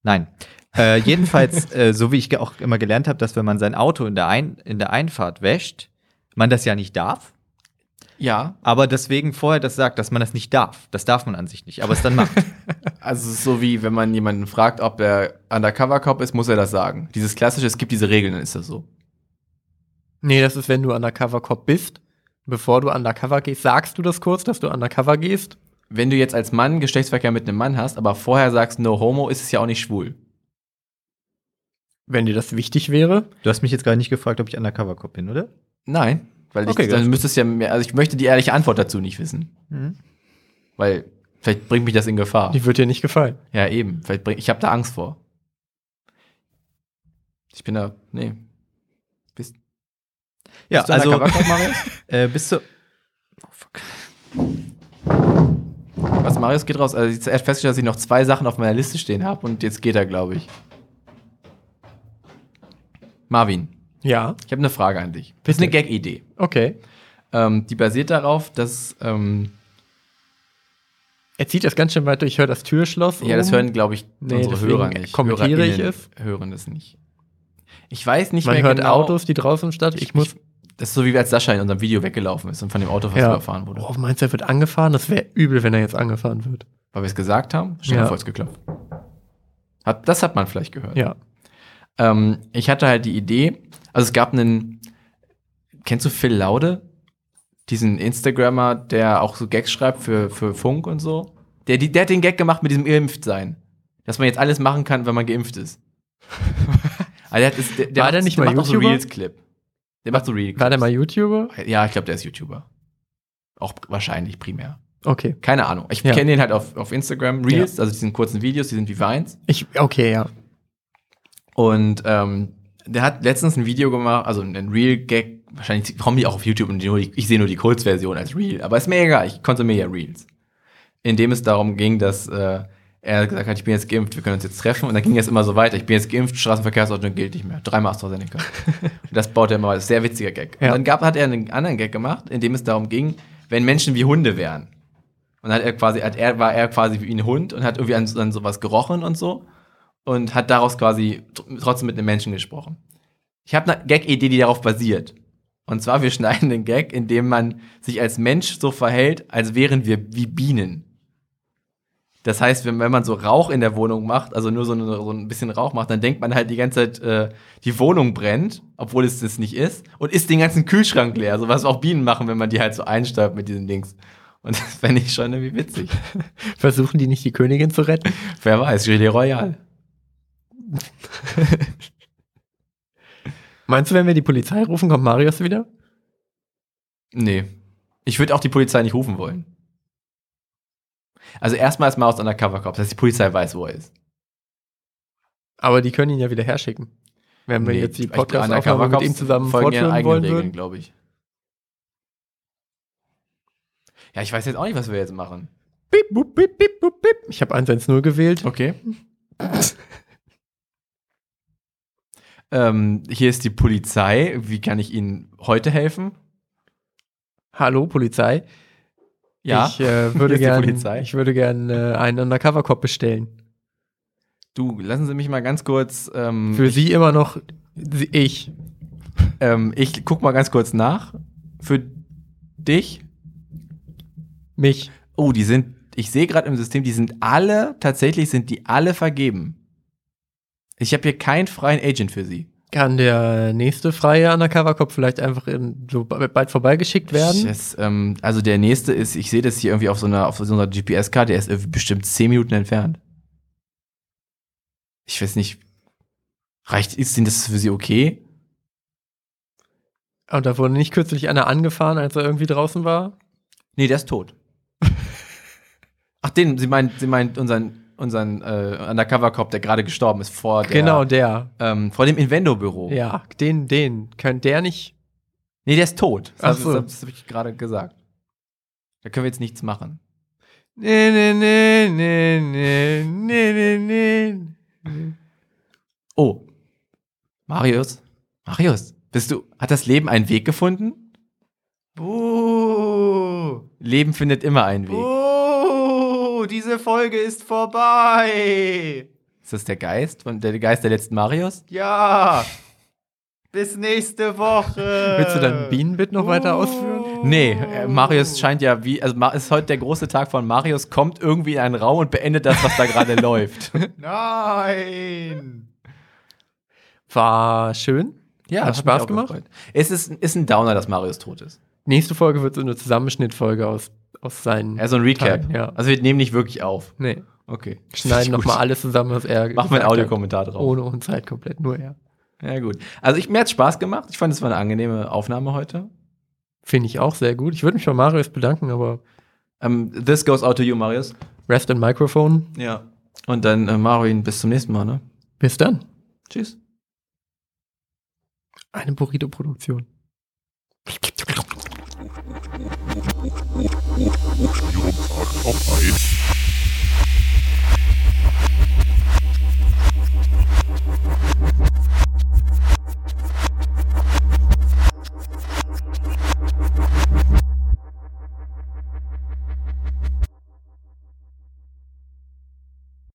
[SPEAKER 2] Nein. Äh, jedenfalls, äh, so wie ich ge- auch immer gelernt habe, dass wenn man sein Auto in der, Ein in der Einfahrt wäscht, man das ja nicht darf.
[SPEAKER 1] Ja,
[SPEAKER 2] Aber deswegen vorher das sagt, dass man das nicht darf. Das darf man an sich nicht, aber es dann macht.
[SPEAKER 1] also es ist so wie, wenn man jemanden fragt, ob er Undercover-Cop ist, muss er das sagen. Dieses klassische, es gibt diese Regeln, dann ist das so.
[SPEAKER 3] Nee, das ist, wenn du Undercover Cop bist. Bevor du undercover gehst, sagst du das kurz, dass du undercover gehst.
[SPEAKER 1] Wenn du jetzt als Mann Geschlechtsverkehr mit einem Mann hast, aber vorher sagst no homo, ist es ja auch nicht schwul.
[SPEAKER 3] Wenn dir das wichtig wäre.
[SPEAKER 2] du hast mich jetzt gar nicht gefragt, ob ich Undercover-Cop bin, oder?
[SPEAKER 1] Nein, weil ich,
[SPEAKER 2] Okay, gut.
[SPEAKER 1] dann müsstest du ja mehr, also ich möchte die ehrliche Antwort dazu nicht wissen,
[SPEAKER 2] Hm?
[SPEAKER 1] weil vielleicht bringt mich das in Gefahr.
[SPEAKER 3] Die wird dir nicht gefallen.
[SPEAKER 1] Ja, eben. Vielleicht bring, ich habe da Angst vor. Ich bin da. Nee.
[SPEAKER 2] Ja,
[SPEAKER 1] Bist du
[SPEAKER 2] also
[SPEAKER 1] Undercover-Cop, Marius?
[SPEAKER 2] äh, bist du.
[SPEAKER 1] Was, Marius geht raus. Also, er hat festgestellt, dass ich noch zwei Sachen auf meiner Liste stehen habe und jetzt geht er, glaube ich. Marvin,
[SPEAKER 3] Ja,
[SPEAKER 1] ich habe eine Frage an dich. Das ist eine Gag-Idee.
[SPEAKER 3] okay.
[SPEAKER 1] Ähm, die basiert darauf, dass. Ähm,
[SPEAKER 3] Er zieht das ganz schön weit durch. Ich höre das Türschloss. um.
[SPEAKER 1] ja, das
[SPEAKER 3] oben.
[SPEAKER 1] hören, glaube ich,
[SPEAKER 3] Oh. Nee,
[SPEAKER 1] unsere
[SPEAKER 3] deswegen
[SPEAKER 1] Hörer nicht.
[SPEAKER 3] kommentiere ich
[SPEAKER 1] HörerInnen
[SPEAKER 3] es.
[SPEAKER 1] Hören das nicht. Ich weiß nicht
[SPEAKER 3] Man
[SPEAKER 1] mehr
[SPEAKER 3] hört
[SPEAKER 1] genau.
[SPEAKER 3] Autos, die draußen statt. Ich,
[SPEAKER 1] Ich
[SPEAKER 3] muss.
[SPEAKER 1] muss. Das ist so, wie als Sascha in unserem Video weggelaufen ist und von dem Auto fast überfahren wurde.
[SPEAKER 3] Oh, meinst du, er wird angefahren? Das wäre übel, wenn er jetzt angefahren wird.
[SPEAKER 1] Weil wir es gesagt haben, schnell
[SPEAKER 3] Ja.
[SPEAKER 1] ja. vor's geklappt. Hat, das hat man vielleicht gehört.
[SPEAKER 3] Ja.
[SPEAKER 1] Ähm, ich hatte halt die Idee, also es gab einen, kennst du Phil Laude? Diesen Instagrammer, der auch so Gags schreibt für, für Funk und so. Der, die- der hat den Gag gemacht mit diesem Impftsein. Dass man jetzt alles machen kann, wenn man geimpft ist. also der, hat, das- der, der
[SPEAKER 3] War der
[SPEAKER 1] macht-
[SPEAKER 3] nicht
[SPEAKER 1] der
[SPEAKER 3] mal
[SPEAKER 1] macht auch so
[SPEAKER 3] YouTuber?
[SPEAKER 1] Reels-Clip. Der macht so Reels-Clip.
[SPEAKER 3] War der mal YouTuber?
[SPEAKER 1] Ja, ich glaube, der ist YouTuber. Auch pr- wahrscheinlich primär.
[SPEAKER 3] Okay.
[SPEAKER 1] Keine Ahnung. Ich
[SPEAKER 3] Ja.
[SPEAKER 1] kenne den halt auf, auf Instagram Reels, also diesen kurzen Videos, die sind wie Vines.
[SPEAKER 3] Ich, okay, ja.
[SPEAKER 1] Und ähm, der hat letztens ein Video gemacht, also ein Real Gag. Wahrscheinlich kommen die auch auf YouTube und die nur die, ich sehe nur die Kurzversion als Real. Aber ist mir egal, ich konsumiere ja Reels. In dem es darum ging, dass äh, er gesagt hat, ich bin jetzt geimpft, wir können uns jetzt treffen. Und dann ging es immer so weiter. Ich bin jetzt geimpft, Straßenverkehrsordnung gilt nicht mehr. Dreimal AstraZeneca. und das baut er immer weiter. Das ist ein Sehr witziger Gag.
[SPEAKER 3] Ja.
[SPEAKER 1] Und dann gab, hat er einen anderen Gag gemacht, in dem es darum ging, wenn Menschen wie Hunde wären. Und hat er quasi, hat er, war er quasi wie ein Hund und hat irgendwie an, an sowas gerochen und so und hat daraus quasi tr- trotzdem mit einem Menschen gesprochen. Ich habe eine Gag-Idee, die darauf basiert. Und zwar, wir schneiden den Gag, indem man sich als Mensch so verhält, als wären wir wie Bienen. Das heißt, wenn, wenn man so Rauch in der Wohnung macht, also nur so, eine, so ein bisschen Rauch macht, dann denkt man halt die ganze Zeit, äh, die Wohnung brennt, obwohl es das nicht ist, und isst den ganzen Kühlschrank leer. So was auch Bienen machen, wenn man die halt so einstäubt mit diesen Dings. Und das fände ich schon irgendwie witzig.
[SPEAKER 3] Versuchen die nicht, die Königin zu retten?
[SPEAKER 1] Wer weiß, Gilet Royal.
[SPEAKER 3] Meinst du, wenn wir die Polizei rufen, kommt Marius wieder?
[SPEAKER 1] Nee. Ich würde auch die Polizei nicht rufen wollen. Also erstmal ist Marius Undercover Cop, das heißt, die Polizei weiß, wo er ist.
[SPEAKER 3] Aber die können ihn ja wieder herschicken. Wenn wir
[SPEAKER 1] Nee,
[SPEAKER 3] jetzt die
[SPEAKER 1] ich- Undercover
[SPEAKER 3] Podcast-Aufnahme mit
[SPEAKER 1] Cops
[SPEAKER 3] ihm zusammen
[SPEAKER 1] folgen ihren
[SPEAKER 3] fortführen
[SPEAKER 1] eigenen
[SPEAKER 3] wollen
[SPEAKER 1] Regeln,
[SPEAKER 3] würden.
[SPEAKER 1] glaube ich. Ja, ich weiß jetzt auch nicht, was wir jetzt machen.
[SPEAKER 3] Bip, bup, bip, bip, bup, bip. Ich habe 110 gewählt.
[SPEAKER 1] Okay. ähm, hier ist die Polizei. Wie kann ich Ihnen heute helfen?
[SPEAKER 3] Hallo, Polizei.
[SPEAKER 1] Ja,
[SPEAKER 3] Ich, äh,
[SPEAKER 1] Hier
[SPEAKER 3] würde
[SPEAKER 1] ist die
[SPEAKER 3] gern,
[SPEAKER 1] Polizei.
[SPEAKER 3] ich würde gern äh, einen Undercover-Cop bestellen.
[SPEAKER 1] du, lassen Sie mich mal ganz kurz. Ähm,
[SPEAKER 3] Für Sie immer noch sie- ich.
[SPEAKER 1] ähm, ich guck mal ganz kurz nach. Für dich.
[SPEAKER 3] Mich.
[SPEAKER 1] Oh, die sind. Ich sehe gerade im System, die sind alle, tatsächlich sind die alle vergeben. Ich habe hier keinen freien Agent für sie.
[SPEAKER 3] Kann der nächste freie Undercover-Cop vielleicht einfach in, so ba- bald vorbeigeschickt werden?
[SPEAKER 1] Yes, ähm, also der nächste ist, ich sehe das hier irgendwie auf so einer, auf so einer GPS-Karte, der ist irgendwie bestimmt 10 Minuten entfernt. Ich weiß nicht. Reicht, ist denn das für Sie okay?
[SPEAKER 3] Und da wurde nicht kürzlich einer angefahren, als er irgendwie draußen war?
[SPEAKER 1] Nee, der ist tot. Ach, den, Sie meinen, Sie meinen unseren, unseren äh, Undercover-Cop, der gerade gestorben ist, vor der,
[SPEAKER 3] Genau, der.
[SPEAKER 1] ähm, vor dem Invendo-Büro.
[SPEAKER 3] Ja, den, den. Könnte der nicht.
[SPEAKER 1] Nee, der ist tot. Das,
[SPEAKER 3] Ach
[SPEAKER 1] hab-
[SPEAKER 3] so.
[SPEAKER 1] Also, das, das habe ich gerade gesagt. Da können wir jetzt nichts machen.
[SPEAKER 3] Nee, nee, nee, nee, nee, nee, nee, nee.
[SPEAKER 1] Oh. Marius? Marius, bist du. Hat das Leben einen Weg gefunden?
[SPEAKER 3] Buh.
[SPEAKER 1] Leben findet immer einen Weg.
[SPEAKER 3] Oh.
[SPEAKER 2] Oh,
[SPEAKER 3] Buh. Diese Folge ist vorbei.
[SPEAKER 1] Ist das der Geist? Von der Geist der letzten Marius?
[SPEAKER 3] Ja.
[SPEAKER 2] Ah, Bis nächste Woche.
[SPEAKER 3] Willst du dein Bienenbit noch weiter ausführen?
[SPEAKER 1] Nee, äh, Marius scheint ja wie. Also Ma- ist heute der große Tag von Marius, kommt irgendwie in einen Raum und beendet das, was da gerade läuft.
[SPEAKER 2] Nein.
[SPEAKER 3] War schön.
[SPEAKER 1] Ja,
[SPEAKER 3] Hat
[SPEAKER 1] mich
[SPEAKER 3] Spaß
[SPEAKER 1] auch
[SPEAKER 3] gemacht?
[SPEAKER 1] gefreut. Es ist, ist ein Downer, dass Marius tot ist.
[SPEAKER 3] Nächste Folge wird so eine Zusammenschnittfolge aus, aus seinen.
[SPEAKER 1] Also ein Recap.
[SPEAKER 3] Teil, ja.
[SPEAKER 1] Also wir nehmen nicht wirklich auf.
[SPEAKER 3] nee.
[SPEAKER 1] Okay.
[SPEAKER 3] Schneiden
[SPEAKER 1] Gut.
[SPEAKER 3] nochmal alles zusammen, was er.
[SPEAKER 1] Machen wir einen
[SPEAKER 3] gesagt hat.
[SPEAKER 1] Audiokommentar Oh, drauf.
[SPEAKER 3] Ohne uns halt komplett, nur er.
[SPEAKER 1] Ja, gut. Also ich, mir hat Spaß gemacht. Ich fand, es war eine angenehme Aufnahme heute.
[SPEAKER 3] Finde ich auch sehr gut. Ich würde mich bei Marius bedanken, aber
[SPEAKER 1] Ähm, this goes out to you, Marius.
[SPEAKER 3] Rest in Microphone.
[SPEAKER 1] Ja. Und dann, äh, Marvin, bis zum nächsten Mal, ne?
[SPEAKER 3] Bis dann.
[SPEAKER 1] Tschüss.
[SPEAKER 3] Eine Burrito-Produktion.